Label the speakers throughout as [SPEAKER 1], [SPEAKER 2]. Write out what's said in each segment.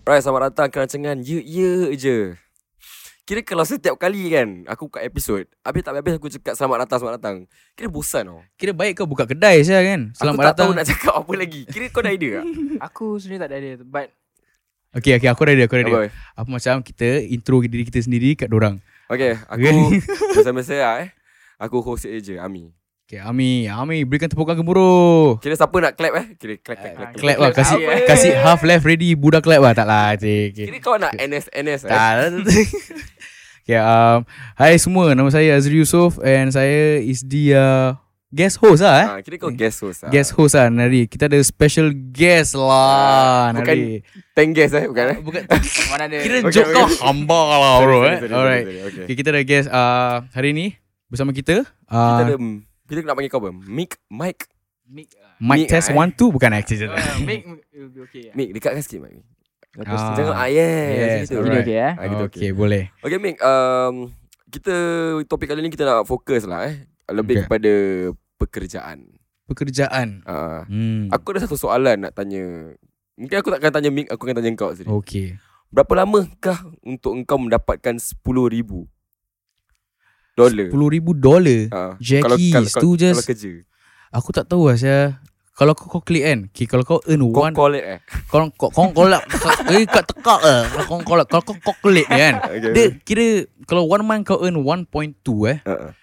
[SPEAKER 1] Rai, selamat datang ke rancangan Ye Ye Je. Kira kalau setiap kali kan aku buka episod, habis tak habis aku cakap selamat datang, selamat datang. Kira bosan tau.
[SPEAKER 2] Kira baik kau buka kedai saya kan.
[SPEAKER 1] aku tak
[SPEAKER 2] Selamat datang.
[SPEAKER 1] tahu nak cakap apa lagi. Kira kau dah idea tak?
[SPEAKER 3] Aku sendiri tak ada idea But
[SPEAKER 2] Okey okey aku ready aku ready.
[SPEAKER 1] Apa?
[SPEAKER 2] Apa macam kita intro diri kita sendiri kat dorang.
[SPEAKER 1] Okay, aku biasa-biasa lah eh. Aku host dia je, Ami.
[SPEAKER 2] Okey Ami, Ami berikan tepukan gemuruh.
[SPEAKER 1] Kira siapa nak clap eh? Kira clap, clap, clap.
[SPEAKER 2] Clap lah kasih
[SPEAKER 1] Apa?
[SPEAKER 2] kasih half left ready budak clap lah tak lah. Cik.
[SPEAKER 1] Kira kau nak NS, NS eh?
[SPEAKER 2] Tak. lah. okay, um, hai semua, nama saya Azri Yusof and saya is the uh, guest host lah eh.
[SPEAKER 1] Ha, kira kau guest host lah.
[SPEAKER 2] Guest host lah Nari Kita ada special guest
[SPEAKER 1] Ah,
[SPEAKER 2] lah Nari
[SPEAKER 1] Thank guest eh, bukan eh?
[SPEAKER 2] Bukan
[SPEAKER 3] mana ada
[SPEAKER 2] Kira
[SPEAKER 1] Okay,
[SPEAKER 2] joke
[SPEAKER 1] okay.
[SPEAKER 2] kau hamba lah
[SPEAKER 1] Sorry, sorry,
[SPEAKER 2] bro eh
[SPEAKER 1] sorry, sorry,
[SPEAKER 2] Alright
[SPEAKER 1] sorry, okay.
[SPEAKER 2] okay, Kita ada guest uh, hari ni Bersama
[SPEAKER 1] Kita
[SPEAKER 2] kita uh,
[SPEAKER 1] ada, kita nak panggil kau apa? Mick, Mike,
[SPEAKER 3] Mic ah.
[SPEAKER 2] Mic
[SPEAKER 1] Nick,
[SPEAKER 2] test
[SPEAKER 1] eh.
[SPEAKER 2] 1, 2 Bukan actually
[SPEAKER 3] Oh, yeah, Mic will be okay ya.
[SPEAKER 1] Mick, dekatkan sikit Mike. Lepas
[SPEAKER 2] Ah.
[SPEAKER 1] tu jangan, ah yes.
[SPEAKER 2] Yes,
[SPEAKER 1] gitu.
[SPEAKER 2] alright.
[SPEAKER 3] okay eh
[SPEAKER 1] Ah, gitu, okay.
[SPEAKER 2] Okay boleh
[SPEAKER 1] Okay Mick, um, kita topik kali ni kita nak fokus lah eh. Lebih
[SPEAKER 2] Okay.
[SPEAKER 1] kepada pekerjaan.
[SPEAKER 2] Pekerjaan
[SPEAKER 1] Ah,
[SPEAKER 2] hmm.
[SPEAKER 1] Aku ada satu soalan nak tanya. Mungkin aku takkan tanya Mick, aku akan tanya kau sendiri.
[SPEAKER 2] Okay
[SPEAKER 1] Berapa lamakah untuk engkau mendapatkan 10000 dolar?
[SPEAKER 2] RM10,000 dollar
[SPEAKER 1] Ah,
[SPEAKER 2] Jackie,
[SPEAKER 1] kalau,
[SPEAKER 2] tu
[SPEAKER 1] kalau,
[SPEAKER 2] just-
[SPEAKER 1] kalau kerja.
[SPEAKER 2] Aku tak tahu lah saya Kalau kau, kau klik kan okay, Kalau kau earn
[SPEAKER 1] Kau
[SPEAKER 2] one
[SPEAKER 1] call it eh.
[SPEAKER 2] Kau kau kau kau lah Eh kat tekak lah Kau kau lah Kau kau kau kelit ni kan
[SPEAKER 1] Okay.
[SPEAKER 2] Dia kira Kalau one month kau earn 1.2 eh
[SPEAKER 1] Uh-uh.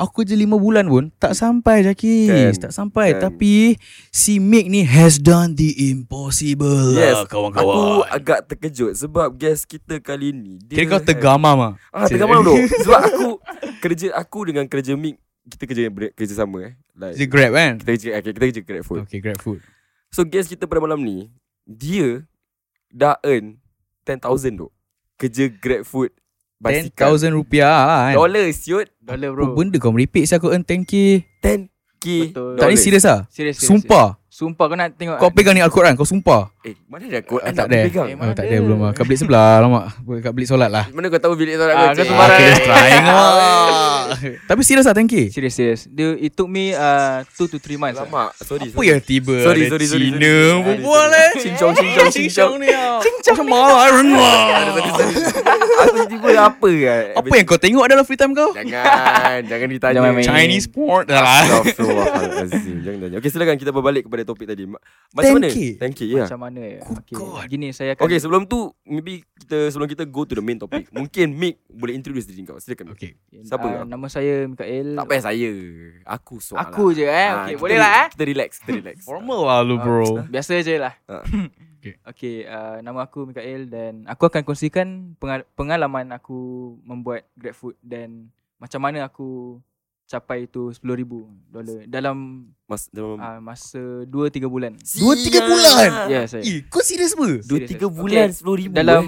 [SPEAKER 2] Aku je 5 bulan pun Tak sampai Jaki
[SPEAKER 1] Kan,
[SPEAKER 2] Tak sampai
[SPEAKER 1] kan.
[SPEAKER 2] Tapi Si Mick ni Has done the impossible
[SPEAKER 1] Yes,
[SPEAKER 2] lah
[SPEAKER 1] Aku
[SPEAKER 2] Kawan-kawan
[SPEAKER 1] agak terkejut sebab guest kita kali ni dia
[SPEAKER 2] Kira kau tergamam lah
[SPEAKER 1] Ah, tergamam bro. Sebab aku kerja aku dengan kerja Mick kita kerja kerja sama eh. Like
[SPEAKER 2] Dia grab kan
[SPEAKER 1] kita kerja okay, kita kerja Grab food.
[SPEAKER 2] Okay grab food
[SPEAKER 1] So guest kita pada malam ni dia dah earn 10000 dok. Kerja Grab food basikal.
[SPEAKER 2] 10,000 rupiah lah kan
[SPEAKER 1] dollar siut
[SPEAKER 3] Dollar bro
[SPEAKER 2] Apa benda kau meripik Saya aku earn 10k
[SPEAKER 1] 10k.
[SPEAKER 3] Betul.
[SPEAKER 2] Tak ni serius lah
[SPEAKER 3] Serius serius,
[SPEAKER 2] Sumpah
[SPEAKER 3] serius. Sumpah kau nak tengok
[SPEAKER 2] Kau pegang ni Al-Quran Kau sumpah
[SPEAKER 1] Eh, mana dah aku
[SPEAKER 2] Ah,
[SPEAKER 1] nak
[SPEAKER 2] tak ada.
[SPEAKER 1] pegang.
[SPEAKER 3] Eh,
[SPEAKER 2] Oh,
[SPEAKER 3] Mana
[SPEAKER 2] tak
[SPEAKER 3] ada?
[SPEAKER 2] ada belum lah Kat bilik sebelah Lama Kat bilik solat lah
[SPEAKER 1] Mana kau tahu bilik tu
[SPEAKER 3] Ah,
[SPEAKER 1] nak Eh,
[SPEAKER 3] kau
[SPEAKER 1] kau
[SPEAKER 3] sembarang.
[SPEAKER 2] Okay, just trying lah. Tapi serius lah, thank you.
[SPEAKER 3] Serius serius Dia it took me uh, 2 to 3 months lah.
[SPEAKER 1] Lama. Sorry.
[SPEAKER 2] Apa yang tiba
[SPEAKER 1] Sorry,
[SPEAKER 2] ada
[SPEAKER 1] sorry, sorry,
[SPEAKER 2] Cina
[SPEAKER 1] sorry.
[SPEAKER 2] perempuan
[SPEAKER 1] Sorry,
[SPEAKER 2] eh?
[SPEAKER 1] sorry. Cincong, cincong, cincong.
[SPEAKER 2] ni ah. Macam malah Iron Man.
[SPEAKER 1] Aku tiba apa kan?
[SPEAKER 2] Apa yang kau tengok dalam free time kau?
[SPEAKER 1] Jangan, jangan ditanya.
[SPEAKER 3] Jangan main-main.
[SPEAKER 2] Chinese porn dah lah.
[SPEAKER 1] Astagfirullahalazim. Jangan tanya. Okey, silakan kita berbalik kepada topik tadi. Ma- Macam mana?
[SPEAKER 2] 10K?
[SPEAKER 1] Thank you. Ya.
[SPEAKER 3] Macam mana ya
[SPEAKER 2] Good
[SPEAKER 3] okay.
[SPEAKER 2] God.
[SPEAKER 3] Gini saya akan
[SPEAKER 1] Okay, sebelum tu maybe kita sebelum kita go to the main topic, mungkin Mick boleh introduce diri kau. Silakan. Mick.
[SPEAKER 2] Okay.
[SPEAKER 1] siapa
[SPEAKER 3] Ah,
[SPEAKER 1] kau?
[SPEAKER 3] Nama saya Mikael
[SPEAKER 1] Tak payah saya. Aku soalan.
[SPEAKER 3] Aku je eh
[SPEAKER 1] Ah,
[SPEAKER 3] okay,
[SPEAKER 1] kita
[SPEAKER 3] Boleh
[SPEAKER 1] re-
[SPEAKER 3] lah eh
[SPEAKER 1] Kita relax, kita relax.
[SPEAKER 2] Formal lah lu bro.
[SPEAKER 3] Biasa je lah
[SPEAKER 1] Ah.
[SPEAKER 3] Okay, okay uh, nama aku Mikael dan aku akan kongsikan pengal- pengalaman aku membuat GrabFood dan macam mana aku capai itu $10,000 dalam
[SPEAKER 1] Mas dalam
[SPEAKER 3] uh, masa 2-3 bulan.
[SPEAKER 2] Dua, tiga bulan?
[SPEAKER 3] Ya, saya.
[SPEAKER 2] Eh, kau serius ber?
[SPEAKER 1] Dua
[SPEAKER 3] Serius,
[SPEAKER 1] tiga
[SPEAKER 3] serius.
[SPEAKER 1] bulan
[SPEAKER 3] Okay,
[SPEAKER 1] sepuluh ribu eh.
[SPEAKER 3] Dalam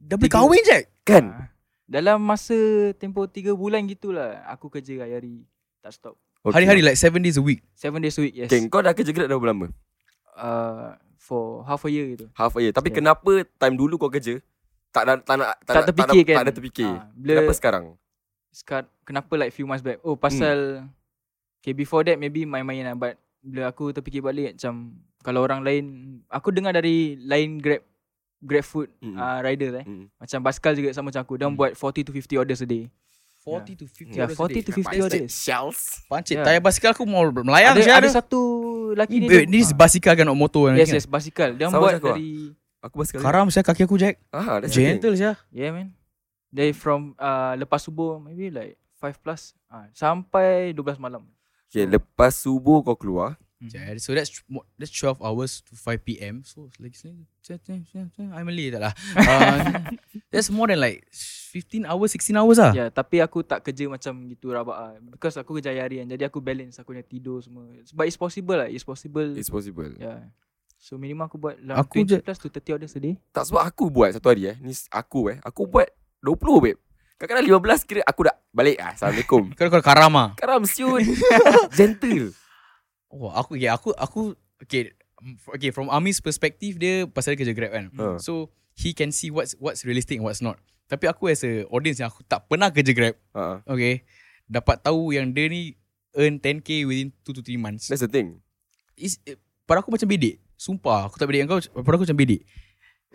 [SPEAKER 2] Dah boleh kahwin Jack?
[SPEAKER 1] kan
[SPEAKER 3] ah, dalam masa tempoh 3 bulan gitulah aku kerja hari-hari tak stop.
[SPEAKER 2] Hari-hari like 7 days a week.
[SPEAKER 3] 7 days a week, yes.
[SPEAKER 1] Okay, kau dah kerja grad dah berapa lama?
[SPEAKER 3] Uh, for half a year gitu.
[SPEAKER 1] Half a year. Tapi
[SPEAKER 3] Yeah.
[SPEAKER 1] kenapa time dulu kau kerja tak ada tak nak tak,
[SPEAKER 3] Tak
[SPEAKER 1] nak-
[SPEAKER 3] terfikir
[SPEAKER 1] tak, nak-
[SPEAKER 3] kan?
[SPEAKER 1] tak ada terfikir.
[SPEAKER 3] Ah, bila
[SPEAKER 1] Kenapa sekarang?
[SPEAKER 3] sekarang kenapa like few months back oh
[SPEAKER 1] Hmm.
[SPEAKER 3] pasal okay before that maybe main-main lah but bila aku terfikir balik macam kalau orang lain aku dengar dari lain Grab Grab food
[SPEAKER 1] Mm.
[SPEAKER 3] uh, rider eh
[SPEAKER 1] Mm.
[SPEAKER 3] macam Baskal juga sama macam aku dia
[SPEAKER 2] Mm.
[SPEAKER 3] hmm. buat 40 to 50 orders a day
[SPEAKER 2] 40 to 50
[SPEAKER 3] yeah 40 to 50
[SPEAKER 1] Bastard
[SPEAKER 3] orders
[SPEAKER 1] Shells.
[SPEAKER 2] Pancit
[SPEAKER 3] Yeah.
[SPEAKER 2] tayar basikal aku mau melayang
[SPEAKER 1] Eh,
[SPEAKER 2] je
[SPEAKER 3] ada, ada
[SPEAKER 2] ada.
[SPEAKER 3] satu lelaki
[SPEAKER 2] Ni
[SPEAKER 3] ni
[SPEAKER 2] wait,
[SPEAKER 3] dia-
[SPEAKER 2] ni
[SPEAKER 3] ah,
[SPEAKER 2] basikal kan nak motor kan.
[SPEAKER 3] yes yes Basikal dia
[SPEAKER 1] Sama
[SPEAKER 3] buat
[SPEAKER 1] macam aku lah.
[SPEAKER 3] dari
[SPEAKER 1] Aku pasal.
[SPEAKER 2] Karam saya kaki aku Jack.
[SPEAKER 1] Ah, that's the thing.
[SPEAKER 2] Gentle saya.
[SPEAKER 3] yeah man dia from uh, lepas subuh maybe like 5 plus uh, sampai 12 malam
[SPEAKER 1] Okay, lepas subuh kau keluar.
[SPEAKER 2] Yeah, so that's tw- mo- that's 12 hours to 5 p.m. So it's like I'm Malay tak lah. Uh, that's more than like 15 hours, 16 hours lah.
[SPEAKER 3] Ya, yeah, tapi aku tak kerja macam gitu rabak ah. Because aku kerja harian. Jadi aku balance aku punya tidur semua. But it's possible lah. It's possible. It's...
[SPEAKER 1] It's possible.
[SPEAKER 3] Yeah. So minimum aku buat dalam
[SPEAKER 2] Aku
[SPEAKER 3] aku 20
[SPEAKER 2] je-
[SPEAKER 3] plus to 30 orders a day.
[SPEAKER 1] Tak sebab aku buat satu hari eh. Ni s- aku eh. Aku buat 20 babe. Kadang-kadang 15 kira aku dah balik ah. Assalamualaikum.
[SPEAKER 2] Kau kau karam ah.
[SPEAKER 1] Karam siun. Gentle.
[SPEAKER 2] Oh, aku okay, aku aku okay, m- okay from Amir's perspective dia pasal dia kerja Grab kan.
[SPEAKER 1] Ha.
[SPEAKER 2] So he can see what's what's realistic and what's not. Tapi aku as a audience yang aku tak pernah kerja Grab,
[SPEAKER 1] Ah,
[SPEAKER 2] okay, dapat tahu yang dia ni earn 10k within 2 to 3 months.
[SPEAKER 1] that's the thing.
[SPEAKER 2] Is eh, pada aku macam bedek. Sumpah, aku tak bedek dengan kau. Pada aku macam bedek.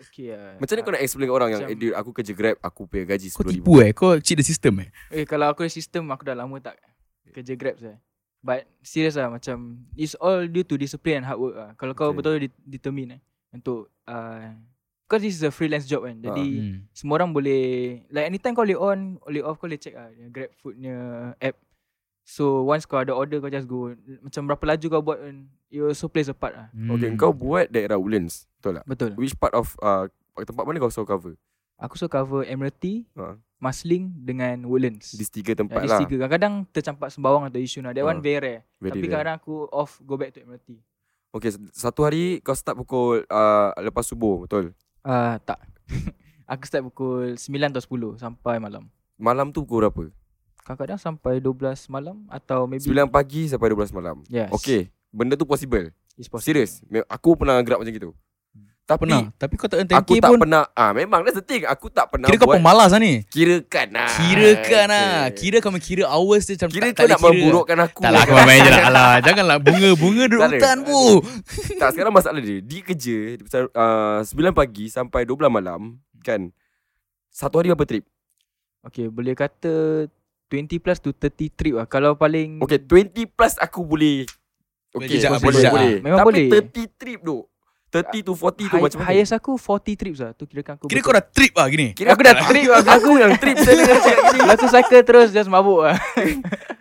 [SPEAKER 3] Okay lah.
[SPEAKER 1] Macam mana kau nak explain ke orang yang eh,
[SPEAKER 3] Macam-
[SPEAKER 1] dude, aku kerja Grab, aku pay gaji
[SPEAKER 2] Kau
[SPEAKER 1] 10000
[SPEAKER 2] tipu eh. Kau cheat the system eh.
[SPEAKER 3] Eh, kalau aku ada sistem aku dah lama tak kerja Grab saya. But serious lah macam it's all due to discipline and hard work lah. Kalau kau
[SPEAKER 1] Okay.
[SPEAKER 3] betul betul determine eh untuk uh, because this is a freelance job kan. Jadi uh,
[SPEAKER 2] Hmm.
[SPEAKER 3] semua orang boleh like anytime kau boleh on boleh off kau boleh check lah Grab food app so once kau ada order kau just go macam berapa laju kau buat pun, it also plays a part lah
[SPEAKER 1] Okay,
[SPEAKER 2] Hmm.
[SPEAKER 1] kau buat daerah Woodlands. Betul tak?
[SPEAKER 3] betul
[SPEAKER 1] Which part of uh, tempat mana kau so cover?
[SPEAKER 3] aku suka cover Emirati
[SPEAKER 1] Ha.
[SPEAKER 2] Ah.
[SPEAKER 3] Masling dengan Woodlands
[SPEAKER 1] These tiga
[SPEAKER 3] Ya,
[SPEAKER 1] tempat
[SPEAKER 3] these
[SPEAKER 1] lah.
[SPEAKER 3] tiga kadang-kadang tercampak Sembawang atau Yishun lah that
[SPEAKER 1] Ha,
[SPEAKER 3] one very rare
[SPEAKER 1] Very
[SPEAKER 3] tapi
[SPEAKER 1] rare.
[SPEAKER 3] kadang aku off go back to Emirati
[SPEAKER 1] Okay, s- satu hari kau start pukul uh, lepas subuh, betul?
[SPEAKER 3] ah tak aku start pukul 9 atau 10 sampai malam
[SPEAKER 1] Malam tu pukul berapa?
[SPEAKER 3] kadang-kadang sampai 12 malam atau maybe
[SPEAKER 1] 9 pagi sampai 12 malam.
[SPEAKER 3] yes
[SPEAKER 1] Okay, benda tu possible.
[SPEAKER 3] it's possible.
[SPEAKER 1] Serius. Me- Aku pernah gerak macam gitu. Tapi
[SPEAKER 2] Pernah. Tapi kau tak earn 10k
[SPEAKER 1] aku tak
[SPEAKER 2] pun.
[SPEAKER 1] pernah. Ah, memang that's the thing. Aku tak pernah
[SPEAKER 2] Kira kau
[SPEAKER 1] buat.
[SPEAKER 2] pemalas lah ni.
[SPEAKER 1] Kirakan lah.
[SPEAKER 2] Kirakan lah.
[SPEAKER 1] Okay.
[SPEAKER 2] Kira kau main kira hours dia macam
[SPEAKER 1] Kira
[SPEAKER 2] tak,
[SPEAKER 1] kau
[SPEAKER 2] tak
[SPEAKER 1] nak
[SPEAKER 2] boleh kira.
[SPEAKER 1] memburukkan aku.
[SPEAKER 2] Tak lah aku main je lah Alah janganlah Bunga-bunga duduk
[SPEAKER 1] Tak ada.
[SPEAKER 2] hutan bu
[SPEAKER 1] Tak sekarang masalah dia Dia kerja dia besar, uh, 9 pagi sampai 12 malam Kan Satu hari berapa trip
[SPEAKER 3] Okay, boleh kata 20 plus to 30 trip lah. Kalau paling
[SPEAKER 1] Okay 20 plus aku boleh Okay boleh
[SPEAKER 2] Boleh, boleh,
[SPEAKER 1] boleh,
[SPEAKER 2] boleh.
[SPEAKER 3] Memang
[SPEAKER 1] Tapi
[SPEAKER 3] boleh.
[SPEAKER 1] 30 trip tu 30 to 40 tu
[SPEAKER 3] hi-
[SPEAKER 1] macam mana
[SPEAKER 3] highest aku 40 trips lah. Tu kira aku.
[SPEAKER 2] Kira kau dah trip lah gini
[SPEAKER 1] Kira aku dah trip Aku, aku yang trip saya dengar cakap gini.
[SPEAKER 3] Lepas tu cycle terus just mabuk lah.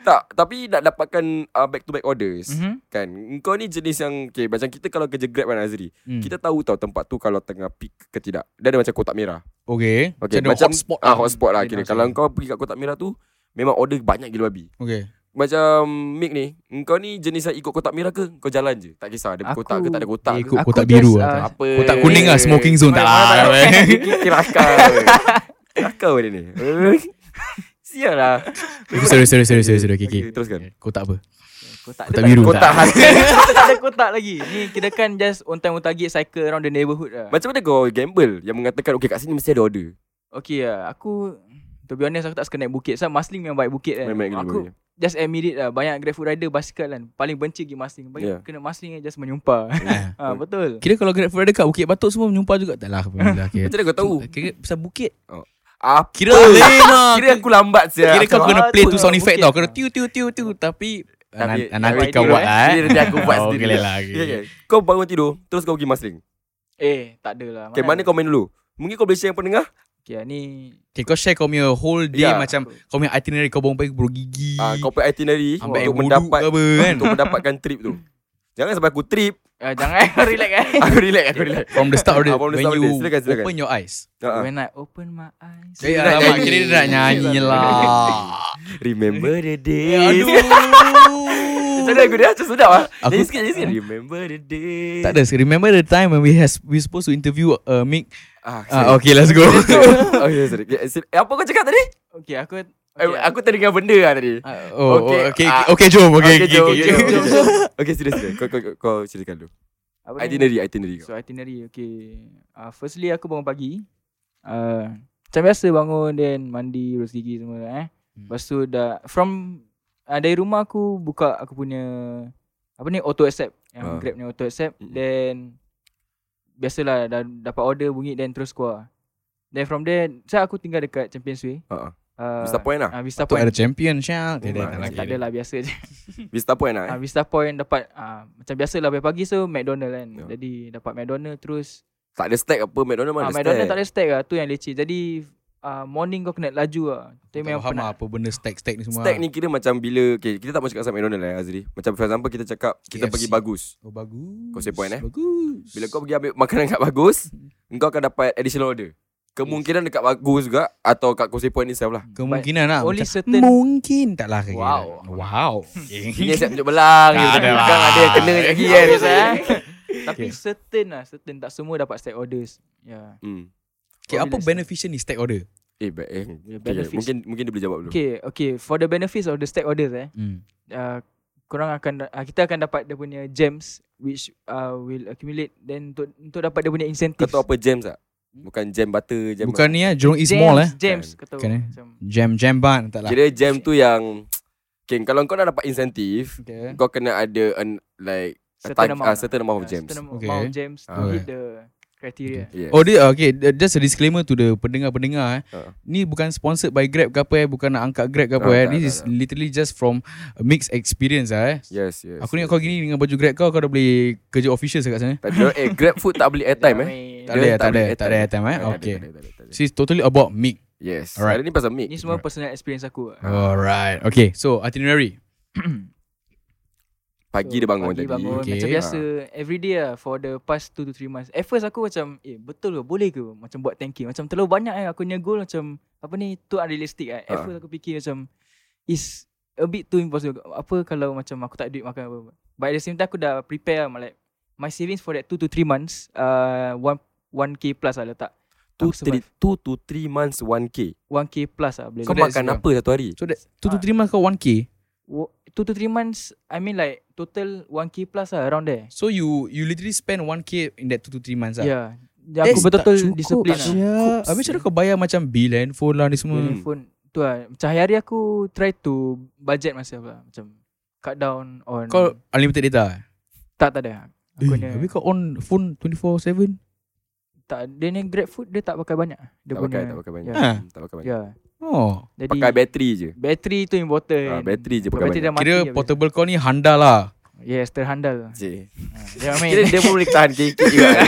[SPEAKER 1] Tak Tapi nak dapatkan uh, Back to back orders
[SPEAKER 3] Mm-hmm.
[SPEAKER 1] Kan Kau ni jenis yang Okay macam kita kalau kerja grab kan Azri
[SPEAKER 2] hmm.
[SPEAKER 1] Kita tahu tau tempat tu Kalau tengah peak ke tidak Dia ada macam kotak merah
[SPEAKER 2] Okay
[SPEAKER 1] Okay,
[SPEAKER 2] Macam,
[SPEAKER 1] macam,
[SPEAKER 2] macam hotspot
[SPEAKER 1] ah, hotspot lah kira. Kalau
[SPEAKER 2] Macam-
[SPEAKER 1] kau pergi kat kotak merah tu memang order banyak gila babi.
[SPEAKER 2] Okay
[SPEAKER 1] Macam Mick ni, kau ni jenis yang ikut kotak merah ke? Kau jalan je. Tak kisah ada
[SPEAKER 3] Aku-
[SPEAKER 1] kotak ke tak ada kotak.
[SPEAKER 2] Dia
[SPEAKER 1] ke.
[SPEAKER 2] ikut kotak biru lah.
[SPEAKER 3] ah,
[SPEAKER 1] Apa?
[SPEAKER 2] Kotak kuning lah Smoking zone tak lah
[SPEAKER 1] Kira akal. Kira akal dia ni. Sial lah.
[SPEAKER 2] Sorry sorry sorry sorry, sorry. Okay, okay.
[SPEAKER 1] Okay, teruskan.
[SPEAKER 2] Kotak apa
[SPEAKER 3] kotak,
[SPEAKER 2] Kotak
[SPEAKER 3] dia
[SPEAKER 2] biru
[SPEAKER 1] Kotak
[SPEAKER 2] tak
[SPEAKER 1] hati.
[SPEAKER 3] tak ada kotak lagi. Ni kira kan just on time on target cycle around the neighborhood lah.
[SPEAKER 1] Macam mana kau gamble yang mengatakan okay kat sini mesti ada order.
[SPEAKER 3] Okay lah, aku to be honest aku tak suka naik bukit. Sebab Masling memang baik bukit kan.
[SPEAKER 1] Main-main gila
[SPEAKER 3] aku
[SPEAKER 1] babi.
[SPEAKER 3] just admit it lah. Banyak grab food rider basikal kan. Paling benci pergi Masling. Bagi
[SPEAKER 1] Yeah.
[SPEAKER 3] kena Masling je just menyumpah.
[SPEAKER 2] Ah.
[SPEAKER 3] ha, betul.
[SPEAKER 2] Kira kalau Grab Food ada kat Bukit Batok semua Menyumpah juga Tak lah Alhamdulillah, okay.
[SPEAKER 1] Macam mana kau tahu?
[SPEAKER 2] Kira pasal bukit
[SPEAKER 1] Apa?
[SPEAKER 2] Eh, Kira lain lah
[SPEAKER 1] Kira aku lambat sia.
[SPEAKER 2] Kira kau kena play tu sound
[SPEAKER 3] Bukit.
[SPEAKER 2] effect tau Kena tiu tiu tiu tiu Tapi
[SPEAKER 1] lah, Tapi-
[SPEAKER 2] nan- Nanti
[SPEAKER 1] tapi
[SPEAKER 2] kau
[SPEAKER 1] dulu,
[SPEAKER 2] buat
[SPEAKER 1] eh.
[SPEAKER 2] lah eh.
[SPEAKER 1] Nanti aku buat
[SPEAKER 2] Oh,
[SPEAKER 1] sendiri.
[SPEAKER 2] boleh lah, okay.
[SPEAKER 1] Okay, okay. Kau bangun tidur Terus kau pergi Masling
[SPEAKER 3] Eh, tak ada lah.
[SPEAKER 1] Okay mana kau main dulu Mungkin kau boleh share yang pendengar
[SPEAKER 3] Okay, ah, ni
[SPEAKER 2] Okay kau share kau punya whole day
[SPEAKER 1] Ya.
[SPEAKER 2] Macam kau punya itinerary Kau bangun pagi buruk gigi
[SPEAKER 1] ah, Kau punya itinerary
[SPEAKER 2] Ambil air
[SPEAKER 1] Untuk
[SPEAKER 2] bodoh
[SPEAKER 1] mendapat
[SPEAKER 2] ke apa kan
[SPEAKER 1] Untuk mendapatkan trip tu Jangan sampai aku trip
[SPEAKER 3] Ah, jangan relax kan.
[SPEAKER 1] Aku relax Aku relax
[SPEAKER 2] From the start already
[SPEAKER 1] Ah, from the
[SPEAKER 2] When
[SPEAKER 1] start
[SPEAKER 2] you
[SPEAKER 1] already. Silakan, silakan.
[SPEAKER 2] open your eyes
[SPEAKER 1] Ah, ah.
[SPEAKER 3] When I open my eyes.
[SPEAKER 2] Eh
[SPEAKER 1] nak
[SPEAKER 2] alamak
[SPEAKER 1] nyanyi.
[SPEAKER 2] Kira dia nak nyanyi lah
[SPEAKER 1] Remember the
[SPEAKER 2] Eh,
[SPEAKER 1] days
[SPEAKER 2] Aduh
[SPEAKER 1] Macam mana aku dia Macam sedap lah
[SPEAKER 2] Aku- Hmm.
[SPEAKER 1] Nyanyi sikit nyanyi sikit Remember the days
[SPEAKER 2] Tak ada Remember the time When we has we supposed to interview uh, Mick
[SPEAKER 1] ah,
[SPEAKER 2] Ah, Okay let's go
[SPEAKER 1] okay, sorry. Okay, sila- eh, Apa kau cakap tadi
[SPEAKER 3] Okay, aku
[SPEAKER 1] Eh, Aku terdengar benda lah tadi
[SPEAKER 2] Ah, oh,
[SPEAKER 1] Okay,
[SPEAKER 2] okay, okay,
[SPEAKER 1] ah.
[SPEAKER 2] okay, jom. Okay,
[SPEAKER 1] Okay,
[SPEAKER 2] okay,
[SPEAKER 1] jom,
[SPEAKER 2] okay,
[SPEAKER 1] jom,
[SPEAKER 2] okay.
[SPEAKER 1] jom, jom. Okay, sila sila Kau- kau- Kau kau ceritakan dulu
[SPEAKER 3] apa ni?
[SPEAKER 1] Itinerary, itinerary.
[SPEAKER 3] So itinerary Okay uh, Firstly aku bangun pagi uh, Macam biasa bangun Then mandi Urus gigi semua eh
[SPEAKER 2] Hmm.
[SPEAKER 3] Lepas tu dah From uh, Dari rumah aku Buka aku punya Apa ni Auto accept Yang
[SPEAKER 1] Ah.
[SPEAKER 3] grab ni auto accept
[SPEAKER 1] Mm-mm.
[SPEAKER 3] Then Biasalah dah, Dapat order bunyi Then terus keluar Then from there Saya aku tinggal dekat Champions Way
[SPEAKER 1] Ha, ha.
[SPEAKER 3] uh,
[SPEAKER 1] Vista Point lah.
[SPEAKER 3] uh, Vista
[SPEAKER 2] Patut ada
[SPEAKER 3] Point
[SPEAKER 2] champion Syah Tidak
[SPEAKER 1] Memang,
[SPEAKER 3] Ah,
[SPEAKER 2] ada
[SPEAKER 3] Tak ada lah biasa je
[SPEAKER 1] Vista Point lah.
[SPEAKER 3] Ah,
[SPEAKER 1] Eh.
[SPEAKER 3] Vista Point dapat ah, Macam biasa lah Pagi-pagi so McDonald kan
[SPEAKER 1] Ya.
[SPEAKER 3] Jadi dapat McDonald Terus
[SPEAKER 1] Tak ada stack apa McDonald mana
[SPEAKER 3] Ah,
[SPEAKER 1] stack.
[SPEAKER 3] McDonald's tak ada stack lah. Tu yang leceh. Jadi uh, morning kau kena laju lah. Tu
[SPEAKER 2] Tak
[SPEAKER 3] memang
[SPEAKER 2] faham lah
[SPEAKER 3] penat.
[SPEAKER 2] apa benda stack-stack ni semua
[SPEAKER 1] Stack ni kira macam bila okay, Kita tak mau cakap pasal McDonald eh Azri Macam for example kita cakap Kita
[SPEAKER 2] KFC.
[SPEAKER 1] pergi Bagus
[SPEAKER 2] Oh bagus
[SPEAKER 1] Kau save point, eh?
[SPEAKER 2] Bagus
[SPEAKER 1] Bila kau pergi ambil makanan kat Bagus Engkau akan dapat additional order Kemungkinan dekat Bagus juga Atau kat Kosei Point ni self lah
[SPEAKER 2] Kemungkinan lah
[SPEAKER 3] only
[SPEAKER 2] macam,
[SPEAKER 3] certain-
[SPEAKER 2] Mungkin tak lah kira.
[SPEAKER 3] Wow.
[SPEAKER 2] Wow
[SPEAKER 1] Ini siap tunjuk belang
[SPEAKER 2] Tak ada lah.
[SPEAKER 1] Bukan ada yang kena kat kaki kan
[SPEAKER 3] Yes, eh. Tapi
[SPEAKER 2] Okay.
[SPEAKER 3] certain lah. Certain tak semua dapat stack orders. Ya.
[SPEAKER 1] hmm.
[SPEAKER 2] okay, Apa beneficial ni stack order
[SPEAKER 1] Eh, ba- eh
[SPEAKER 3] Yeah.
[SPEAKER 1] okay,
[SPEAKER 3] Benefits.
[SPEAKER 1] mungkin mungkin dia boleh jawab dulu
[SPEAKER 3] Okay, okay. For the benefits of the stack orders eh.
[SPEAKER 2] hmm.
[SPEAKER 3] Uh, korang akan uh, kita akan dapat dia punya gems which uh, will accumulate then untuk untuk dapat dia punya incentive.
[SPEAKER 1] Kau tahu apa jam tak? Bukan jam butter jam
[SPEAKER 2] Bukan ni eh Jurong East
[SPEAKER 3] Gems,
[SPEAKER 2] Mall eh
[SPEAKER 3] Gems kau tahu.
[SPEAKER 2] Bukan, eh?
[SPEAKER 3] Macam
[SPEAKER 2] Jam jam ban Tak lah
[SPEAKER 1] Kira jam tu yang Okay, kalau kau nak dapat insentif
[SPEAKER 3] okay.
[SPEAKER 1] Kau kena ada an, like a
[SPEAKER 3] Certain
[SPEAKER 1] time-
[SPEAKER 3] amount lah.
[SPEAKER 1] ah, certain amount of
[SPEAKER 3] Yeah,
[SPEAKER 1] gems.
[SPEAKER 3] Certain amount
[SPEAKER 2] Okay.
[SPEAKER 3] of gems to
[SPEAKER 1] Ah.
[SPEAKER 3] hit the criteria.
[SPEAKER 1] Yes.
[SPEAKER 2] Oh dia okay th- just a disclaimer to the pendengar-pendengar eh.
[SPEAKER 1] Uh.
[SPEAKER 2] Ni bukan sponsored by Grab ke apa eh, bukan nak angkat Grab ke apa
[SPEAKER 1] Ah,
[SPEAKER 2] eh.
[SPEAKER 1] tak,
[SPEAKER 2] This
[SPEAKER 1] tak,
[SPEAKER 2] is
[SPEAKER 1] tak.
[SPEAKER 2] literally just from a mixed experience lah eh.
[SPEAKER 1] Yes, yes.
[SPEAKER 2] Aku ingat kau gini dengan baju Grab kau kau dah boleh kerja official dekat sana.
[SPEAKER 1] Tak ada, eh, Grab Food tak beli airtime eh.
[SPEAKER 2] Tak
[SPEAKER 1] Dia
[SPEAKER 2] ada tak ada
[SPEAKER 1] beli
[SPEAKER 2] tak ada airtime eh.
[SPEAKER 1] Tak ada,
[SPEAKER 2] Okay.
[SPEAKER 1] tak ada, tak ada, tak ada.
[SPEAKER 2] So it's totally about mic.
[SPEAKER 1] Yes.
[SPEAKER 2] Alright.
[SPEAKER 1] Hari ni pasal mic.
[SPEAKER 3] Ni semua personal experience aku.
[SPEAKER 1] Ah.
[SPEAKER 2] Alright. Okay. So itinerary.
[SPEAKER 1] Pagi dia bangun
[SPEAKER 3] pagi
[SPEAKER 1] tadi. Ha.
[SPEAKER 3] bangun
[SPEAKER 2] Okay.
[SPEAKER 3] Macam biasa Everyday lah For the past 2 to 3 months At first aku macam Eh betul ke Boleh ke Macam buat tanking Macam terlalu banyak eh Aku punya goal macam Apa ni Too unrealistic eh.
[SPEAKER 1] Ah.
[SPEAKER 3] At first aku fikir macam Is A bit too impossible Apa kalau macam Aku tak ada duit makan apa But at the same time Aku dah prepare lah, like My savings for that 2 to 3 months uh, 1, 1k plus lah letak
[SPEAKER 1] Two,
[SPEAKER 3] Aku survive.
[SPEAKER 1] three, two to three months 1K.
[SPEAKER 3] 1k plus lah boleh
[SPEAKER 1] Kau
[SPEAKER 2] that's
[SPEAKER 1] makan
[SPEAKER 2] the-
[SPEAKER 1] apa satu hari?
[SPEAKER 2] So that 2 to
[SPEAKER 1] Ah.
[SPEAKER 2] 3 months kau 1k.
[SPEAKER 3] 2 to 3 months I mean like Total 1k plus lah Around there
[SPEAKER 2] So you you literally spend 1k in that 2 to 3 months lah.
[SPEAKER 3] Ya yeah. Aku betul-betul disiplin lah
[SPEAKER 2] lah. Habis cara kau bayar macam bil handphone lah ni semua.
[SPEAKER 1] Hmm.
[SPEAKER 3] Beli phone tu lah Macam hari-hari aku Try to Budget myself lah Macam Cut down on
[SPEAKER 2] Kau unlimited data. eh?
[SPEAKER 3] Tak tak ada
[SPEAKER 2] Eh,
[SPEAKER 3] Aku punya
[SPEAKER 2] habis kau on phone 24/7?
[SPEAKER 3] tak, Dia ni grab food Dia tak pakai banyak Dia
[SPEAKER 1] Tak
[SPEAKER 3] punya
[SPEAKER 1] pakai, tak pakai banyak.
[SPEAKER 2] Ah.
[SPEAKER 1] Tak pakai
[SPEAKER 3] Ya
[SPEAKER 1] banyak.
[SPEAKER 3] yeah.
[SPEAKER 2] Oh.
[SPEAKER 3] Jadi
[SPEAKER 1] Pakai bateri je.
[SPEAKER 3] Bateri tu important
[SPEAKER 1] Ah, bateri je
[SPEAKER 3] Kalau
[SPEAKER 1] pakai
[SPEAKER 3] bateri dah mati
[SPEAKER 2] Kira
[SPEAKER 3] habis.
[SPEAKER 2] portable kau ni handal lah.
[SPEAKER 3] Yes terhandal
[SPEAKER 1] Je.
[SPEAKER 3] Ah, Dia main
[SPEAKER 1] Kira dia pun boleh tahan kikik juga.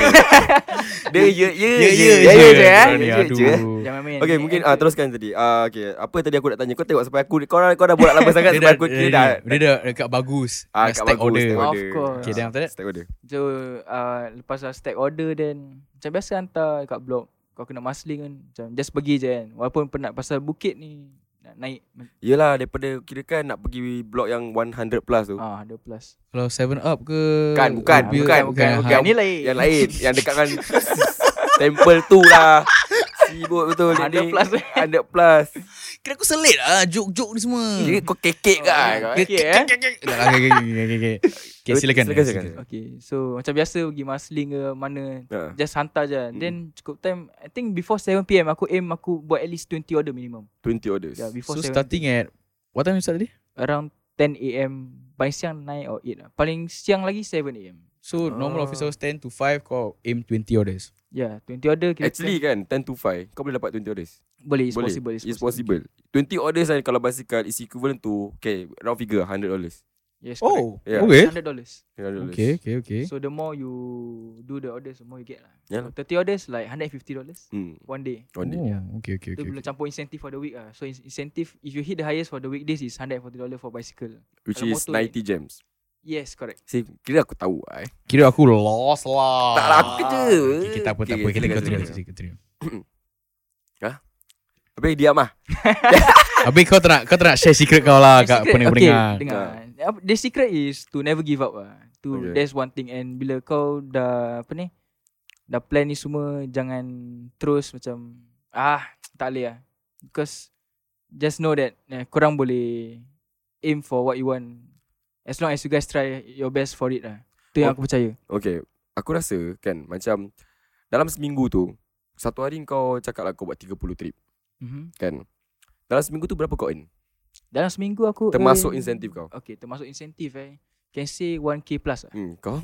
[SPEAKER 1] Dia ya ya je. Ya
[SPEAKER 2] Ya, ya, je.
[SPEAKER 1] ya je eh.
[SPEAKER 2] Kau ni,
[SPEAKER 1] Ya ya je.
[SPEAKER 2] aduh.
[SPEAKER 3] Jangan main
[SPEAKER 1] Okay mungkin ah, teruskan tadi ah, okay. Apa tadi aku nak tanya Kau tengok sampai aku Kau, dah- kau dah borak lama sangat
[SPEAKER 2] Dia
[SPEAKER 1] Sampai
[SPEAKER 2] dah,
[SPEAKER 1] aku
[SPEAKER 2] dia,
[SPEAKER 1] kira
[SPEAKER 2] dah,
[SPEAKER 1] dah
[SPEAKER 2] dia dah dekat bagus.
[SPEAKER 1] ah,
[SPEAKER 2] dah
[SPEAKER 1] kat
[SPEAKER 2] stack
[SPEAKER 1] bagus,
[SPEAKER 2] order.
[SPEAKER 1] Stack order
[SPEAKER 3] Of course.
[SPEAKER 2] Okay, then after that?
[SPEAKER 1] Stack order
[SPEAKER 3] So uh, Lepas lah stack order Then Macam biasa hantar Dekat blog Kau kena muscling kan Macam just pergi je kan Walaupun penat Pasal bukit ni Nak naik
[SPEAKER 1] Yelah daripada Kira kan nak pergi Blok yang 100 plus tu
[SPEAKER 3] Ah, ada plus
[SPEAKER 2] Kalau 7 up ke? ha.
[SPEAKER 1] Bukan, bukan,
[SPEAKER 2] Bill-
[SPEAKER 1] bukan,
[SPEAKER 3] bukan,
[SPEAKER 1] bukan.
[SPEAKER 3] bukan.
[SPEAKER 1] Yang-
[SPEAKER 3] Ni lain.
[SPEAKER 1] Yang lain Yang dekat kan Temple tu lah Sibuk betul dia
[SPEAKER 3] 100
[SPEAKER 1] ni.
[SPEAKER 3] plus.
[SPEAKER 1] 100 plus
[SPEAKER 2] Kira aku selit lah juk-juk ni semua.
[SPEAKER 1] Kira kau kekek kan
[SPEAKER 3] Okay, eh.
[SPEAKER 2] Tak lah, okay, okay, okay, okay, okay. Okay, silakan.
[SPEAKER 1] Silakan, silakan.
[SPEAKER 3] Okay, so macam biasa pergi Marsiling ke mana
[SPEAKER 1] Ha.
[SPEAKER 3] Just hantar je
[SPEAKER 1] Mm.
[SPEAKER 3] Then cukup time I think before 7pm Aku aim aku buat at least 20 order minimum
[SPEAKER 1] 20 orders
[SPEAKER 3] yeah,
[SPEAKER 2] So,
[SPEAKER 3] before 7
[SPEAKER 2] starting at... What time you start tadi?
[SPEAKER 3] Around 10am Paling siang 9 or 8 lah Paling siang lagi 7am
[SPEAKER 2] So,
[SPEAKER 1] Ah.
[SPEAKER 2] normal office hours 10 to 5, kau aim 20 orders.
[SPEAKER 3] Yeah, 20 Ya, order kita
[SPEAKER 1] Actually kan 10 to 5 Kau boleh dapat 20 orders
[SPEAKER 3] plan. Boleh, it's
[SPEAKER 1] Boleh.
[SPEAKER 3] possible
[SPEAKER 1] It's possible. 20 orders lah kalau basikal is equivalent to okay, round figure 100 dollars.
[SPEAKER 3] Yes,
[SPEAKER 2] Oh,
[SPEAKER 3] correct.
[SPEAKER 1] Yeah.
[SPEAKER 2] okay.
[SPEAKER 3] $100
[SPEAKER 2] Okay, okay, okay.
[SPEAKER 3] So the more you do the orders The more you get lah
[SPEAKER 1] Yeah.
[SPEAKER 3] so, 30 orders like $150
[SPEAKER 1] Hmm.
[SPEAKER 3] One day
[SPEAKER 1] On it.
[SPEAKER 2] Oh, okay, okay,
[SPEAKER 3] Tu
[SPEAKER 2] okay.
[SPEAKER 3] bila campur incentive for the week ah. So in- incentive if you hit the highest for the weekdays is $140 for bicycle.
[SPEAKER 1] Which
[SPEAKER 3] Kalau
[SPEAKER 1] is
[SPEAKER 3] motor
[SPEAKER 1] 90 gems.
[SPEAKER 3] Yes, correct.
[SPEAKER 1] See, kira aku tahu lah eh.
[SPEAKER 2] Kira aku lost lah.
[SPEAKER 1] Tak lah, aku kerja.
[SPEAKER 2] Okay, okay, tak apa,
[SPEAKER 1] Okay,
[SPEAKER 2] tak apa. Kita
[SPEAKER 1] silakan,
[SPEAKER 2] continue,
[SPEAKER 1] silakan.
[SPEAKER 2] continue, continue.
[SPEAKER 1] Habis diam lah.
[SPEAKER 2] Habis kau tak nak, kau tak nak share secret kau lah kat pendengar-pendengar.
[SPEAKER 3] Okay, dengar. Apa- The secret is to never give up lah. To
[SPEAKER 1] Okay.
[SPEAKER 3] that's one thing and bila kau dah apa ni? Dah plan ni semua jangan terus macam ah tak boleh lah. Because just know that eh, korang boleh aim for what you want as long as you guys try your best for it lah. Tu
[SPEAKER 1] Oh.
[SPEAKER 3] yang aku percaya.
[SPEAKER 1] Okay. aku rasa kan macam dalam seminggu tu satu hari kau cakap lah kau buat 30 trip
[SPEAKER 3] Mm-hmm.
[SPEAKER 1] kan. Dalam seminggu tu berapa kau earn?
[SPEAKER 3] Dalam seminggu aku
[SPEAKER 1] Termasuk
[SPEAKER 3] earn-
[SPEAKER 1] insentif kau.
[SPEAKER 3] Okay termasuk insentif eh Can say 1k plus lah
[SPEAKER 1] Hmm, kau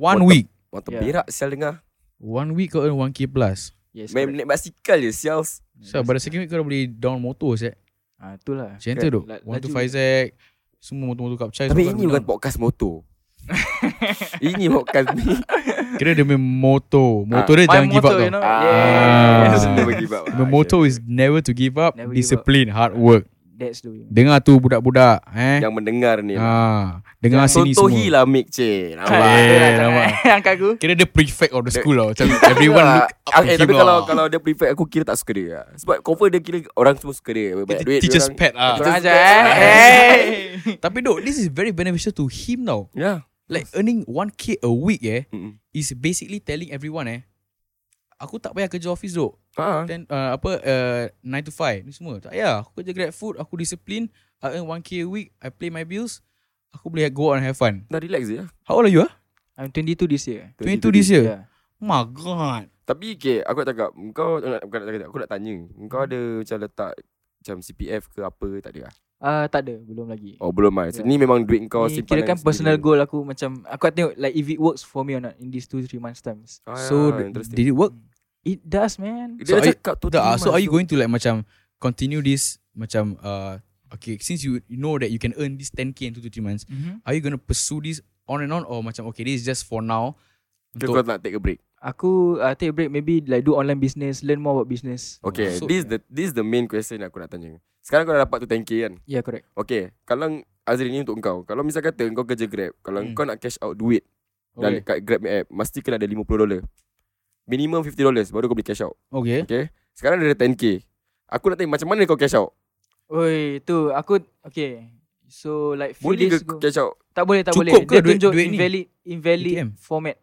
[SPEAKER 2] One
[SPEAKER 1] What the-
[SPEAKER 2] week.
[SPEAKER 1] mata
[SPEAKER 3] Ya.
[SPEAKER 1] berak sial dengar.
[SPEAKER 2] One week kau earn 1k plus.
[SPEAKER 3] Yes
[SPEAKER 1] Main naik basikal je sial.
[SPEAKER 2] So, pada second week kau dah boleh down motor set.
[SPEAKER 3] ha, Itulah
[SPEAKER 2] Macam tu duk.
[SPEAKER 3] La-
[SPEAKER 2] 125 Zack. Semua motor-motor kapcai.
[SPEAKER 1] Tapi
[SPEAKER 2] semua
[SPEAKER 1] ini
[SPEAKER 2] kau
[SPEAKER 1] bukan
[SPEAKER 2] down.
[SPEAKER 1] podcast motor. ini podcast ni.
[SPEAKER 2] Kira dia main motor. Motor dia
[SPEAKER 3] My
[SPEAKER 2] jangan give up
[SPEAKER 3] motor,
[SPEAKER 2] tau.
[SPEAKER 3] you know?
[SPEAKER 1] Ah,
[SPEAKER 3] Yes.
[SPEAKER 1] never give up. Ah,
[SPEAKER 2] Main motor is never to give up.
[SPEAKER 3] Never give up.
[SPEAKER 2] Discipline, hard work.
[SPEAKER 3] That's the way
[SPEAKER 2] Dengar tu budak-budak. Eh.
[SPEAKER 1] yang mendengar ni. lah.
[SPEAKER 2] Ah, dengar sini semua.
[SPEAKER 1] Contohi lah Mik Cik. Nampak?
[SPEAKER 2] Eh, nampak.
[SPEAKER 3] Angkat aku
[SPEAKER 2] Kira dia prefect of the school lah. Macam everyone look up to
[SPEAKER 1] Eh,
[SPEAKER 2] him
[SPEAKER 1] tapi
[SPEAKER 2] lah.
[SPEAKER 1] kalau kalau dia prefect aku kira tak suka dia. lah. Sebab cover dia kira orang semua suka dia. Banyak duit dia
[SPEAKER 2] Teacher's
[SPEAKER 1] orang.
[SPEAKER 2] pet Ah. lah.
[SPEAKER 3] Kurang
[SPEAKER 1] Just-
[SPEAKER 3] ajar eh Hey
[SPEAKER 2] Tapi dok, this is very beneficial to him now.
[SPEAKER 1] Ya.
[SPEAKER 2] Like earning 1k a week eh,
[SPEAKER 1] Mm-mm.
[SPEAKER 2] is basically telling everyone eh, aku tak payah kerja office dok.
[SPEAKER 1] Ha.
[SPEAKER 2] Then uh, apa uh, 9 to 5 ni semua. Tak payah. Aku kerja grab food, aku disiplin, I earn 1k a week, I pay my bills, aku boleh go out and have fun.
[SPEAKER 1] Dah relax je. lah.
[SPEAKER 2] How old are you ah?
[SPEAKER 3] I'm 22 this year
[SPEAKER 2] 22 this year.
[SPEAKER 3] Yeah.
[SPEAKER 2] My god.
[SPEAKER 1] Tapi okay, aku nak cakap kau eh, bukan nak cakap, aku nak tanya. Kau ada macam letak macam CPF ke apa tak ada lah.
[SPEAKER 3] Ah tak ada belum lagi
[SPEAKER 1] Oh belum lah. So,
[SPEAKER 3] Ya.
[SPEAKER 1] Ni memang duit kau
[SPEAKER 3] Ni
[SPEAKER 1] simpanan
[SPEAKER 3] kirakan
[SPEAKER 1] sendiri.
[SPEAKER 3] personal goal aku macam aku nak tengok like if it works for me or not in these 2 3 months times.
[SPEAKER 1] Ah,
[SPEAKER 2] so
[SPEAKER 1] ya,
[SPEAKER 2] d-
[SPEAKER 1] interesting.
[SPEAKER 2] did it work?
[SPEAKER 3] It does man.
[SPEAKER 1] Dia
[SPEAKER 2] So,
[SPEAKER 1] dah
[SPEAKER 2] are-
[SPEAKER 1] cakap tu
[SPEAKER 2] Tak,
[SPEAKER 1] three
[SPEAKER 2] ah, so are
[SPEAKER 1] months
[SPEAKER 2] you
[SPEAKER 1] tu.
[SPEAKER 2] going to like macam continue this macam uh, okay since you you know that you can earn this 10k in 2 to 3 months
[SPEAKER 3] Mhm.
[SPEAKER 2] are you going to pursue this on and on or macam okay this is just for now
[SPEAKER 1] Ke
[SPEAKER 2] untuk
[SPEAKER 1] kau nak take a break?
[SPEAKER 3] Aku uh, take a break maybe like do online business, learn more about business.
[SPEAKER 1] Okay,
[SPEAKER 2] So-
[SPEAKER 1] this the this the main question yang aku nak tanya. Sekarang kau dah dapat tu 10k kan?
[SPEAKER 3] Yeah, correct.
[SPEAKER 1] Okay, kalau Azri ni untuk kau. Kalau misal kata kau kerja Grab, kalau
[SPEAKER 2] Hmm.
[SPEAKER 1] kau nak cash out duit dan kat
[SPEAKER 2] okay.
[SPEAKER 1] Grab app, mesti kena ada $50. Minimum $50 baru kau boleh cash out.
[SPEAKER 2] Oh, okay
[SPEAKER 1] Okay? Sekarang dah ada 10k. Aku nak tanya macam mana kau cash out?
[SPEAKER 3] Oi, tu aku okay. So like few
[SPEAKER 1] Boleh
[SPEAKER 3] days
[SPEAKER 1] ke
[SPEAKER 3] ago.
[SPEAKER 1] cash out?
[SPEAKER 3] Tak boleh, tak
[SPEAKER 2] Cukup
[SPEAKER 3] boleh.
[SPEAKER 2] ke
[SPEAKER 3] Dia
[SPEAKER 2] duit-
[SPEAKER 3] tunjuk
[SPEAKER 2] duit ni?
[SPEAKER 3] invalid invalid
[SPEAKER 2] ATM?
[SPEAKER 3] format.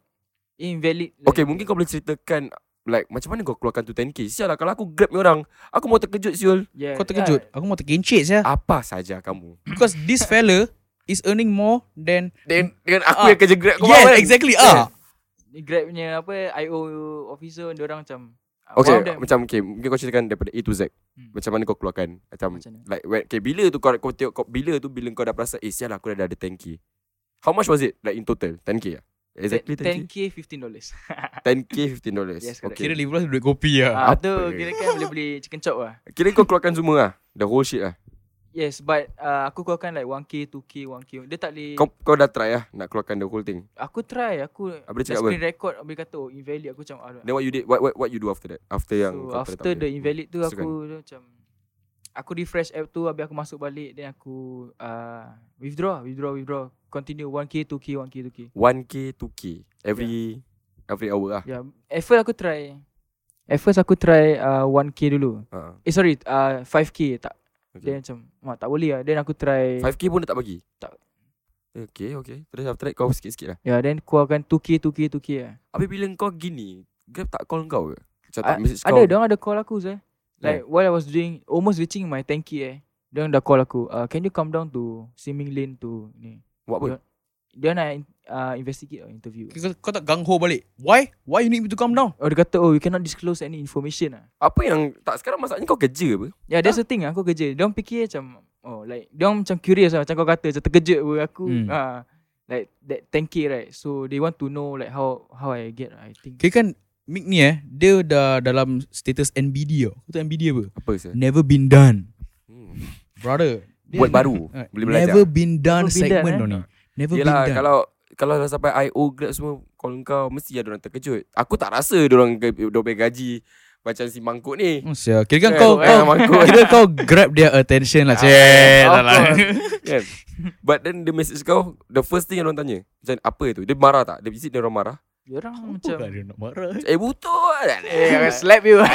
[SPEAKER 3] Invalid. Like,
[SPEAKER 1] Okay, mungkin kau boleh ceritakan like macam mana kau keluarkan tu 10k? Sial lah kalau aku Grab ni orang, aku mau terkejut siul.
[SPEAKER 3] yeah,
[SPEAKER 2] kau terkejut
[SPEAKER 3] yeah.
[SPEAKER 2] aku mau terkencit ya
[SPEAKER 1] Apa saja kamu?
[SPEAKER 2] because this fella is earning more than
[SPEAKER 1] Dengan, dengan aku
[SPEAKER 2] Ah.
[SPEAKER 1] yang kerja Grab kau
[SPEAKER 2] yes
[SPEAKER 1] faham kan?
[SPEAKER 2] exactly ah
[SPEAKER 3] Grab punya apa IO officer dia orang macam ah,
[SPEAKER 1] Okay,
[SPEAKER 3] one of them.
[SPEAKER 1] macam okay, mungkin kau ceritakan daripada A to Z.
[SPEAKER 3] Hmm.
[SPEAKER 1] Macam mana kau keluarkan? Macam,
[SPEAKER 3] Macam mana?
[SPEAKER 1] like when, okay, bila tu kau, kau tengok kau, bila tu bila kau dah perasa eh sial lah, aku dah ada 10k. How much was it like in total? 10k ya? Exactly 10k.
[SPEAKER 3] 10k 15 dollars.
[SPEAKER 1] 10k 15 dollars.
[SPEAKER 3] Yes, correct.
[SPEAKER 2] kira 15 duit kopi ah
[SPEAKER 3] Ah tu
[SPEAKER 1] Apa?
[SPEAKER 3] kira kan boleh beli chicken chop lah.
[SPEAKER 1] Kira kau keluarkan semua lah. The whole shit lah.
[SPEAKER 3] Yes, but uh, aku keluarkan like 1k, 2k, 1k. Dia tak boleh
[SPEAKER 1] Kau kau dah try lah nak keluarkan the whole thing.
[SPEAKER 3] Aku try Aku
[SPEAKER 1] Abang dia
[SPEAKER 3] dah
[SPEAKER 1] cakap
[SPEAKER 3] screen record Abang dia kata Oh invalid Aku macam aduh.
[SPEAKER 1] Then what you did? What what what you do after that? After yang
[SPEAKER 3] So
[SPEAKER 1] kau tak
[SPEAKER 3] after
[SPEAKER 1] boleh.
[SPEAKER 3] the invalid tu
[SPEAKER 1] Masukkan.
[SPEAKER 3] Aku dia macam Aku refresh app tu Habis aku masuk balik Then aku uh, Withdraw Withdraw Withdraw Continue 1k 2k 1k 2k
[SPEAKER 1] 1k 2k every every hour lah.
[SPEAKER 3] Ya yeah. At first aku try At first aku try uh, 1k dulu
[SPEAKER 1] Ha.
[SPEAKER 3] Eh sorry uh, 5k tak
[SPEAKER 1] Okay.
[SPEAKER 3] Then macam Wah tak boleh lah Then aku try
[SPEAKER 1] 5k pun dia tak bagi.
[SPEAKER 3] Tak.
[SPEAKER 1] Okay, okay. Terus after that kau sikit-sikit lah.
[SPEAKER 3] Ya yeah, then keluarkan 2k 2k 2k lah
[SPEAKER 1] Habis bila kau gini, Grab tak call kau ke? Macam tak
[SPEAKER 3] Ah,
[SPEAKER 1] message kau.
[SPEAKER 3] Ada, dia orang ada call aku Zai. Like while I was doing almost reaching my tanki eh. Dia orang dah call aku. Uh, can you come down to Siming Lane to ni.
[SPEAKER 1] Buat apa?
[SPEAKER 3] Dia nak uh, investigate or interview.
[SPEAKER 2] Kau, kau tak gang ho balik Why? Why you need me to come down?
[SPEAKER 3] Oh dia kata oh you cannot disclose any information ah.
[SPEAKER 1] Apa yang tak sekarang masalahnya kau kerja apa?
[SPEAKER 3] Yeah, Ya, that's the thing aku kerja. Dia orang fikir macam oh like dia orang macam curious lah macam kau kata macam terkejut pun aku.
[SPEAKER 2] Hmm.
[SPEAKER 3] Ah, like that tanki right. So they want to know like how how I get I think.
[SPEAKER 2] Kira kan Mick ni eh Dia dah dalam status NBD tau Kau tahu NBD apa?
[SPEAKER 1] Apa sah?
[SPEAKER 2] Never been done
[SPEAKER 1] Hmm.
[SPEAKER 2] Brother
[SPEAKER 1] Buat baru.
[SPEAKER 2] Alright.
[SPEAKER 1] Boleh belajar.
[SPEAKER 2] Never been done eh?
[SPEAKER 3] Never been
[SPEAKER 2] segment
[SPEAKER 3] done,
[SPEAKER 2] tau ni Never
[SPEAKER 1] Yelah
[SPEAKER 2] been done
[SPEAKER 1] kalau kalau dah sampai IO Grab semua call kau mesti ada orang terkejut. Aku tak rasa dia orang dobel gaji macam si mangkuk ni.
[SPEAKER 2] Oh, sia. Kira kan
[SPEAKER 1] Eh,
[SPEAKER 2] kau,
[SPEAKER 1] eh, Ah,
[SPEAKER 2] kau
[SPEAKER 1] mangkuk.
[SPEAKER 2] kira kau grab their attention lah. Cek.
[SPEAKER 1] Of
[SPEAKER 2] tak lah.
[SPEAKER 1] course. Kan? But then the message kau The first thing yang orang tanya Macam apa tu Dia marah tak Dia visit dia orang marah
[SPEAKER 3] Dia orang
[SPEAKER 2] Macam
[SPEAKER 3] macam
[SPEAKER 2] dia nak marah.
[SPEAKER 1] Eh butuh
[SPEAKER 3] Eh, I slap you.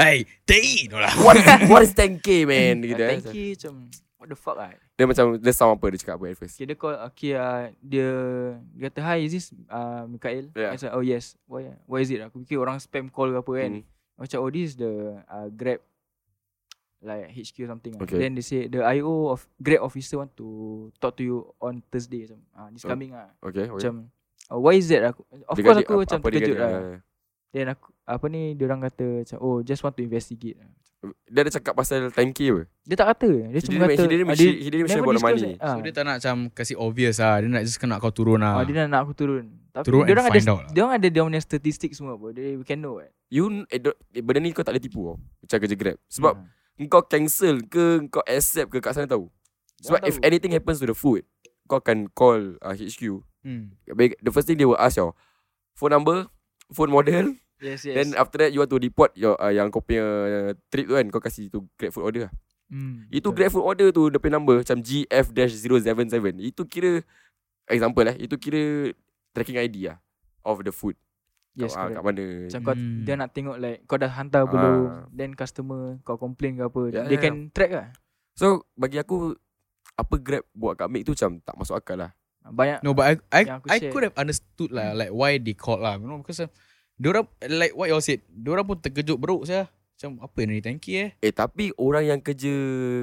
[SPEAKER 2] Hey, tei no lah.
[SPEAKER 1] What is, what is 10k man gitu, eh.
[SPEAKER 3] Tanki macam what the fuck ah.
[SPEAKER 1] Dia macam Dia sound apa Dia cakap apa at first
[SPEAKER 3] Okay, dia call okay uh, dia dia kata hi is this uh, Mikael?
[SPEAKER 1] Yeah.
[SPEAKER 3] I said, oh yes. Why why is it? Aku fikir orang spam call ke apa kan.
[SPEAKER 1] Hmm.
[SPEAKER 3] Macam oh this is the uh, Grab like HQ something. ah.
[SPEAKER 1] Okay.
[SPEAKER 3] Then they say the IO of Grab officer want to talk to you on Thursday macam. Ah this
[SPEAKER 1] Oh.
[SPEAKER 3] coming ah.
[SPEAKER 1] Okay, okay.
[SPEAKER 3] Macam oh, why is that aku of
[SPEAKER 1] Dia
[SPEAKER 3] course
[SPEAKER 1] kata-
[SPEAKER 3] aku
[SPEAKER 1] apa-
[SPEAKER 3] macam
[SPEAKER 1] apa dia Eh.
[SPEAKER 3] terkejut
[SPEAKER 1] kata,
[SPEAKER 3] lah then aku apa ni dia orang kata macam oh just want to investigate lah.
[SPEAKER 1] uh, Dia ada cakap pasal timekey apa
[SPEAKER 3] dia tak kata
[SPEAKER 1] He
[SPEAKER 3] dia cuma
[SPEAKER 1] didn't-
[SPEAKER 3] kata
[SPEAKER 1] he didn't
[SPEAKER 3] ah,
[SPEAKER 1] mention- he didn't mention
[SPEAKER 3] never
[SPEAKER 1] about the
[SPEAKER 3] disclose
[SPEAKER 1] money.
[SPEAKER 3] that. Ah.
[SPEAKER 2] So dia tak nak macam Kasih obvious lah Dia nak just kena kau turun
[SPEAKER 3] Ah,
[SPEAKER 2] lah
[SPEAKER 3] dia nak, nak aku turun. Tapi
[SPEAKER 2] Turun
[SPEAKER 3] dia
[SPEAKER 2] and
[SPEAKER 3] orang ada
[SPEAKER 2] find out lah.
[SPEAKER 3] dia orang ada dia punya statistik semua apa. Dia we can know kan.
[SPEAKER 1] You eh, do- eh, Benda ni kau tak boleh tipu tau Macam kerja grab Sebab
[SPEAKER 3] Ah. Hmm.
[SPEAKER 1] Kau cancel ke Kau accept ke Kat sana tahu Sebab
[SPEAKER 3] tahu.
[SPEAKER 1] if anything happens to the food Kau akan call uh, HQ
[SPEAKER 2] hmm.
[SPEAKER 1] Baik, The first thing they will ask your Phone number Phone model
[SPEAKER 3] Yes, yes.
[SPEAKER 1] yes. Then uh, after that You want to report your, uh, Yang kau punya uh, Trip tu kan Kau kasih tu grab food order lah
[SPEAKER 3] Hmm,
[SPEAKER 1] Itu
[SPEAKER 3] betul.
[SPEAKER 1] grab food order tu Dia punya number Macam GF-077 Itu kira Example lah Itu kira Tracking ID lah Of the food
[SPEAKER 3] Yes,
[SPEAKER 1] kat, ah, kat
[SPEAKER 3] correct.
[SPEAKER 1] mana
[SPEAKER 3] Macam kau
[SPEAKER 2] Hmm.
[SPEAKER 3] dia nak tengok like kau dah hantar belum,
[SPEAKER 1] Ah.
[SPEAKER 3] then customer kau complain ke apa.
[SPEAKER 1] Ya,
[SPEAKER 3] dia
[SPEAKER 1] ya,
[SPEAKER 3] can track lah.
[SPEAKER 1] So bagi aku Apa grab buat kat Mac tu Macam tak masuk akal lah
[SPEAKER 3] Banyak
[SPEAKER 2] No, but I I,
[SPEAKER 3] Yang aku
[SPEAKER 2] I
[SPEAKER 3] share.
[SPEAKER 2] could have understood lah like why they called lah, you know, because uh, diorang like what you all said, diorang pun terkejut bro saya. Macam apa ni tanki eh?
[SPEAKER 1] Eh tapi orang yang kerja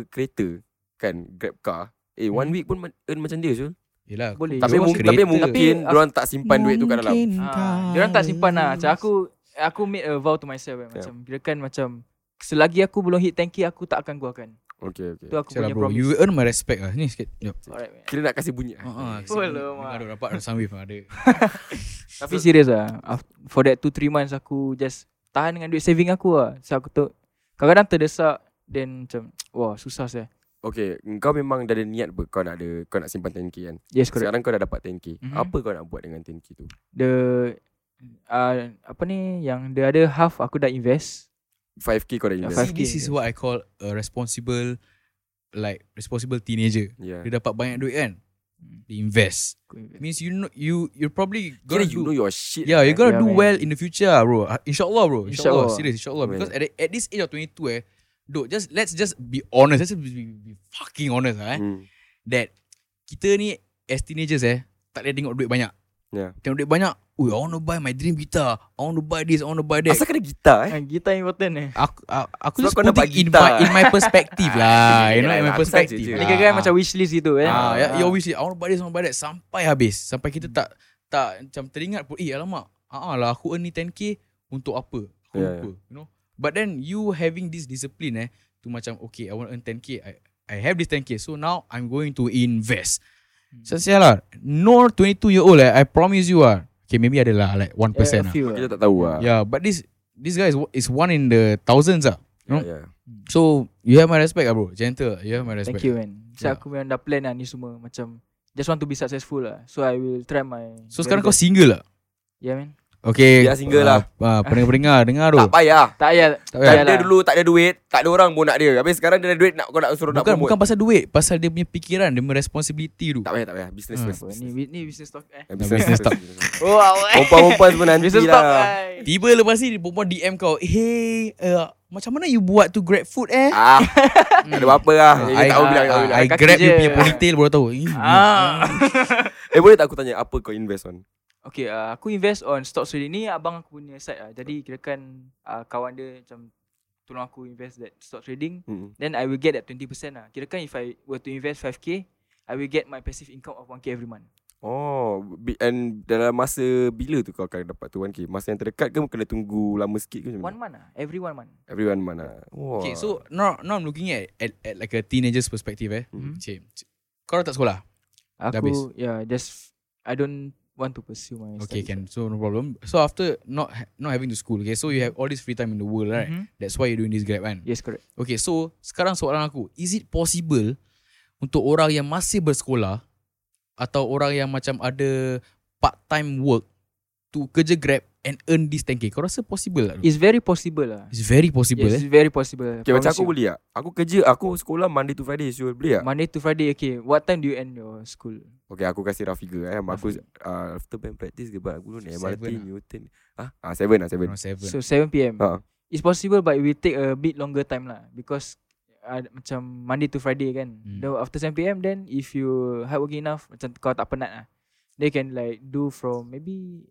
[SPEAKER 1] kereta Kan Grab car Eh one
[SPEAKER 2] Hmm.
[SPEAKER 1] week pun ma- earn macam dia Syul
[SPEAKER 2] Yelah. aku-
[SPEAKER 3] Boleh.
[SPEAKER 1] Tapi,
[SPEAKER 2] Dia
[SPEAKER 1] mung-
[SPEAKER 2] orang
[SPEAKER 1] tapi
[SPEAKER 2] kereta.
[SPEAKER 1] mungkin
[SPEAKER 3] Tapi,
[SPEAKER 1] Tapi, Diorang tak simpan duit tu kat dalam
[SPEAKER 3] Ah, dia orang tak simpan lah. Macam aku aku made a vow to myself kan.
[SPEAKER 1] Yeah.
[SPEAKER 3] Macam kira kan macam selagi aku belum hit tanki aku tak akan keluarkan.
[SPEAKER 1] Okay okay
[SPEAKER 3] Tu aku
[SPEAKER 2] Sial lah
[SPEAKER 3] punya
[SPEAKER 2] bro,
[SPEAKER 3] promise.
[SPEAKER 2] you earn my respect lah. Ni sikit. Jom.
[SPEAKER 3] Alright. man.
[SPEAKER 1] Kira nak kasih bunyi
[SPEAKER 2] Ha ah.
[SPEAKER 3] Oh,
[SPEAKER 2] Aduh
[SPEAKER 3] lama.
[SPEAKER 2] dapat dah sound wave lah, ada.
[SPEAKER 3] Tapi serius lah Af- For that 2-3 months aku just Tahan dengan duit saving aku lah So aku tu Kadang-kadang terdesak Then macam Wah susah saya
[SPEAKER 1] Okay Kau memang dah ada niat apa Kau nak ada Kau nak simpan 10k kan
[SPEAKER 3] Yes correct
[SPEAKER 1] Sekarang kau dah dapat 10k
[SPEAKER 3] Mhm.
[SPEAKER 1] Apa kau nak buat dengan 10k tu
[SPEAKER 3] The uh, Apa ni Yang dia ada half aku dah invest
[SPEAKER 1] 5k kau dah
[SPEAKER 3] Ya,
[SPEAKER 1] invest
[SPEAKER 2] See,
[SPEAKER 3] 5K.
[SPEAKER 2] this is what I call a responsible like responsible teenager.
[SPEAKER 1] Yeah
[SPEAKER 2] Dia dapat banyak duit kan? Dia invest.
[SPEAKER 3] Aku invest.
[SPEAKER 2] Means you know you you're probably
[SPEAKER 1] Kira
[SPEAKER 2] gonna
[SPEAKER 1] you
[SPEAKER 2] do
[SPEAKER 1] know your shit
[SPEAKER 2] Yeah,
[SPEAKER 1] lah,
[SPEAKER 2] you're
[SPEAKER 1] kan?
[SPEAKER 2] gonna
[SPEAKER 3] Yeah,
[SPEAKER 2] do
[SPEAKER 3] man.
[SPEAKER 2] well in the future, ah, bro. Ah, Inshallah, bro. Inshallah,
[SPEAKER 3] Inshallah.
[SPEAKER 2] serious, inshallah.
[SPEAKER 1] Man.
[SPEAKER 2] Because at, the- at this age of 22, eh, dude, just let's just be honest. Let's just be, be- be fucking honest, ah, eh.
[SPEAKER 1] Hmm.
[SPEAKER 2] That kita ni as teenagers, eh, tak boleh tengok duit banyak.
[SPEAKER 1] Yeah.
[SPEAKER 2] Tengok duit banyak. Ui, I want to buy my dream guitar. I want to buy this. I want to buy that.
[SPEAKER 1] Asal kena gitar eh
[SPEAKER 3] Ah, Gitar important eh
[SPEAKER 2] Aku, aku, aku
[SPEAKER 1] Sebab
[SPEAKER 2] just
[SPEAKER 1] kau nak
[SPEAKER 2] putting
[SPEAKER 1] buy
[SPEAKER 2] in my,
[SPEAKER 1] gitar.
[SPEAKER 2] in my perspective lah. You know, in
[SPEAKER 1] Yelah,
[SPEAKER 2] my
[SPEAKER 1] aku saja
[SPEAKER 2] perspective.
[SPEAKER 1] je.
[SPEAKER 3] Dia
[SPEAKER 2] lah.
[SPEAKER 3] kira macam wish list gitu eh
[SPEAKER 2] Ah, ya, ya obviously I want to buy this, I want to buy that sampai habis. Sampai kita tak tak macam teringat pun, eh alamak, ah ah lah aku earn ni 10k untuk apa? Aku
[SPEAKER 1] Yeah,
[SPEAKER 3] Ya,
[SPEAKER 2] lupa, you know. But then you having this discipline eh to macam okay, I want to earn 10k. I I have this 10k. So now I'm going to invest. So sial lah. No 22 year old eh, I promise you ah. Okay, maybe ada lah like 1%
[SPEAKER 3] Yeah, a
[SPEAKER 2] lah.
[SPEAKER 3] few
[SPEAKER 1] Kita
[SPEAKER 3] lah
[SPEAKER 1] tak tahu lah
[SPEAKER 2] Yeah, but this this guy is, is one in the thousands ah. no?
[SPEAKER 1] yeah.
[SPEAKER 2] So you have my respect ah bro. Gentle. You have my respect.
[SPEAKER 3] Thank you man So
[SPEAKER 2] Yeah.
[SPEAKER 3] aku memang dah plan lah ni semua Macam Just want to be successful lah So I will try my
[SPEAKER 2] So sekarang kau single lah.
[SPEAKER 3] Yeah man
[SPEAKER 2] Okay.
[SPEAKER 1] Biar single lah.
[SPEAKER 2] Ah, pendengar-pendengar dengar tu.
[SPEAKER 1] Tak payah
[SPEAKER 3] Tak payah
[SPEAKER 1] Tak
[SPEAKER 2] payah.
[SPEAKER 3] Tak payah
[SPEAKER 1] ada
[SPEAKER 3] lah
[SPEAKER 1] dulu tak ada duit, tak ada orang pun nak dia. Habis sekarang dia ada duit nak kau nak suruh nak
[SPEAKER 2] Bukan
[SPEAKER 1] promote.
[SPEAKER 2] bukan pasal duit, pasal dia punya pikiran, dia punya responsibility tu.
[SPEAKER 1] Tak payah tak payah. Business
[SPEAKER 2] Hmm.
[SPEAKER 1] first.
[SPEAKER 3] Apa
[SPEAKER 1] business.
[SPEAKER 3] Oh, Ni, ni business talk eh
[SPEAKER 1] Eh,
[SPEAKER 2] business tak.
[SPEAKER 1] first.
[SPEAKER 3] Oh awak
[SPEAKER 1] Perempuan-perempuan semua nanti
[SPEAKER 3] Business talk
[SPEAKER 1] lah.
[SPEAKER 3] eh
[SPEAKER 2] eh. Tiba lepas ni perempuan DM kau, "Hey, uh, macam mana you buat tu Grab food eh?"
[SPEAKER 1] Ah, lah, tak ada apa-apa lah.
[SPEAKER 2] Ah,
[SPEAKER 1] Dia tak tahu
[SPEAKER 3] I-
[SPEAKER 1] bilang. tak tahu
[SPEAKER 2] Ah,
[SPEAKER 1] bilang.
[SPEAKER 2] I
[SPEAKER 3] kaki
[SPEAKER 2] grab
[SPEAKER 3] je.
[SPEAKER 2] you punya ponytail baru tahu. Eh,
[SPEAKER 3] Ah.
[SPEAKER 1] Eh boleh tak aku tanya apa kau invest on?
[SPEAKER 3] Okay, uh, aku invest on stock trading ni abang aku punya side lah. Jadi kirakan uh, kawan dia macam tolong aku invest that stock trading,
[SPEAKER 1] Hmm.
[SPEAKER 3] then I will get that 20% lah. Kirakan if I were to invest 5k, I will get my passive income of 1k every month.
[SPEAKER 1] Oh, bi- and dalam masa bila tu kau akan dapat tu 1K? Masa yang terdekat ke kena tunggu lama sikit ke macam
[SPEAKER 3] One
[SPEAKER 1] mana?
[SPEAKER 3] month lah, every one month.
[SPEAKER 1] Every one month lah. Wow.
[SPEAKER 2] Okay, so now, now I'm looking at, at at like a teenager's perspective eh.
[SPEAKER 1] Mhm.
[SPEAKER 2] Cik, cik, kau dah tak sekolah? Dah habis.
[SPEAKER 3] Aku yeah, just I don't want to pursue my
[SPEAKER 2] Okay,
[SPEAKER 3] studies
[SPEAKER 2] can. So no problem. So after not ha- not having to school, okay, so you have all this free time in the world,
[SPEAKER 3] lah.
[SPEAKER 2] right?
[SPEAKER 3] Mhm.
[SPEAKER 2] That's why you doing this Grab kan?
[SPEAKER 3] ah. Yes, correct.
[SPEAKER 2] Okay, so sekarang soalan aku, is it possible untuk orang yang masih bersekolah atau orang yang macam ada part-time work to kerja Grab and earn this 10k? Kau rasa possible tak? tu?
[SPEAKER 3] It's very possible lah.
[SPEAKER 2] It's very Hmm. possible eh.
[SPEAKER 3] Yes, it's very possible.
[SPEAKER 1] Okay, macam
[SPEAKER 3] Promise
[SPEAKER 1] aku
[SPEAKER 3] you.
[SPEAKER 1] boleh tak? Aku kerja, aku sekolah Monday to Friday, Syul. Boleh tak?
[SPEAKER 3] Monday to Friday, okay. What time do you end your school?
[SPEAKER 1] Okay, aku kasih rough figure eh. Aku
[SPEAKER 3] Rough
[SPEAKER 1] uh, after band practice ke aku dulu ni
[SPEAKER 2] Seven
[SPEAKER 1] MRT,
[SPEAKER 2] lah.
[SPEAKER 1] Newton. Ah, ah 7 lah, 7.
[SPEAKER 2] Around seven.
[SPEAKER 3] So 7 pm.
[SPEAKER 1] Ha.
[SPEAKER 3] It's possible but it will take a bit longer time lah because uh, macam Monday to Friday kan.
[SPEAKER 2] Hmm.
[SPEAKER 3] Hmm. Then after 7 pm then if you hardworking enough macam kau tak penat lah. They can like do from maybe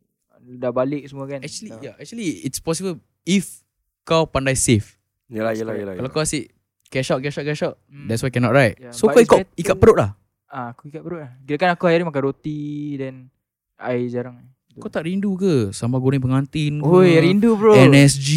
[SPEAKER 3] dah balik semua kan.
[SPEAKER 2] Actually, ya. yeah, actually it's possible if kau pandai save.
[SPEAKER 1] Yalah, yalah, yalah. yalah.
[SPEAKER 2] Kalau kau asyik cash out, cash out, cash out,
[SPEAKER 3] Hmm.
[SPEAKER 2] that's why cannot right.
[SPEAKER 3] Yeah,
[SPEAKER 2] so kau
[SPEAKER 3] but it's
[SPEAKER 2] ikut
[SPEAKER 3] better-
[SPEAKER 2] ikat perut lah.
[SPEAKER 3] Ah, aku ikat perut lah. Kira kan aku hari makan roti then I jarang.
[SPEAKER 2] Kau tak rindu ke sambal goreng pengantin ke?
[SPEAKER 3] Oh, rindu bro.
[SPEAKER 2] NSG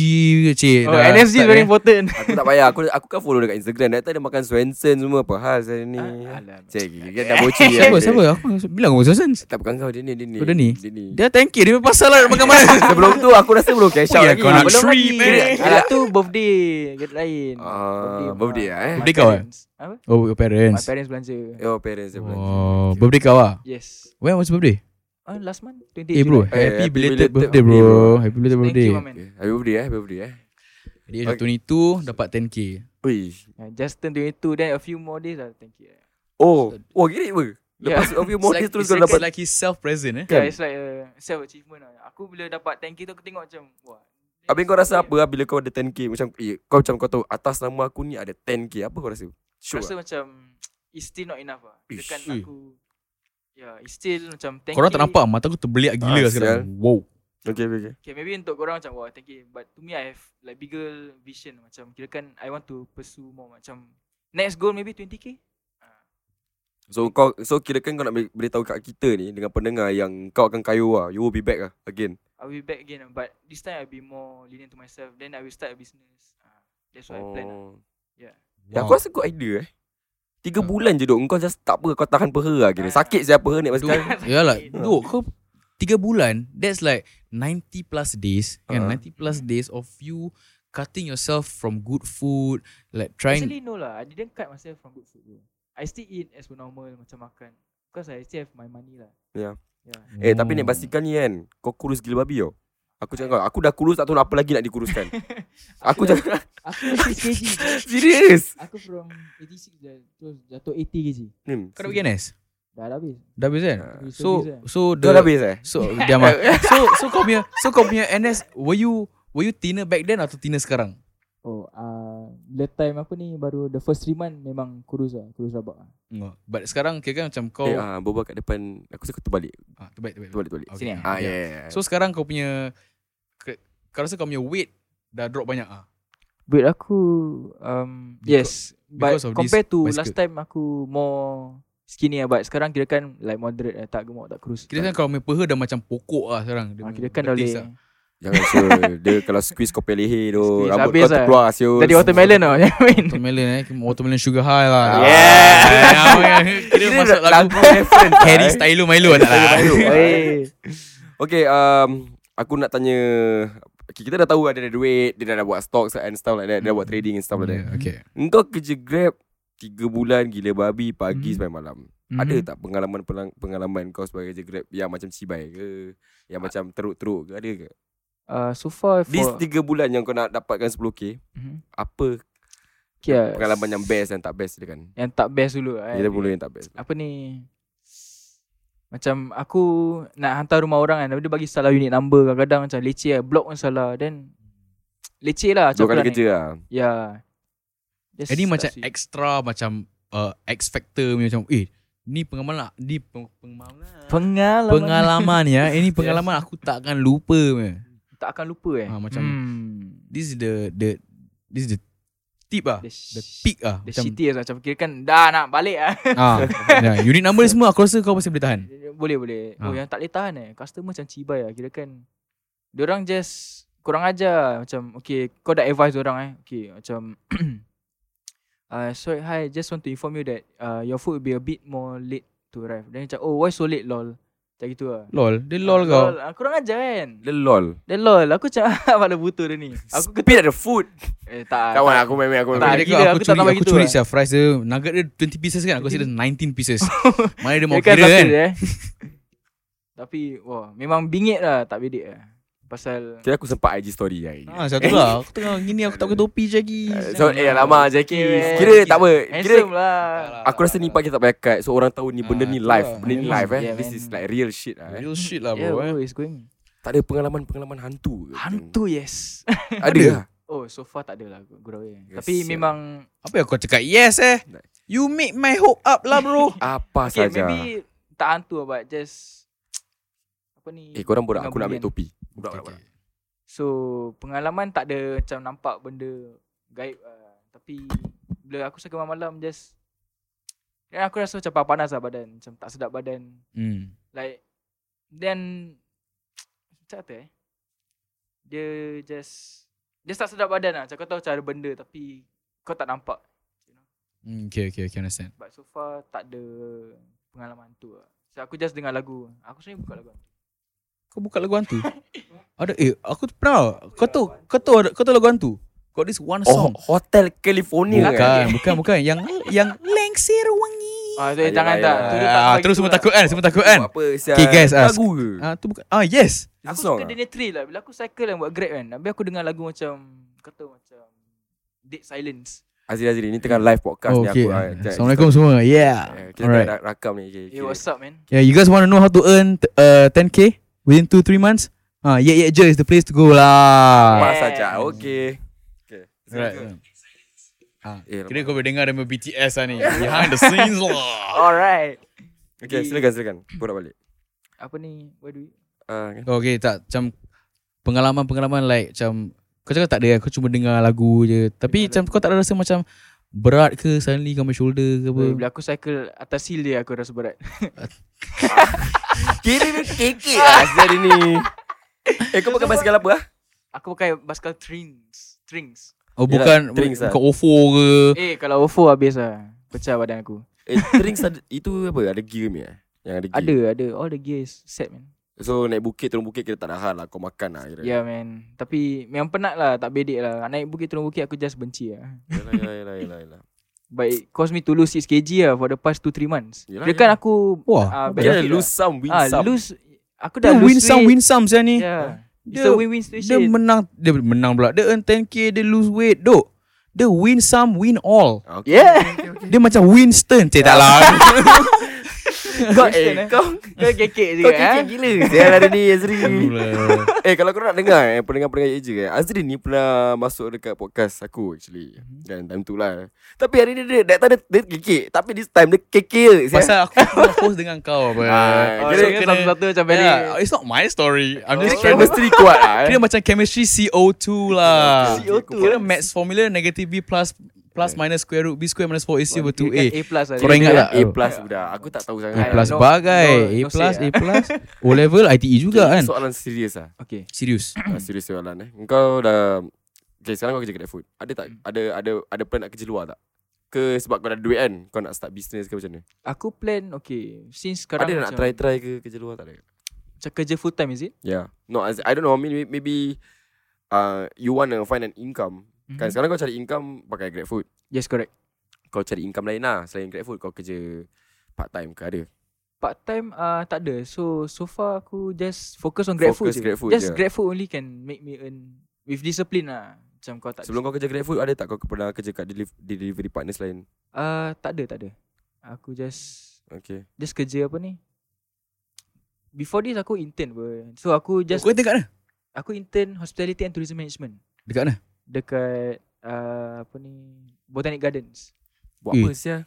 [SPEAKER 2] ke cik
[SPEAKER 1] lah,
[SPEAKER 2] eh.
[SPEAKER 3] Oh, NSG is
[SPEAKER 1] eh.
[SPEAKER 3] very important.
[SPEAKER 1] Aku tak payah Aku aku kan follow dekat Instagram Dah dia makan Swenson semua Apa hal saya ni
[SPEAKER 2] Ah,
[SPEAKER 3] Alah.
[SPEAKER 1] Cik Dia dah bocil lah
[SPEAKER 2] Eh, Siapa
[SPEAKER 1] dia.
[SPEAKER 2] siapa Aku bilang kau sense
[SPEAKER 1] Tak bukan kau Dia ni Dia ni
[SPEAKER 2] Oh, dia ni?
[SPEAKER 1] Dia ni
[SPEAKER 2] Dia thank you Dia punya pasal lah nak makan mana
[SPEAKER 1] Sebelum tu aku rasa belum cash out
[SPEAKER 2] Oh, ya,
[SPEAKER 1] lagi
[SPEAKER 2] kau nak
[SPEAKER 1] Belum
[SPEAKER 2] shrimp,
[SPEAKER 1] lagi.
[SPEAKER 2] eh.
[SPEAKER 3] Alah tu birthday Get lain
[SPEAKER 1] Ah, birthday lah eh
[SPEAKER 2] Birthday kau, eh?
[SPEAKER 3] eh Apa?
[SPEAKER 2] Oh your
[SPEAKER 3] My
[SPEAKER 2] parents
[SPEAKER 3] parents belanja
[SPEAKER 1] Your parents dia belanja.
[SPEAKER 2] Oh Birthday kau lah
[SPEAKER 3] Yes
[SPEAKER 2] When was birthday?
[SPEAKER 3] Ah, Last month 28
[SPEAKER 2] Eh bro
[SPEAKER 1] Eh,
[SPEAKER 3] July.
[SPEAKER 2] Happy
[SPEAKER 1] happy
[SPEAKER 2] belated
[SPEAKER 1] belated birthday,
[SPEAKER 2] birthday bro Happy belated
[SPEAKER 3] Thank
[SPEAKER 2] birthday
[SPEAKER 3] you my man
[SPEAKER 1] Okay. Happy birthday eh Happy birthday eh
[SPEAKER 2] Dia dah 22 Dapat 10k
[SPEAKER 1] Ui
[SPEAKER 3] Yeah, Just turn 22 Then a few more days I'll thank you
[SPEAKER 2] Kan?
[SPEAKER 1] Oh Wah gini apa Lepas a few more days terus kau dapat
[SPEAKER 2] like his self present eh
[SPEAKER 3] Yeah, it's like a self achievement lah. Aku bila dapat 10k tu aku tengok macam wah.
[SPEAKER 1] Habis kau rasa apa lah bila kau ada 10k Macam eh, Kau macam kau tahu Atas nama aku ni ada 10k Apa kau rasa Sure
[SPEAKER 3] Rasa
[SPEAKER 1] lah.
[SPEAKER 3] macam it's still not enough lah. Dekan
[SPEAKER 2] Ish.
[SPEAKER 3] aku Yeah, it's still macam 10k.
[SPEAKER 2] Korang tak nampak Mata aku terbelik gila
[SPEAKER 1] Ah,
[SPEAKER 2] sekarang Wow
[SPEAKER 1] Okay okay okay
[SPEAKER 3] Okay, maybe untuk korang macam wah 10k but to me I have like bigger vision macam kirakan I want to pursue more macam next goal maybe 20k.
[SPEAKER 1] So kau So kira kan kau nak beri- beritahu kat kita ni Dengan pendengar yang Kau akan kayu lah You will be back lah Again
[SPEAKER 3] I will be back again lah, but this time I'll be more lenient to myself then I will start a business. Ah, that's what I plan.
[SPEAKER 2] Oh.
[SPEAKER 3] lah. Yeah.
[SPEAKER 1] Ya, Oh. aku rasa good idea eh. Tiga bulan je duk Kau just tak apa Kau tahan peha lah kira
[SPEAKER 3] Ah.
[SPEAKER 1] Sakit saya peha naik basikal
[SPEAKER 2] Yalah Duk Ya lah. kau Tiga bulan That's like 90 plus days kan,
[SPEAKER 1] Uh-uh.
[SPEAKER 2] 90 plus days of you Cutting yourself from good food Like trying
[SPEAKER 3] Actually no lah I didn't cut myself from good food bro. I still eat as per normal macam makan because I still have my money lah.
[SPEAKER 1] Yeah.
[SPEAKER 3] Yeah.
[SPEAKER 1] Eh tapi
[SPEAKER 2] ni
[SPEAKER 1] naik basikal ni kan Kau kurus gila babi tau Aku cakap kau Aku dah kurus tak tahu nak apa lagi nak dikuruskan Aku
[SPEAKER 3] Ya.
[SPEAKER 1] cakap
[SPEAKER 3] Aku 6 kg.
[SPEAKER 1] Serius
[SPEAKER 3] Aku from 86 dah terus jatuh 80 kg.
[SPEAKER 1] hmm.
[SPEAKER 2] Kau dah pergi NS?
[SPEAKER 3] Dah dah habis.
[SPEAKER 2] Dah habis kan?
[SPEAKER 3] Habis
[SPEAKER 2] So
[SPEAKER 3] service lah.
[SPEAKER 2] So
[SPEAKER 1] Kau dah habis eh
[SPEAKER 2] So diam lah So so kau punya So kau punya NS Were you Were you thinner back then Atau thinner sekarang?
[SPEAKER 3] Oh, uh, the time apa ni baru the first 3 month memang kurus lah, kurus rabak lah.
[SPEAKER 2] No. But sekarang kira kan macam kau
[SPEAKER 1] Eh ah, Boba kat depan Aku rasa kau terbalik
[SPEAKER 2] ah, Terbalik terbalik
[SPEAKER 1] Terbalik terbalik
[SPEAKER 2] Okay.
[SPEAKER 3] Sini eh?
[SPEAKER 1] Ah ya yeah, yeah.
[SPEAKER 2] So sekarang kau punya ke- Kau rasa kau punya weight Dah drop banyak ah.
[SPEAKER 3] Weight aku um
[SPEAKER 2] Because-
[SPEAKER 3] yes, but
[SPEAKER 2] because of this
[SPEAKER 3] compared to
[SPEAKER 2] bicycle.
[SPEAKER 3] last time aku more skinny lah but sekarang kira kan like moderate lah, tak gemuk tak kurus.
[SPEAKER 2] Kira kan kau punya peha dah macam pokok lah sekarang Dia
[SPEAKER 3] Ah,
[SPEAKER 2] punya
[SPEAKER 3] kira kan dah
[SPEAKER 2] betis
[SPEAKER 3] boleh.
[SPEAKER 2] lah.
[SPEAKER 1] Jangan sure Dia kalau squeeze kau pilih leher tu
[SPEAKER 3] Squeeze,
[SPEAKER 1] Rambut
[SPEAKER 3] habis
[SPEAKER 1] kau
[SPEAKER 3] lah.
[SPEAKER 1] terkeluar siul
[SPEAKER 3] Tadi watermelon tau, I mean.
[SPEAKER 2] Watermelon eh Watermelon sugar high lah
[SPEAKER 1] Yeah.
[SPEAKER 2] yeah. Kira
[SPEAKER 1] Kira
[SPEAKER 2] masuk lagu
[SPEAKER 1] lagu reference lah,
[SPEAKER 2] Harry
[SPEAKER 1] eh.
[SPEAKER 2] Stylo Milo tak lah
[SPEAKER 3] Oi.
[SPEAKER 1] Okay, um, aku nak tanya okay, kita dah tahu ada duit, dia dah, dah buat stocks and stuff like that, dia dah buat trading and stuff like
[SPEAKER 2] Yeah,
[SPEAKER 1] that.
[SPEAKER 2] Okay
[SPEAKER 1] Engkau kerja Grab 3 bulan gila babi pagi sampai malam.
[SPEAKER 3] Mhm.
[SPEAKER 1] Ada tak pengalaman pelang- pengalaman kau sebagai kerja Grab yang macam cibai ke, yang macam teruk-teruk ke ada ke?
[SPEAKER 3] Uh, so far for
[SPEAKER 1] These 3 bulan yang kau nak dapatkan 10k,
[SPEAKER 3] Mhm.
[SPEAKER 1] apa
[SPEAKER 3] Okay lah,
[SPEAKER 1] pengalaman yang best dan tak best silakan.
[SPEAKER 3] Yang tak best dulu lah,
[SPEAKER 1] Kita mula yang tak best.
[SPEAKER 3] Apa ni Macam aku Nak hantar rumah orang kan Tapi dia bagi salah unit number Kadang-kadang macam leceh lah Blok pun salah Then Leceh lah
[SPEAKER 1] Dua kali
[SPEAKER 3] kurang
[SPEAKER 1] kerja
[SPEAKER 3] naik.
[SPEAKER 1] lah.
[SPEAKER 3] Ya Just
[SPEAKER 2] Ini
[SPEAKER 3] tak
[SPEAKER 2] macam
[SPEAKER 3] sweet.
[SPEAKER 2] extra Macam uh, X Factor punya macam Eh Ni pengalaman lah Ni peng- pengalaman lah.
[SPEAKER 3] Pengalaman,
[SPEAKER 2] Pengalaman ya Ini pengalaman aku tak akan lupa punya.
[SPEAKER 3] Tak akan lupa eh
[SPEAKER 2] Ah, macam-
[SPEAKER 3] hmm.
[SPEAKER 2] This is the the This is the tip ah
[SPEAKER 3] The,
[SPEAKER 2] The peak ah
[SPEAKER 3] The
[SPEAKER 2] Macam
[SPEAKER 3] shittiest lah Macam kira kan Dah nak balik lah
[SPEAKER 2] ah, yeah, Unit number ni semua Aku rasa kau pasti boleh tahan
[SPEAKER 3] Boleh boleh Oh
[SPEAKER 2] Ah.
[SPEAKER 3] yang tak boleh tahan eh Customer macam cibai lah Kira kan Diorang just Kurang ajar Macam Okay Kau dah advise orang eh Okay macam uh, Sorry hi Just want to inform you that uh, Your food will be a bit more late To arrive Then macam Oh why so late lol Macam gitu lah
[SPEAKER 2] Lol Dia lol
[SPEAKER 3] Ah,
[SPEAKER 2] kau
[SPEAKER 3] ah, Kurang ajar kan
[SPEAKER 1] Dia lol.
[SPEAKER 3] Dia lol Aku macam Mana butuh dia ni Aku
[SPEAKER 1] Aku ketik ada food.
[SPEAKER 3] Eh tak
[SPEAKER 1] lah. Kawan
[SPEAKER 3] tak.
[SPEAKER 1] aku memang aku.
[SPEAKER 3] Tak,
[SPEAKER 1] memang-
[SPEAKER 2] Aku,
[SPEAKER 3] gila,
[SPEAKER 2] aku,
[SPEAKER 3] aku tak
[SPEAKER 2] curi,
[SPEAKER 3] tambah
[SPEAKER 2] aku
[SPEAKER 3] gitu
[SPEAKER 2] curi
[SPEAKER 3] lah.
[SPEAKER 2] siap fries dia Nugget dia 20 pieces kan Aku rasa dia 19 pieces Mana dia mau
[SPEAKER 3] Kira kan
[SPEAKER 2] kira kan
[SPEAKER 3] satu je, eh. Tapi Wah memang bingit lah Tak bedek lah Pasal
[SPEAKER 1] Kira aku sempat IG story hari.
[SPEAKER 2] Ah, satu lah Aku tengah gini Aku tak pakai topi je lagi
[SPEAKER 1] So eh lama Jackie
[SPEAKER 3] Ah, Okay,
[SPEAKER 1] Kira
[SPEAKER 3] Jackie
[SPEAKER 1] tak apa Kira
[SPEAKER 3] Handsome lah
[SPEAKER 1] Aku rasa ni part kita tak payah cut So orang tahu ni benda
[SPEAKER 2] Ah,
[SPEAKER 1] ni
[SPEAKER 2] tu
[SPEAKER 1] live
[SPEAKER 2] lah.
[SPEAKER 1] Benda ni live eh
[SPEAKER 3] Yeah,
[SPEAKER 1] This
[SPEAKER 3] man.
[SPEAKER 1] is like real shit lah eh
[SPEAKER 2] Real shit lah
[SPEAKER 3] Yeah
[SPEAKER 2] bro eh.
[SPEAKER 3] bro it's going
[SPEAKER 1] Tak ada pengalaman-pengalaman hantu ke?
[SPEAKER 3] Hantu yes
[SPEAKER 1] Ada lah
[SPEAKER 3] Oh so far tak ada lah Gurau
[SPEAKER 1] Yes,
[SPEAKER 3] Tapi
[SPEAKER 1] yeah.
[SPEAKER 3] memang
[SPEAKER 2] Apa yang kau cakap Yes eh You make my hope up lah bro
[SPEAKER 1] Apa
[SPEAKER 3] Okay
[SPEAKER 1] saja
[SPEAKER 3] maybe Tak hantu lah but just Apa ni
[SPEAKER 1] Eh korang borak Aku nak ambil
[SPEAKER 3] Pengabulian.
[SPEAKER 1] topi Borak borak
[SPEAKER 3] So pengalaman tak ada Macam nampak benda Gaib lah Tapi Bila aku sakit malam-malam just kan Dan aku rasa macam panas lah badan Macam tak sedap badan
[SPEAKER 2] Hmm.
[SPEAKER 3] Like Then macam kata eh. Dia just just tak sedap badan lah. Macam kau tahu cara benda tapi kau tak nampak.
[SPEAKER 2] Hmm, okay, okay, okay, understand.
[SPEAKER 3] But so far tak ada pengalaman tu lah. So aku just dengar lagu. Aku sebenarnya buka lagu.
[SPEAKER 2] Kau buka lagu hantu? ada eh aku tu pernah. Kau tahu kau tahu ada- kau tahu lagu hantu? Got this one
[SPEAKER 1] Oh,
[SPEAKER 2] song.
[SPEAKER 1] Hotel California
[SPEAKER 2] bukan,
[SPEAKER 1] kan?
[SPEAKER 2] bukan, bukan. Yang yang lengsir wangi.
[SPEAKER 3] Ah, tu
[SPEAKER 1] Ayolah,
[SPEAKER 3] tangan tak.
[SPEAKER 1] ayolah.
[SPEAKER 3] Tu dia
[SPEAKER 2] Ah,
[SPEAKER 3] tak suka
[SPEAKER 2] terus
[SPEAKER 3] gitu
[SPEAKER 2] semua
[SPEAKER 3] lah.
[SPEAKER 2] takut kan, semua takut kan.
[SPEAKER 1] Apa sial?
[SPEAKER 2] Okay, guys, ah,
[SPEAKER 1] Lagu ke?
[SPEAKER 2] Ah, tu bukan. Ah, yes.
[SPEAKER 1] It's a
[SPEAKER 3] Aku
[SPEAKER 1] song
[SPEAKER 3] suka
[SPEAKER 1] ah?
[SPEAKER 3] dia punya thrill lah. Bila aku cycle dan buat grab kan. Habis aku dengar lagu macam, kata macam, Dead Silence.
[SPEAKER 1] Azri Azri ni tengah live podcast
[SPEAKER 2] Oh,
[SPEAKER 1] ni
[SPEAKER 2] okay.
[SPEAKER 1] aku. ah, jap,
[SPEAKER 2] Assalamualaikum semua.
[SPEAKER 1] eh,
[SPEAKER 2] Yeah.
[SPEAKER 1] Kita
[SPEAKER 2] Alright.
[SPEAKER 1] dah rakam ni. Okay,
[SPEAKER 3] Yo, what's up man?
[SPEAKER 2] Yeah, you guys want to know how to earn t- uh, 10k within 2 3 months? Ah, yeah, yeah, je is the place to go lah.
[SPEAKER 1] Pas saja. Okay. Okay.
[SPEAKER 2] Alright. Ah,
[SPEAKER 1] Eh,
[SPEAKER 2] kira kau boleh dengar dari BTS lah ni Behind the scenes lah
[SPEAKER 3] Alright.
[SPEAKER 1] Okay, silakan silakan. Borak balik.
[SPEAKER 3] Apa ni? What do we?
[SPEAKER 1] Ah, kan?
[SPEAKER 2] Okay tak Macam Pengalaman-pengalaman like Macam Kau cakap tak ada Kau cuma dengar lagu je Tapi macam
[SPEAKER 3] Dengar
[SPEAKER 2] kau tak ada rasa macam Berat ke Suddenly kau main shoulder ke apa
[SPEAKER 3] Bila aku cycle atas hill dia aku rasa berat.
[SPEAKER 1] Kira ni kekek lah Azri ni. Eh, kau pakai basikal apa ah?
[SPEAKER 3] Aku pakai basikal strings. Strings.
[SPEAKER 2] Oh
[SPEAKER 1] Yelah,
[SPEAKER 2] bukan
[SPEAKER 1] drinks lah.
[SPEAKER 2] Bukan OVO ke
[SPEAKER 3] Eh kalau OFO habis lah. Pecah badan aku.
[SPEAKER 1] Eh, drinks ada, itu apa? Ada gear ni eh? Yang ada gear.
[SPEAKER 3] Ada, ada. All the gear is set man.
[SPEAKER 1] So, naik bukit, turun bukit, kira tak ada hal lah. Kau makan lah. Kira.
[SPEAKER 3] Ya yeah, man. Tapi memang penat lah. Tak bedek lah. Naik bukit turun bukit aku just benci lah.
[SPEAKER 1] Yalah, yalah, yalah, yalah, yalah.
[SPEAKER 3] But it caused me to lose 6 kg lah for the past 2-3 months.
[SPEAKER 1] Yelah,
[SPEAKER 3] Yelah, Kira kan
[SPEAKER 1] yelah.
[SPEAKER 3] aku
[SPEAKER 2] Wah,
[SPEAKER 3] ah,
[SPEAKER 1] Kira
[SPEAKER 3] benefit
[SPEAKER 1] lose some, win
[SPEAKER 3] lah. ah,
[SPEAKER 1] some.
[SPEAKER 3] lose aku dah
[SPEAKER 2] Dia
[SPEAKER 3] lose
[SPEAKER 2] win some
[SPEAKER 3] weight.
[SPEAKER 2] Win some saya ni
[SPEAKER 3] Yeah. It's
[SPEAKER 2] Dia-
[SPEAKER 3] a win-win
[SPEAKER 2] Dia
[SPEAKER 3] situation.
[SPEAKER 2] menang Dia menang pula Dia earn 10k Dia lose weight Dok Dia win some Win all
[SPEAKER 1] Okay.
[SPEAKER 3] yeah.
[SPEAKER 2] Dia macam Winston Cik tak lah
[SPEAKER 3] Got
[SPEAKER 1] Eh, kau
[SPEAKER 3] Kau kekek
[SPEAKER 1] Kau
[SPEAKER 3] juga
[SPEAKER 1] kekek
[SPEAKER 3] eh.
[SPEAKER 1] gila Sial hari ni Azri
[SPEAKER 2] lah. Mula.
[SPEAKER 1] Eh kalau korang nak dengar eh, Pendengar-pendengar je kan Azri ni pernah Masuk dekat podcast aku actually
[SPEAKER 2] Mhm.
[SPEAKER 1] Dan time tu lah Tapi hari ni dia That time dia, dia kekek Tapi this time dia kekek sial.
[SPEAKER 2] Pasal aku pernah post dengan kau apa.
[SPEAKER 1] Ah,
[SPEAKER 3] Oh,
[SPEAKER 1] Kira
[SPEAKER 3] so kira satu-satu macam very
[SPEAKER 2] Yeah, it's not my story. I'm
[SPEAKER 1] Dia
[SPEAKER 2] just trying to
[SPEAKER 1] chemistry kuat lah eh.
[SPEAKER 2] Kira macam chemistry CO2 lah.
[SPEAKER 1] CO2.
[SPEAKER 2] Kira maths formula negative B plus plus minus square root B square minus 4 AC over 2A.
[SPEAKER 3] A plus lah.
[SPEAKER 2] Korang
[SPEAKER 1] Dia
[SPEAKER 2] ingat tak?
[SPEAKER 1] A plus budak Aku tak tahu
[SPEAKER 2] A
[SPEAKER 1] sangat
[SPEAKER 2] plus
[SPEAKER 3] no, no,
[SPEAKER 2] bagai. A
[SPEAKER 3] no
[SPEAKER 2] plus, A
[SPEAKER 3] say,
[SPEAKER 2] plus. O level ITE juga kan. Hmm.
[SPEAKER 1] Soalan serius lah
[SPEAKER 3] Okay.
[SPEAKER 2] Serius.
[SPEAKER 1] Ah, Serius soalan eh Kau dah Okay sekarang kau kerja GrabFood Ada tak
[SPEAKER 2] Hmm.
[SPEAKER 1] Ada ada ada plan nak kerja luar tak ke sebab kau dah duit kan Kau nak start business ke macam mana
[SPEAKER 3] Aku plan okay. Since sekarang
[SPEAKER 1] Ada nak
[SPEAKER 3] macam,
[SPEAKER 1] try-try ke kerja luar tak ada
[SPEAKER 3] Macam kerja full time is it?
[SPEAKER 1] Yeah. Ya. No, as, I don't know. I mean, may- maybe uh, you want to find an income. Mm-hmm. Kan sekarang kau cari income pakai GrabFood.
[SPEAKER 3] Yes correct.
[SPEAKER 1] Kau cari income lain lah selain GrabFood. Kau kerja part time ke ada?
[SPEAKER 3] Part time uh, tak ada. So so far aku just focus on GrabFood
[SPEAKER 1] Focus
[SPEAKER 3] je.
[SPEAKER 1] GrabFood
[SPEAKER 3] just
[SPEAKER 1] je.
[SPEAKER 3] GrabFood only can make me earn with discipline lah. Macam kau tak
[SPEAKER 1] Sebelum kau kerja GrabFood ada tak kau pernah kerja kat deliv- delivery partners lain?
[SPEAKER 3] Uh, tak ada, tak ada. Aku just
[SPEAKER 1] Okay.
[SPEAKER 3] just kerja apa ni? Before this aku intern apa. So aku just
[SPEAKER 2] Kau dekat mana?
[SPEAKER 3] aku intern hospitality and tourism management
[SPEAKER 2] Dekat mana?
[SPEAKER 3] dekat uh, apa ni Botanic Gardens.
[SPEAKER 1] Buat
[SPEAKER 2] Eh.
[SPEAKER 1] apa sia?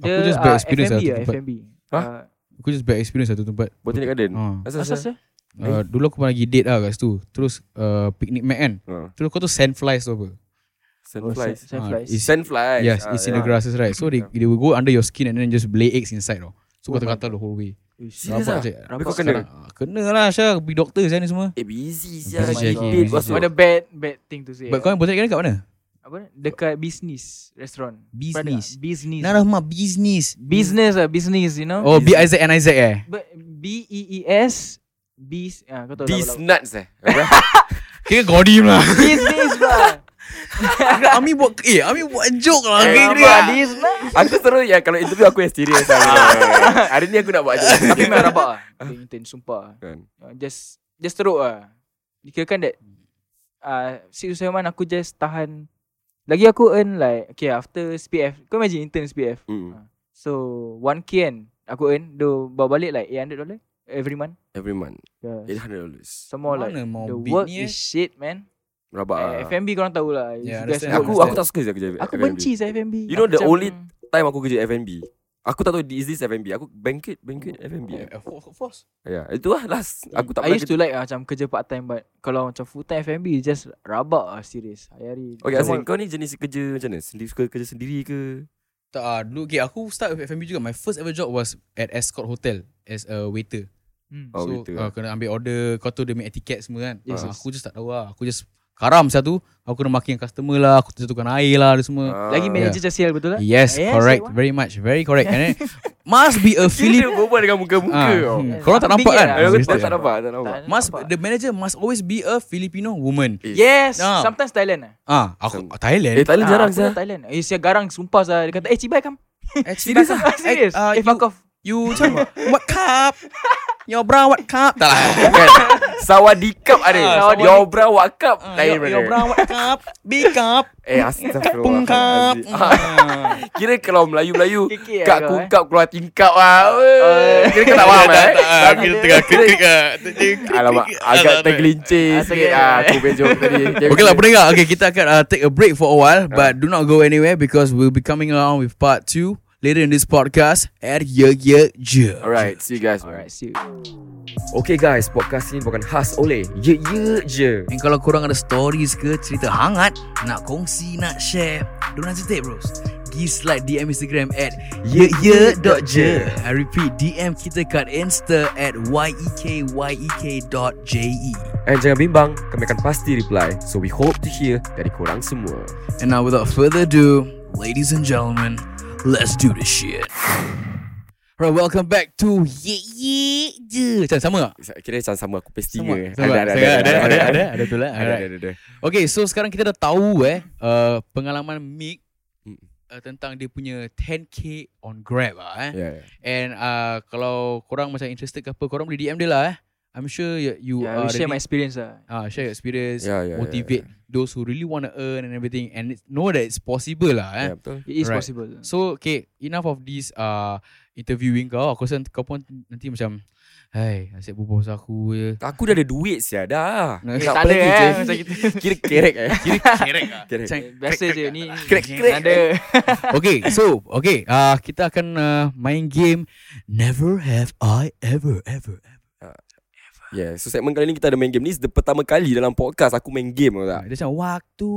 [SPEAKER 2] Aku just bad experience lah
[SPEAKER 3] F&B
[SPEAKER 2] tu
[SPEAKER 3] lah,
[SPEAKER 2] tempat.
[SPEAKER 3] F&B.
[SPEAKER 1] Hah?
[SPEAKER 3] Uh,
[SPEAKER 2] Aku just bad experience satu tempat.
[SPEAKER 1] Botanic Garden.
[SPEAKER 2] Ha.
[SPEAKER 1] Asal
[SPEAKER 3] asal
[SPEAKER 1] sia?
[SPEAKER 3] asal?
[SPEAKER 2] Uh, dulu aku pernah pergi date lah kat situ. Terus uh, picnic mat kan.
[SPEAKER 1] Ha.
[SPEAKER 2] Terus kau tu sandflies tu apa?
[SPEAKER 1] Sandflies.
[SPEAKER 3] Sandflies.
[SPEAKER 2] is-
[SPEAKER 1] Sandflies.
[SPEAKER 2] Yes,
[SPEAKER 1] Ah,
[SPEAKER 2] it's in
[SPEAKER 1] yeah.
[SPEAKER 2] the grasses right. So they
[SPEAKER 1] Yeah.
[SPEAKER 2] they will go under your skin and then just lay eggs inside tau. So kau
[SPEAKER 3] Oh my
[SPEAKER 2] terkatal the whole way.
[SPEAKER 1] Serious ah?
[SPEAKER 2] Rabak, cik.
[SPEAKER 1] Habis kau
[SPEAKER 3] Rabak
[SPEAKER 1] kena.
[SPEAKER 2] Sekarang, ah, Kena lah Syah Pergi doktor saya ni semua
[SPEAKER 1] Eh busy
[SPEAKER 2] Oh
[SPEAKER 1] sia.
[SPEAKER 2] my
[SPEAKER 1] Lagi
[SPEAKER 3] God.
[SPEAKER 1] date masuk.
[SPEAKER 3] What a bad bad thing to say.
[SPEAKER 2] But kau yang botak kena kat mana?
[SPEAKER 3] apa ni? dekat business restaurant. Pernah dengar?
[SPEAKER 2] Business.
[SPEAKER 3] Business.
[SPEAKER 2] Nah mah business
[SPEAKER 3] Business lah business you know.
[SPEAKER 2] Oh B-I-Z-N-I-Z eh
[SPEAKER 3] But B E E S B ah kau tahu
[SPEAKER 1] These
[SPEAKER 3] lawa-lawa.
[SPEAKER 1] nuts eh. Apa?
[SPEAKER 2] Kira godim lah
[SPEAKER 3] Business lah.
[SPEAKER 2] Ami buat Eh Ami buat joke lah
[SPEAKER 1] Eh,
[SPEAKER 2] Kira
[SPEAKER 1] rabak.
[SPEAKER 3] Hadis lah.
[SPEAKER 1] Aku seru ya kalau interview aku yang serius. lah. Hari ni aku nak buat je.
[SPEAKER 3] Tapi memang rabak lah. Dia intense sumpah.
[SPEAKER 1] Kan.
[SPEAKER 3] Uh, Just just teruk lah. Dikirakan that uh, Six to seven month aku just tahan. Lagi aku earn like okay after SPF. Kau imagine intern SPF.
[SPEAKER 1] Mm.
[SPEAKER 3] So 1k kan aku earn. Though bawa balik like 800 dollar every month.
[SPEAKER 1] Every month
[SPEAKER 3] Yeah.
[SPEAKER 1] $800
[SPEAKER 3] Some more like
[SPEAKER 2] Mana mau
[SPEAKER 3] the
[SPEAKER 2] beat
[SPEAKER 3] work
[SPEAKER 2] ni, eh?
[SPEAKER 3] is shit man.
[SPEAKER 1] Rabak
[SPEAKER 3] Uh,
[SPEAKER 1] lah
[SPEAKER 3] FMB korang tahulah.
[SPEAKER 2] Yeah,
[SPEAKER 3] You guys
[SPEAKER 2] understand.
[SPEAKER 3] work
[SPEAKER 1] Aku
[SPEAKER 3] with
[SPEAKER 1] aku
[SPEAKER 3] them.
[SPEAKER 1] tak suka saya kerja
[SPEAKER 3] Aku
[SPEAKER 1] F&B.
[SPEAKER 3] benci saya FMB.
[SPEAKER 1] You know
[SPEAKER 3] Aku
[SPEAKER 1] the
[SPEAKER 3] macam,
[SPEAKER 1] only-
[SPEAKER 3] hmm,
[SPEAKER 1] Time aku kerja F&B Aku tak tahu Is this F&B Aku banquet Banquet
[SPEAKER 2] oh,
[SPEAKER 1] F&B Ya
[SPEAKER 2] Force
[SPEAKER 1] yeah, Itu lah last Aku tak
[SPEAKER 3] I used
[SPEAKER 1] kerja
[SPEAKER 3] to like ah, macam kerja part time but kalau macam full time FMB it's just rabak ah serious. Hari-hari.
[SPEAKER 1] Okay
[SPEAKER 3] Some
[SPEAKER 1] Azrin Kau ni jenis kerja macam mana Sendiri suka kerja sendiri ke
[SPEAKER 2] Tak ah, dulu okay, Aku start with F&B juga My first ever job was At Escort Hotel As a waiter
[SPEAKER 3] Hmm.
[SPEAKER 1] Oh,
[SPEAKER 2] so
[SPEAKER 1] gitu.
[SPEAKER 2] uh, kena ambil order Kau tu dia punya etiket semua kan
[SPEAKER 3] Yes,
[SPEAKER 2] Ah,
[SPEAKER 3] yes.
[SPEAKER 2] Aku just tak tahu lah Aku just Karam satu Aku kena maki dengan customer lah Aku jatuhkan air lah Dia semua
[SPEAKER 1] Ah.
[SPEAKER 3] Lagi manager just sial betul tak?
[SPEAKER 2] Yes,
[SPEAKER 3] Yes,
[SPEAKER 2] correct
[SPEAKER 3] that one.
[SPEAKER 2] Very much Very correct And then Must be
[SPEAKER 1] Kira dia
[SPEAKER 2] a Filipino
[SPEAKER 1] berbual dengan muka-muka
[SPEAKER 2] Ah,
[SPEAKER 1] tau.
[SPEAKER 2] hmm. Korang tak nampak
[SPEAKER 3] Bingit
[SPEAKER 2] kan
[SPEAKER 1] Eh,
[SPEAKER 3] lah.
[SPEAKER 1] Aku tak-
[SPEAKER 2] Mesti.
[SPEAKER 1] tak nampak, tak nampak.
[SPEAKER 2] Must The manager must always be a Filipino woman
[SPEAKER 3] Yes,
[SPEAKER 2] Ah.
[SPEAKER 3] sometimes Thailand lah.
[SPEAKER 2] Ah,
[SPEAKER 1] Some-
[SPEAKER 2] Aku
[SPEAKER 1] Eh,
[SPEAKER 2] Thailand
[SPEAKER 1] Thailand
[SPEAKER 3] Ah,
[SPEAKER 1] jarang
[SPEAKER 3] aku
[SPEAKER 1] sah.
[SPEAKER 3] dah Thailand. Eh, siap garang sumpah sah. Dia kata, eh, cibai kam.
[SPEAKER 2] Actually
[SPEAKER 3] Ah, Serius?
[SPEAKER 2] Ah, you-
[SPEAKER 3] Eh, fuck off.
[SPEAKER 2] You macam What cup Your bra what cup Tak lah
[SPEAKER 1] Kan? Sawadikap ada. Sawadikap.
[SPEAKER 2] Ah, sawadee-
[SPEAKER 1] Yobra wakap.
[SPEAKER 2] Ah,
[SPEAKER 1] Lain
[SPEAKER 2] your, your
[SPEAKER 1] brother.
[SPEAKER 2] bra what cup Big cup
[SPEAKER 1] Eh,
[SPEAKER 2] Pung cup
[SPEAKER 1] astagfirullahaladzim. Ah,
[SPEAKER 2] Ah.
[SPEAKER 1] Kira kalau Melayu-Melayu,
[SPEAKER 3] Kekek
[SPEAKER 1] kak
[SPEAKER 3] lah kau, eh.
[SPEAKER 1] kungkap keluar tingkap lah. Weh. Kira kau tak faham eh. Tapi- ah. Alamak, agak tergelincir
[SPEAKER 3] Ah,
[SPEAKER 1] sikit
[SPEAKER 3] tergelincir.
[SPEAKER 1] lah. Aku punya joke tadi.
[SPEAKER 2] Okay lah pendengar Okay kita akan uh, take a break for a while But do not go anywhere Because we'll be coming around with part 2 Later in this podcast At Ye Ye Je
[SPEAKER 1] Alright, see you guys.
[SPEAKER 3] Alright, see you.
[SPEAKER 4] Okay guys, podcast ini bukan khas oleh Ye Ye Je.
[SPEAKER 2] And kalau korang ada stories ke Cerita hangat Nak kongsi Nak share Don't hesitate bros Gi slide DM Instagram At Ye Ye dot Je I repeat DM kita kat Insta At e Y-E-K Y-E-K dot e. J-E
[SPEAKER 4] And jangan bimbang, kami akan pasti reply. So we hope to hear dari korang semua.
[SPEAKER 2] And now without further ado Ladies and gentlemen Let's do this shit Right, welcome back to Ye Ye Je Macam sama tak?
[SPEAKER 1] Kira macam sama aku pasti
[SPEAKER 2] Sama.
[SPEAKER 1] tiga.
[SPEAKER 2] Sama. Saya ada, ada, ada, ada tu lah.
[SPEAKER 1] Ada,
[SPEAKER 2] Alright.
[SPEAKER 1] ada, ada.
[SPEAKER 2] Okay, so sekarang kita dah tahu eh uh, pengalaman Mick
[SPEAKER 1] Mm.
[SPEAKER 2] uh, tentang dia punya 10k on Grab lah eh.
[SPEAKER 1] Ya, ya.
[SPEAKER 2] And uh, kalau korang macam interested ke apa, korang boleh DM dia lah eh. I'm sure you, you
[SPEAKER 3] Yeah, I
[SPEAKER 2] are
[SPEAKER 3] will share my
[SPEAKER 2] already-
[SPEAKER 3] experience lah.
[SPEAKER 2] ah share your experience,
[SPEAKER 1] Yeah, yeah, yeah,
[SPEAKER 2] motivate those who really want to earn and everything and it's- know that it's possible lah eh.
[SPEAKER 1] Ya, betul.
[SPEAKER 3] It is
[SPEAKER 2] Right.
[SPEAKER 3] possible.
[SPEAKER 2] So okay Enough of this uh, Interviewing kau Aku rasa kau pun Nanti macam Hai Asyik berbual pasal aku je
[SPEAKER 1] Aku dah ada duit sia dah.
[SPEAKER 2] Eh,
[SPEAKER 1] Nak
[SPEAKER 3] tak
[SPEAKER 1] apa
[SPEAKER 3] ada,
[SPEAKER 1] lagi,
[SPEAKER 3] eh,
[SPEAKER 1] Jay?
[SPEAKER 3] macam gitu.
[SPEAKER 1] Kira kerek eh.
[SPEAKER 2] Kira kerek lah
[SPEAKER 1] Kerek.
[SPEAKER 2] Macam
[SPEAKER 3] Biasa je ni.
[SPEAKER 1] Krek, krek.
[SPEAKER 3] Ada.
[SPEAKER 2] Okay, so okay, uh, kita akan uh, main game Never Have I Ever Ever. ever.
[SPEAKER 1] Yeah, Ya, so segmen kali ni kita ada main game ni is the pertama kali dalam podcast aku main game tau tak.
[SPEAKER 2] Dia macam waktu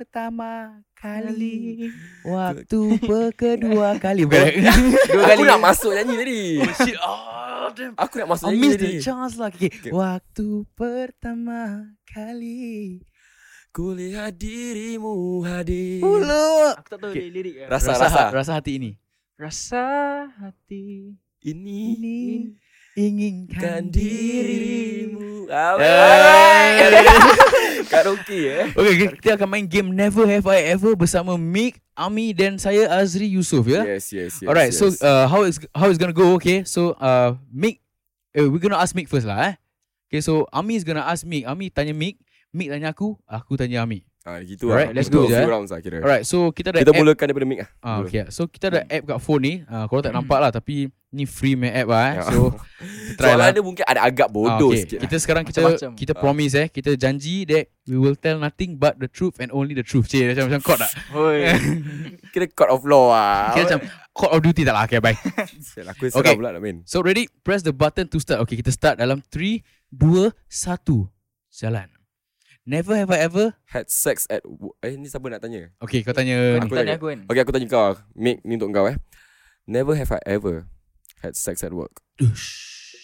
[SPEAKER 2] pertama kali, waktu pe- kedua kali. Bukan.
[SPEAKER 1] Dua aku nak masuk nyanyi tadi.
[SPEAKER 2] Shit,
[SPEAKER 1] Ah,
[SPEAKER 2] oh, damn.
[SPEAKER 1] Aku nak masuk
[SPEAKER 2] I
[SPEAKER 1] nyanyi
[SPEAKER 2] missed
[SPEAKER 1] tadi.
[SPEAKER 2] the chance lah. Okay. Waktu pertama kali.
[SPEAKER 1] Kulihat dirimu hadir.
[SPEAKER 2] Ulu.
[SPEAKER 3] Aku tak tahu li- lirik lah.
[SPEAKER 1] Rasa
[SPEAKER 2] Rasa,
[SPEAKER 1] rasa.
[SPEAKER 2] rasa rasa hati ini.
[SPEAKER 3] Rasa hati
[SPEAKER 1] Ini
[SPEAKER 3] ini.
[SPEAKER 2] Inginkan
[SPEAKER 1] kan
[SPEAKER 2] diri.
[SPEAKER 1] dirimu. Alright. Karaoke eh.
[SPEAKER 2] Okay, okay, kita akan main game Never Have I Ever bersama Mick, Ami dan saya Azri Yusof ya.
[SPEAKER 1] Yes, yes, yes.
[SPEAKER 2] Alright,
[SPEAKER 1] yes.
[SPEAKER 2] so uh, how is how it's gonna go? Okay, so uh, Mick, uh, we're gonna ask Mick first lah. Eh. Okay, so Ami is gonna ask Mick. Ami tanya Mick, Mick tanya aku, aku tanya Ami.
[SPEAKER 1] ah, gitu
[SPEAKER 2] Alright,
[SPEAKER 1] lah.
[SPEAKER 2] let's
[SPEAKER 1] Gitu,
[SPEAKER 2] go je,
[SPEAKER 1] Few
[SPEAKER 2] eh.
[SPEAKER 1] rounds lah kira.
[SPEAKER 2] Alright, so kita ada
[SPEAKER 1] Kita Hmm.
[SPEAKER 2] app.
[SPEAKER 1] mulakan daripada mic ah.
[SPEAKER 2] Ah,
[SPEAKER 1] dulu.
[SPEAKER 2] okay, so kita ada app kat phone ni. Uh, korang tak nampak lah, tapi ni free main app lah. Eh.
[SPEAKER 1] Ya.
[SPEAKER 2] So try
[SPEAKER 1] Soalan
[SPEAKER 2] lah.
[SPEAKER 1] dia mungkin ada agak
[SPEAKER 2] Ah,
[SPEAKER 1] bodoh
[SPEAKER 2] okay.
[SPEAKER 1] sikit. lah.
[SPEAKER 2] Kita sekarang kita
[SPEAKER 3] Macam-macam.
[SPEAKER 2] kita promise eh, kita janji that we will tell nothing but the truth and only the truth. Cik, macam macam court tak?
[SPEAKER 3] Oi.
[SPEAKER 1] Kira court of law ah.
[SPEAKER 2] Kira macam court of duty tak lah. Okay, bye.
[SPEAKER 1] Sial, Aku serah
[SPEAKER 2] Okay.
[SPEAKER 1] pula nak main.
[SPEAKER 2] So ready? Press the button to start. Okay, kita start dalam 3, 2, 1. Jalan. Never have I ever.
[SPEAKER 1] Had sex at wo- Eh ni siapa nak tanya?
[SPEAKER 2] Okay, kau tanya.
[SPEAKER 1] Aku
[SPEAKER 2] ni.
[SPEAKER 3] Aku
[SPEAKER 1] tanya.
[SPEAKER 3] tanya aku kan.
[SPEAKER 1] Okay aku tanya kau ah. Mic ni untuk kau eh Never have I ever Had sex at work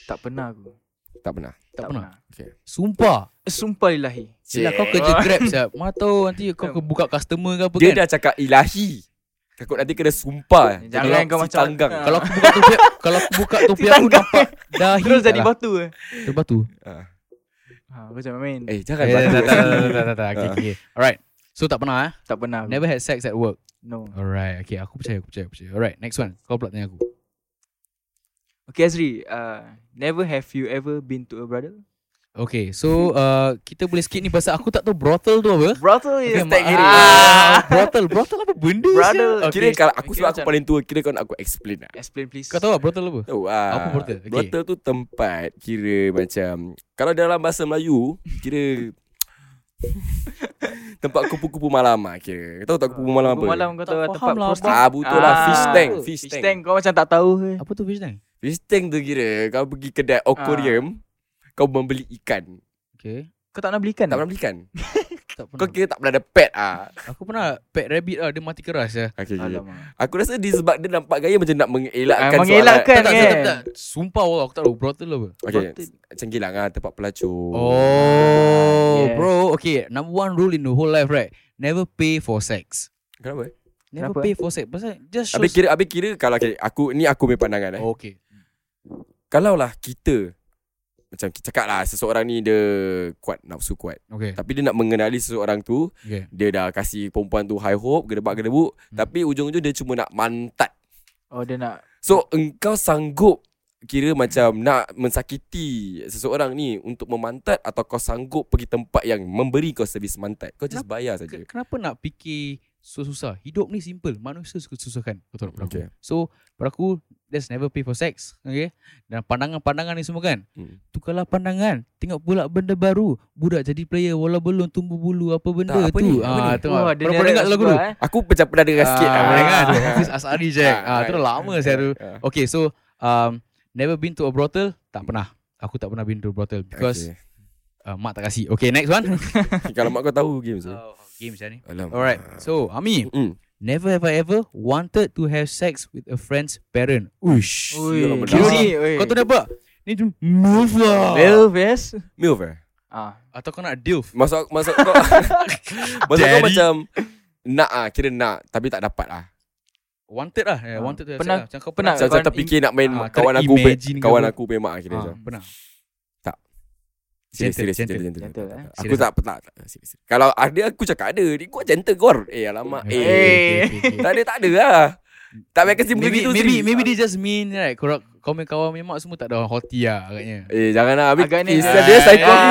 [SPEAKER 3] Tak pernah aku.
[SPEAKER 1] Tak pernah
[SPEAKER 3] Tak
[SPEAKER 2] pernah.
[SPEAKER 3] pernah.
[SPEAKER 2] Sumpah.
[SPEAKER 3] Sumpah lillahi.
[SPEAKER 2] Yelah, kau kerja grab siap. Mana tahu nanti kau ke buka customer ke apa
[SPEAKER 1] Dia
[SPEAKER 2] kan.
[SPEAKER 1] dah cakap ilahi Takut nanti kena sumpah eh.
[SPEAKER 3] Jangan
[SPEAKER 1] Kalau
[SPEAKER 3] kau
[SPEAKER 1] si
[SPEAKER 3] macam-
[SPEAKER 1] Tanggang
[SPEAKER 3] Ah.
[SPEAKER 2] Kalau aku buka topi, kalau aku buka topi aku
[SPEAKER 3] Tanggang.
[SPEAKER 2] nampak dahi.
[SPEAKER 3] Terus jadi
[SPEAKER 2] batu.
[SPEAKER 3] batu eh.
[SPEAKER 2] Terus batu.
[SPEAKER 3] Ha, aku jangan main.
[SPEAKER 1] Eh jangan
[SPEAKER 2] Eh,
[SPEAKER 1] batu.
[SPEAKER 2] tak, tak, tak, tak, tak, tak, tak. Okay, okay. Alright. So tak pernah eh?
[SPEAKER 3] Tak pernah aku.
[SPEAKER 2] Never had sex at work.
[SPEAKER 3] No.
[SPEAKER 2] Alright. Okay, aku percaya, aku percaya, aku percaya. Alright, next one. Kau pula tanya aku.
[SPEAKER 3] Okay Azri, uh, never have you ever been to a brothel?
[SPEAKER 2] Okay, so uh, kita boleh skip ni pasal aku tak tahu brothel tu apa.
[SPEAKER 3] Brothel
[SPEAKER 2] Okay,
[SPEAKER 3] is
[SPEAKER 2] ma-
[SPEAKER 3] tak kira.
[SPEAKER 2] ah, brothel, brothel apa benda sial?
[SPEAKER 3] Brothel.
[SPEAKER 1] Kira kalau aku
[SPEAKER 3] Okay,
[SPEAKER 1] sebab aku
[SPEAKER 3] macam-
[SPEAKER 1] paling tua Kira kau nak aku explain lah
[SPEAKER 3] Explain please.
[SPEAKER 2] Kau tahu tak brothel apa?
[SPEAKER 1] Oh, ah,
[SPEAKER 2] Apa brothel? Okay.
[SPEAKER 1] Brothel tu tempat Kira macam Kalau dalam bahasa Melayu Kira Tempat kupu-kupu malam lah kira Tahu tak kupu-kupu malam apa?
[SPEAKER 3] Kupu malam kau
[SPEAKER 2] Tak
[SPEAKER 3] tahu lah,
[SPEAKER 2] faham
[SPEAKER 3] tempat
[SPEAKER 2] lah,
[SPEAKER 3] prostitute.
[SPEAKER 1] Ah betul lah Fish
[SPEAKER 3] Ah,
[SPEAKER 1] tank
[SPEAKER 3] Fish tank kau macam tak tahu ke.
[SPEAKER 2] Apa tu fish tank?
[SPEAKER 1] Fish tank tu kira Kau pergi kedai
[SPEAKER 3] Ah.
[SPEAKER 1] aquarium Kau membeli ikan
[SPEAKER 2] Okay.
[SPEAKER 3] Kau tak nak belikan. Hmm.
[SPEAKER 1] Tak pernah beli ikan
[SPEAKER 2] Tak
[SPEAKER 1] Kau
[SPEAKER 2] pernah.
[SPEAKER 1] kira tak pernah ada pet ah.
[SPEAKER 2] Aku pernah pet rabbit lah dia mati keras ya.
[SPEAKER 1] Okay, okay.
[SPEAKER 3] Alamak.
[SPEAKER 1] Aku rasa dia sebab dia nampak gaya macam nak mengelakkan
[SPEAKER 3] Ah, mengelakkan
[SPEAKER 1] soalan.
[SPEAKER 3] kan.
[SPEAKER 2] tak, tak, tak. Sumpah Allah aku tak tahu Brothel apa
[SPEAKER 1] Okay, cengkilang ah tempat pelacur.
[SPEAKER 2] Oh
[SPEAKER 3] Yes.
[SPEAKER 2] bro Okay number one rule in the whole life right Never pay for sex
[SPEAKER 1] Kenapa? eh?
[SPEAKER 2] Never
[SPEAKER 3] Kenapa,
[SPEAKER 2] pay for sex Pasal just shows
[SPEAKER 1] Habis kira habis kira kalau okay, aku ni aku punya pandangan eh.
[SPEAKER 2] oh, Okay
[SPEAKER 1] Kalaulah kita macam kita cakap lah seseorang ni dia kuat nafsu kuat.
[SPEAKER 2] Okay
[SPEAKER 1] Tapi dia nak mengenali seseorang tu,
[SPEAKER 2] Okay
[SPEAKER 1] dia dah kasih perempuan tu high hope, gedebak-gedebuk,
[SPEAKER 2] Hmm.
[SPEAKER 1] tapi ujung-ujung dia cuma nak mantat.
[SPEAKER 3] Oh dia nak
[SPEAKER 1] So engkau sanggup kira macam nak mensakiti seseorang ni untuk memantat atau kau sanggup pergi tempat yang memberi kau servis mantat. Kau just bayar saja.
[SPEAKER 2] Ke- Kenapa nak fikir susah-susah Hidup ni simple Manusia suka susahkan Betul tak
[SPEAKER 1] Okay.
[SPEAKER 2] okay. So pada aku Just never pay for sex Okay Dan pandangan-pandangan ni semua kan
[SPEAKER 1] Hmm.
[SPEAKER 2] Tukarlah pandangan Tengok pula benda baru Budak jadi player Walau belum tumbuh bulu Apa benda
[SPEAKER 1] Tak, apa
[SPEAKER 2] tu
[SPEAKER 1] ni? Apa ni?
[SPEAKER 2] ah, Tengok
[SPEAKER 3] Wah,
[SPEAKER 2] Pernah
[SPEAKER 3] direct
[SPEAKER 2] dengar lagu tu
[SPEAKER 3] sebab, eh.
[SPEAKER 1] Aku macam pernah dengar sikit lah.
[SPEAKER 2] Ah, kan?
[SPEAKER 1] Ah.
[SPEAKER 2] Hafiz Asari je.
[SPEAKER 1] Ah,
[SPEAKER 2] Ah, tu dah lama saya tu. Okay, so um, never been to a brothel? Tak pernah. Aku tak pernah been to a brothel because
[SPEAKER 1] Okay.
[SPEAKER 2] okay. uh, mak tak kasih. Okay, next one.
[SPEAKER 1] Kalau mak kau tahu game tu.
[SPEAKER 2] oh, game macam ni.
[SPEAKER 1] Alam.
[SPEAKER 2] Alright, so Ami,
[SPEAKER 1] Mm.
[SPEAKER 2] never have I ever wanted to have sex with a friend's parent. Uish.
[SPEAKER 3] Ui,
[SPEAKER 1] Yalah, benar.
[SPEAKER 2] Kira ni,
[SPEAKER 3] Ui, ui.
[SPEAKER 2] kau tu dapat? Ni tu move lah.
[SPEAKER 3] Well yes
[SPEAKER 1] Milf eh?
[SPEAKER 3] Ah,
[SPEAKER 2] Atau kau nak dilf?
[SPEAKER 1] Masuk masuk kau Masuk kau
[SPEAKER 2] Daddy.
[SPEAKER 1] macam nak ah kira nak tapi tak dapat ah.
[SPEAKER 2] Wanted lah. Yeah,
[SPEAKER 3] Ah,
[SPEAKER 2] wanted to have
[SPEAKER 3] pernah-
[SPEAKER 2] sex lah. Macam kau
[SPEAKER 3] pernah-
[SPEAKER 2] pernah.
[SPEAKER 1] Macam, macam
[SPEAKER 3] Kawan
[SPEAKER 1] terfikir nak main
[SPEAKER 2] ah,
[SPEAKER 1] kawan aku pe-
[SPEAKER 2] terimagine ke
[SPEAKER 1] kawan
[SPEAKER 2] apa.
[SPEAKER 1] aku main mak ah, kira macam.
[SPEAKER 2] Ah, pernah.
[SPEAKER 1] Serius,
[SPEAKER 2] Gentle,
[SPEAKER 1] serius,
[SPEAKER 2] gentle.
[SPEAKER 1] gentle, gentle,
[SPEAKER 3] Gentle,
[SPEAKER 1] tak, tak,
[SPEAKER 3] eh?
[SPEAKER 1] tak. Aku
[SPEAKER 2] Serius.
[SPEAKER 1] tak, tak, tak, serius. Kalau ada aku cakap ada, ni kau gentle gor. Eh, alamak.
[SPEAKER 2] Okay,
[SPEAKER 1] Eh,
[SPEAKER 2] okay, okay, okay.
[SPEAKER 1] tak ada, tak ada lah. Tak payah kasi muka
[SPEAKER 2] maybe,
[SPEAKER 1] gitu.
[SPEAKER 2] maybe,
[SPEAKER 1] serius.
[SPEAKER 2] maybe they just mean right Korang Kau main kawan memang semua tak ada orang hoti lah agaknya
[SPEAKER 1] Eh, jangan lah. Habis
[SPEAKER 3] Agak ni-
[SPEAKER 1] kisah dia psycho.
[SPEAKER 3] Ah,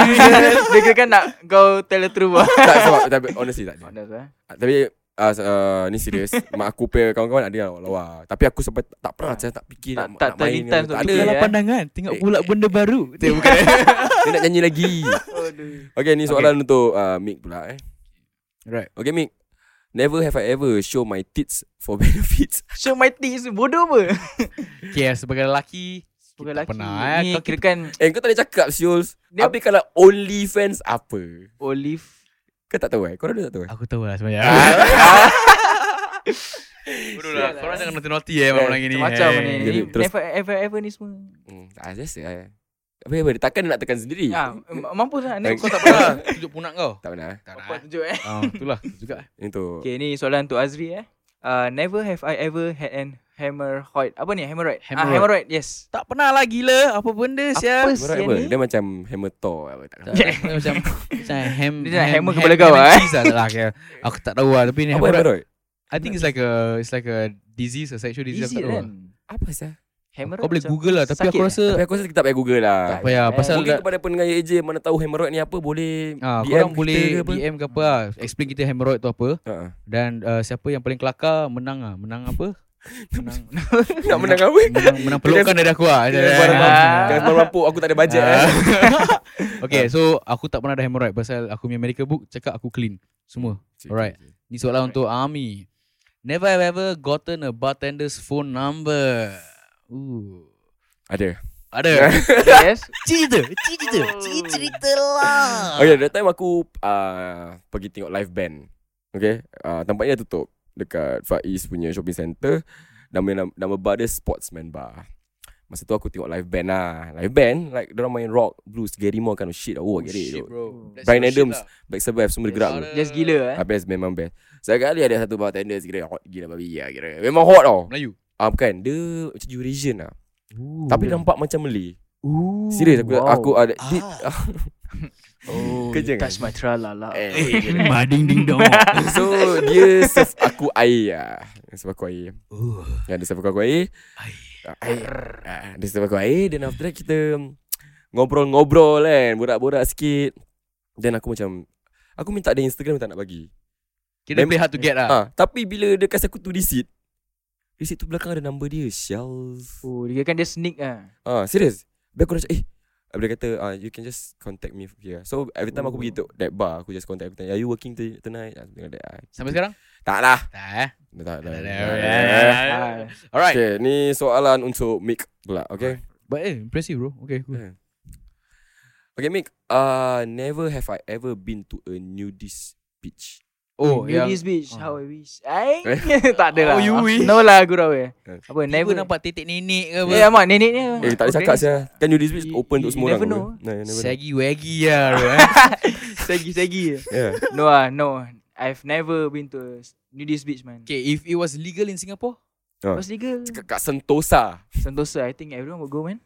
[SPEAKER 3] Dia kira kan nak Kau tell the truth lah
[SPEAKER 1] tak, sebab, tapi honestly tak ada.
[SPEAKER 3] Honest eh
[SPEAKER 1] Tapi, ah, s- ah, ni serius. Mak aku punya kawan-kawan ada yang lawa. Tapi aku sampai tak pernah. Saya tak fikir
[SPEAKER 3] Tak-
[SPEAKER 1] nak,
[SPEAKER 3] tak
[SPEAKER 1] nak main.
[SPEAKER 3] terlintas
[SPEAKER 1] dengan-
[SPEAKER 3] untuk
[SPEAKER 1] Tak ada.
[SPEAKER 3] fikir,
[SPEAKER 2] Dalam
[SPEAKER 3] eh.
[SPEAKER 2] pandangan Tengok pula benda baru Itu bukan
[SPEAKER 1] Dia nak nyanyi lagi. Okay, ni soalan untuk ah, Mick pula eh.
[SPEAKER 2] Right
[SPEAKER 1] Okay, Mick. Never have I ever show my tits for benefits.
[SPEAKER 3] Show my teeth Bodoh apa
[SPEAKER 2] Okay sebagai lelaki
[SPEAKER 3] Bukan
[SPEAKER 2] tak
[SPEAKER 3] lelaki
[SPEAKER 2] pernah, eh.
[SPEAKER 3] Ni
[SPEAKER 2] Kau-
[SPEAKER 3] kira kan
[SPEAKER 1] Eh kau tak boleh cakap Syuls
[SPEAKER 3] Dia-
[SPEAKER 1] Habis kalau OnlyFans apa?
[SPEAKER 3] Olive
[SPEAKER 1] Kau tak tahu eh? Korang dua tak tahu eh?
[SPEAKER 2] Aku tahu lah sebenarnya
[SPEAKER 3] Ah.
[SPEAKER 2] Bodoh
[SPEAKER 3] lah.
[SPEAKER 2] lah Korang jangan naughty-naughty eh Orang-orang ini
[SPEAKER 3] Macam-macam
[SPEAKER 2] eh.
[SPEAKER 3] ni
[SPEAKER 1] Jadi,
[SPEAKER 3] Ni
[SPEAKER 1] terus-
[SPEAKER 3] Ever ever ever ni semua
[SPEAKER 1] Hmm, ah, biasa eh. Apa apa? Takkan dia nak tekan sendiri?
[SPEAKER 2] Ya,
[SPEAKER 3] Ah, m- Mampus lah Ni
[SPEAKER 1] Thank-
[SPEAKER 3] kau tak
[SPEAKER 2] Pernah tunjuk punak kau
[SPEAKER 1] Tak pernah. eh?
[SPEAKER 2] Tak
[SPEAKER 3] Kau tunjuk eh
[SPEAKER 2] Ah, Itulah juga
[SPEAKER 1] Itu.
[SPEAKER 3] Okay ni soalan untuk Azri eh Uh, never have I ever had an hemorrhoid. Apa ni? Hemorrhoid. Ah,
[SPEAKER 2] Hemorrhoid.
[SPEAKER 3] hemorrhoid. Yes.
[SPEAKER 2] Tak pernah lah gila Apa benda sial
[SPEAKER 3] Apa
[SPEAKER 1] Berat
[SPEAKER 3] sial
[SPEAKER 1] apa?
[SPEAKER 3] ni?
[SPEAKER 1] Dia macam hemator apa tak tahu.
[SPEAKER 2] Tak, dia macam Macam ham
[SPEAKER 3] Dia nak
[SPEAKER 2] ham-
[SPEAKER 3] hammer
[SPEAKER 2] ham-
[SPEAKER 3] kepala kau,
[SPEAKER 2] ham and
[SPEAKER 3] eh.
[SPEAKER 2] cheese lah. Tak lah, okay. Aku tak tahu lah Tapi ni
[SPEAKER 1] Apa
[SPEAKER 2] hemorrhoid.
[SPEAKER 1] hemorrhoid?
[SPEAKER 2] I think it's like a It's like a disease A sexual disease Aku tak
[SPEAKER 3] Easy
[SPEAKER 2] tahu
[SPEAKER 3] kan?
[SPEAKER 2] lah.
[SPEAKER 1] Apa sah?
[SPEAKER 2] Kau
[SPEAKER 3] Hemorrhoid
[SPEAKER 2] boleh
[SPEAKER 3] macam
[SPEAKER 2] google lah Tapi
[SPEAKER 3] sakit
[SPEAKER 2] aku
[SPEAKER 3] eh?
[SPEAKER 2] rasa
[SPEAKER 1] Tapi aku rasa kita tak payah Google lah.
[SPEAKER 2] Tak payah
[SPEAKER 3] payah.
[SPEAKER 2] Pasal
[SPEAKER 1] Mungkin kepada pendengar AJ mana tahu hemorrhoid ni apa boleh
[SPEAKER 2] Ah,
[SPEAKER 1] DM
[SPEAKER 2] korang
[SPEAKER 1] kita
[SPEAKER 2] boleh
[SPEAKER 1] ke apa?
[SPEAKER 2] DM ke apa lah. Explain kita hemorrhoid tu apa
[SPEAKER 1] Ha, ha.
[SPEAKER 2] Dan uh, siapa yang paling kelakar Menang lah Menang apa Menang
[SPEAKER 1] Nak menang apa?
[SPEAKER 2] Menang, menang pelukan dari aku lah
[SPEAKER 1] Jangan sembarang mampu. Jangan
[SPEAKER 2] Ah.
[SPEAKER 1] sembarang mampu Aku tak ada bajet eh.
[SPEAKER 2] Ah. Okay so Aku tak pernah ada hemorrhoid Pasal aku punya medical book Cakap aku clean Semua Alright. Ni soalan untuk Ami Never have ever gotten a bartender's phone number Ooh.
[SPEAKER 1] Ada
[SPEAKER 2] Ada
[SPEAKER 3] Yes.
[SPEAKER 2] Cerita Cerita Cerita lah
[SPEAKER 1] Okay, that time aku uh, pergi tengok live band. Okay, uh, tempatnya dah tutup dekat Faiz punya shopping center. Nama nama bar dia Sportsman Bar. Masa tu aku tengok live band lah. Live band, like diorang main rock, blues, Gary Moore kind of shit. Oh, oh get it. Shit,
[SPEAKER 2] bro. That's
[SPEAKER 1] Bryan
[SPEAKER 2] your shit
[SPEAKER 1] Adams.
[SPEAKER 2] lah.
[SPEAKER 1] Black Sabbath, semua dia gerak. tu.
[SPEAKER 3] Just gila eh.
[SPEAKER 1] Ah, best, memang best. Sekali ada satu bartender kira hot gila babi lah kira. Memang hot tau.
[SPEAKER 2] Melayu
[SPEAKER 1] Ah, bukan, dia macam Eurasian lah. Tapi nampak macam Malay.
[SPEAKER 2] Ooh.
[SPEAKER 1] Serius aku
[SPEAKER 3] Oh. wow.
[SPEAKER 1] aku ada
[SPEAKER 2] Ah.
[SPEAKER 1] did,
[SPEAKER 3] Oh,
[SPEAKER 1] Kerja
[SPEAKER 3] you touch
[SPEAKER 1] kan?
[SPEAKER 3] my tralala.
[SPEAKER 1] Eh, kira.
[SPEAKER 2] Mading ding dong.
[SPEAKER 1] So dia serve aku air lah Dia serve aku air Ya dia serve aku air Ah, Air Ah, Dia serve aku air Then after that kita Ngobrol-ngobrol kan Borak-borak sikit Then aku macam Aku minta dia Instagram dia tak nak bagi
[SPEAKER 2] Kita
[SPEAKER 1] Mem-
[SPEAKER 2] play hard to get lah.
[SPEAKER 1] ha, Tapi bila dia kasi aku tu receipt Receipt tu belakang ada number dia Shells
[SPEAKER 3] Oh, dia kan dia sneak ah.
[SPEAKER 1] Ah, serius. Dia aku dah cakap, eh. Habis Dia kata, ah, you can just contact me here. So, every time aku
[SPEAKER 3] Oh.
[SPEAKER 1] pergi to that bar, aku just contact aku tanya, are you working t- tonight? Ah, something like that. Ah,
[SPEAKER 2] Sampai sekarang?
[SPEAKER 1] Tak lah.
[SPEAKER 2] Tak eh.
[SPEAKER 1] Tak lah.
[SPEAKER 3] Ah,
[SPEAKER 2] Alright.
[SPEAKER 1] Okay, ni soalan untuk Mick pula, okay?
[SPEAKER 2] But eh, impressive bro. Okay, cool.
[SPEAKER 1] Yeah. Okay, Mick. Uh, never have I ever been to a nudist beach.
[SPEAKER 2] Oh, yang
[SPEAKER 3] Beauty's Beach
[SPEAKER 2] oh.
[SPEAKER 3] How I wish Ay
[SPEAKER 1] Eh?
[SPEAKER 3] Tak ada lah
[SPEAKER 2] Oh, you wish.
[SPEAKER 3] No lah gurau eh
[SPEAKER 1] Eh.
[SPEAKER 3] Apa
[SPEAKER 2] Tiba
[SPEAKER 3] never
[SPEAKER 2] nampak titik nenek ke
[SPEAKER 3] Eh amat nenek ni
[SPEAKER 1] Eh, tak boleh cakap saya. Kan nudist beach
[SPEAKER 3] You-
[SPEAKER 1] open
[SPEAKER 3] you
[SPEAKER 1] untuk semua
[SPEAKER 3] never
[SPEAKER 1] orang.
[SPEAKER 3] know.
[SPEAKER 1] apa. Nah, you never know.
[SPEAKER 2] Sagi wagi lah bro, eh.
[SPEAKER 3] Segi-segi
[SPEAKER 1] Yeah.
[SPEAKER 3] No lah no I've never been to a s- Nudist beach man
[SPEAKER 2] Okay if it was legal in Singapore
[SPEAKER 3] Was legal
[SPEAKER 1] Kat- Kat Sentosa.
[SPEAKER 3] Sentosa I think everyone will go man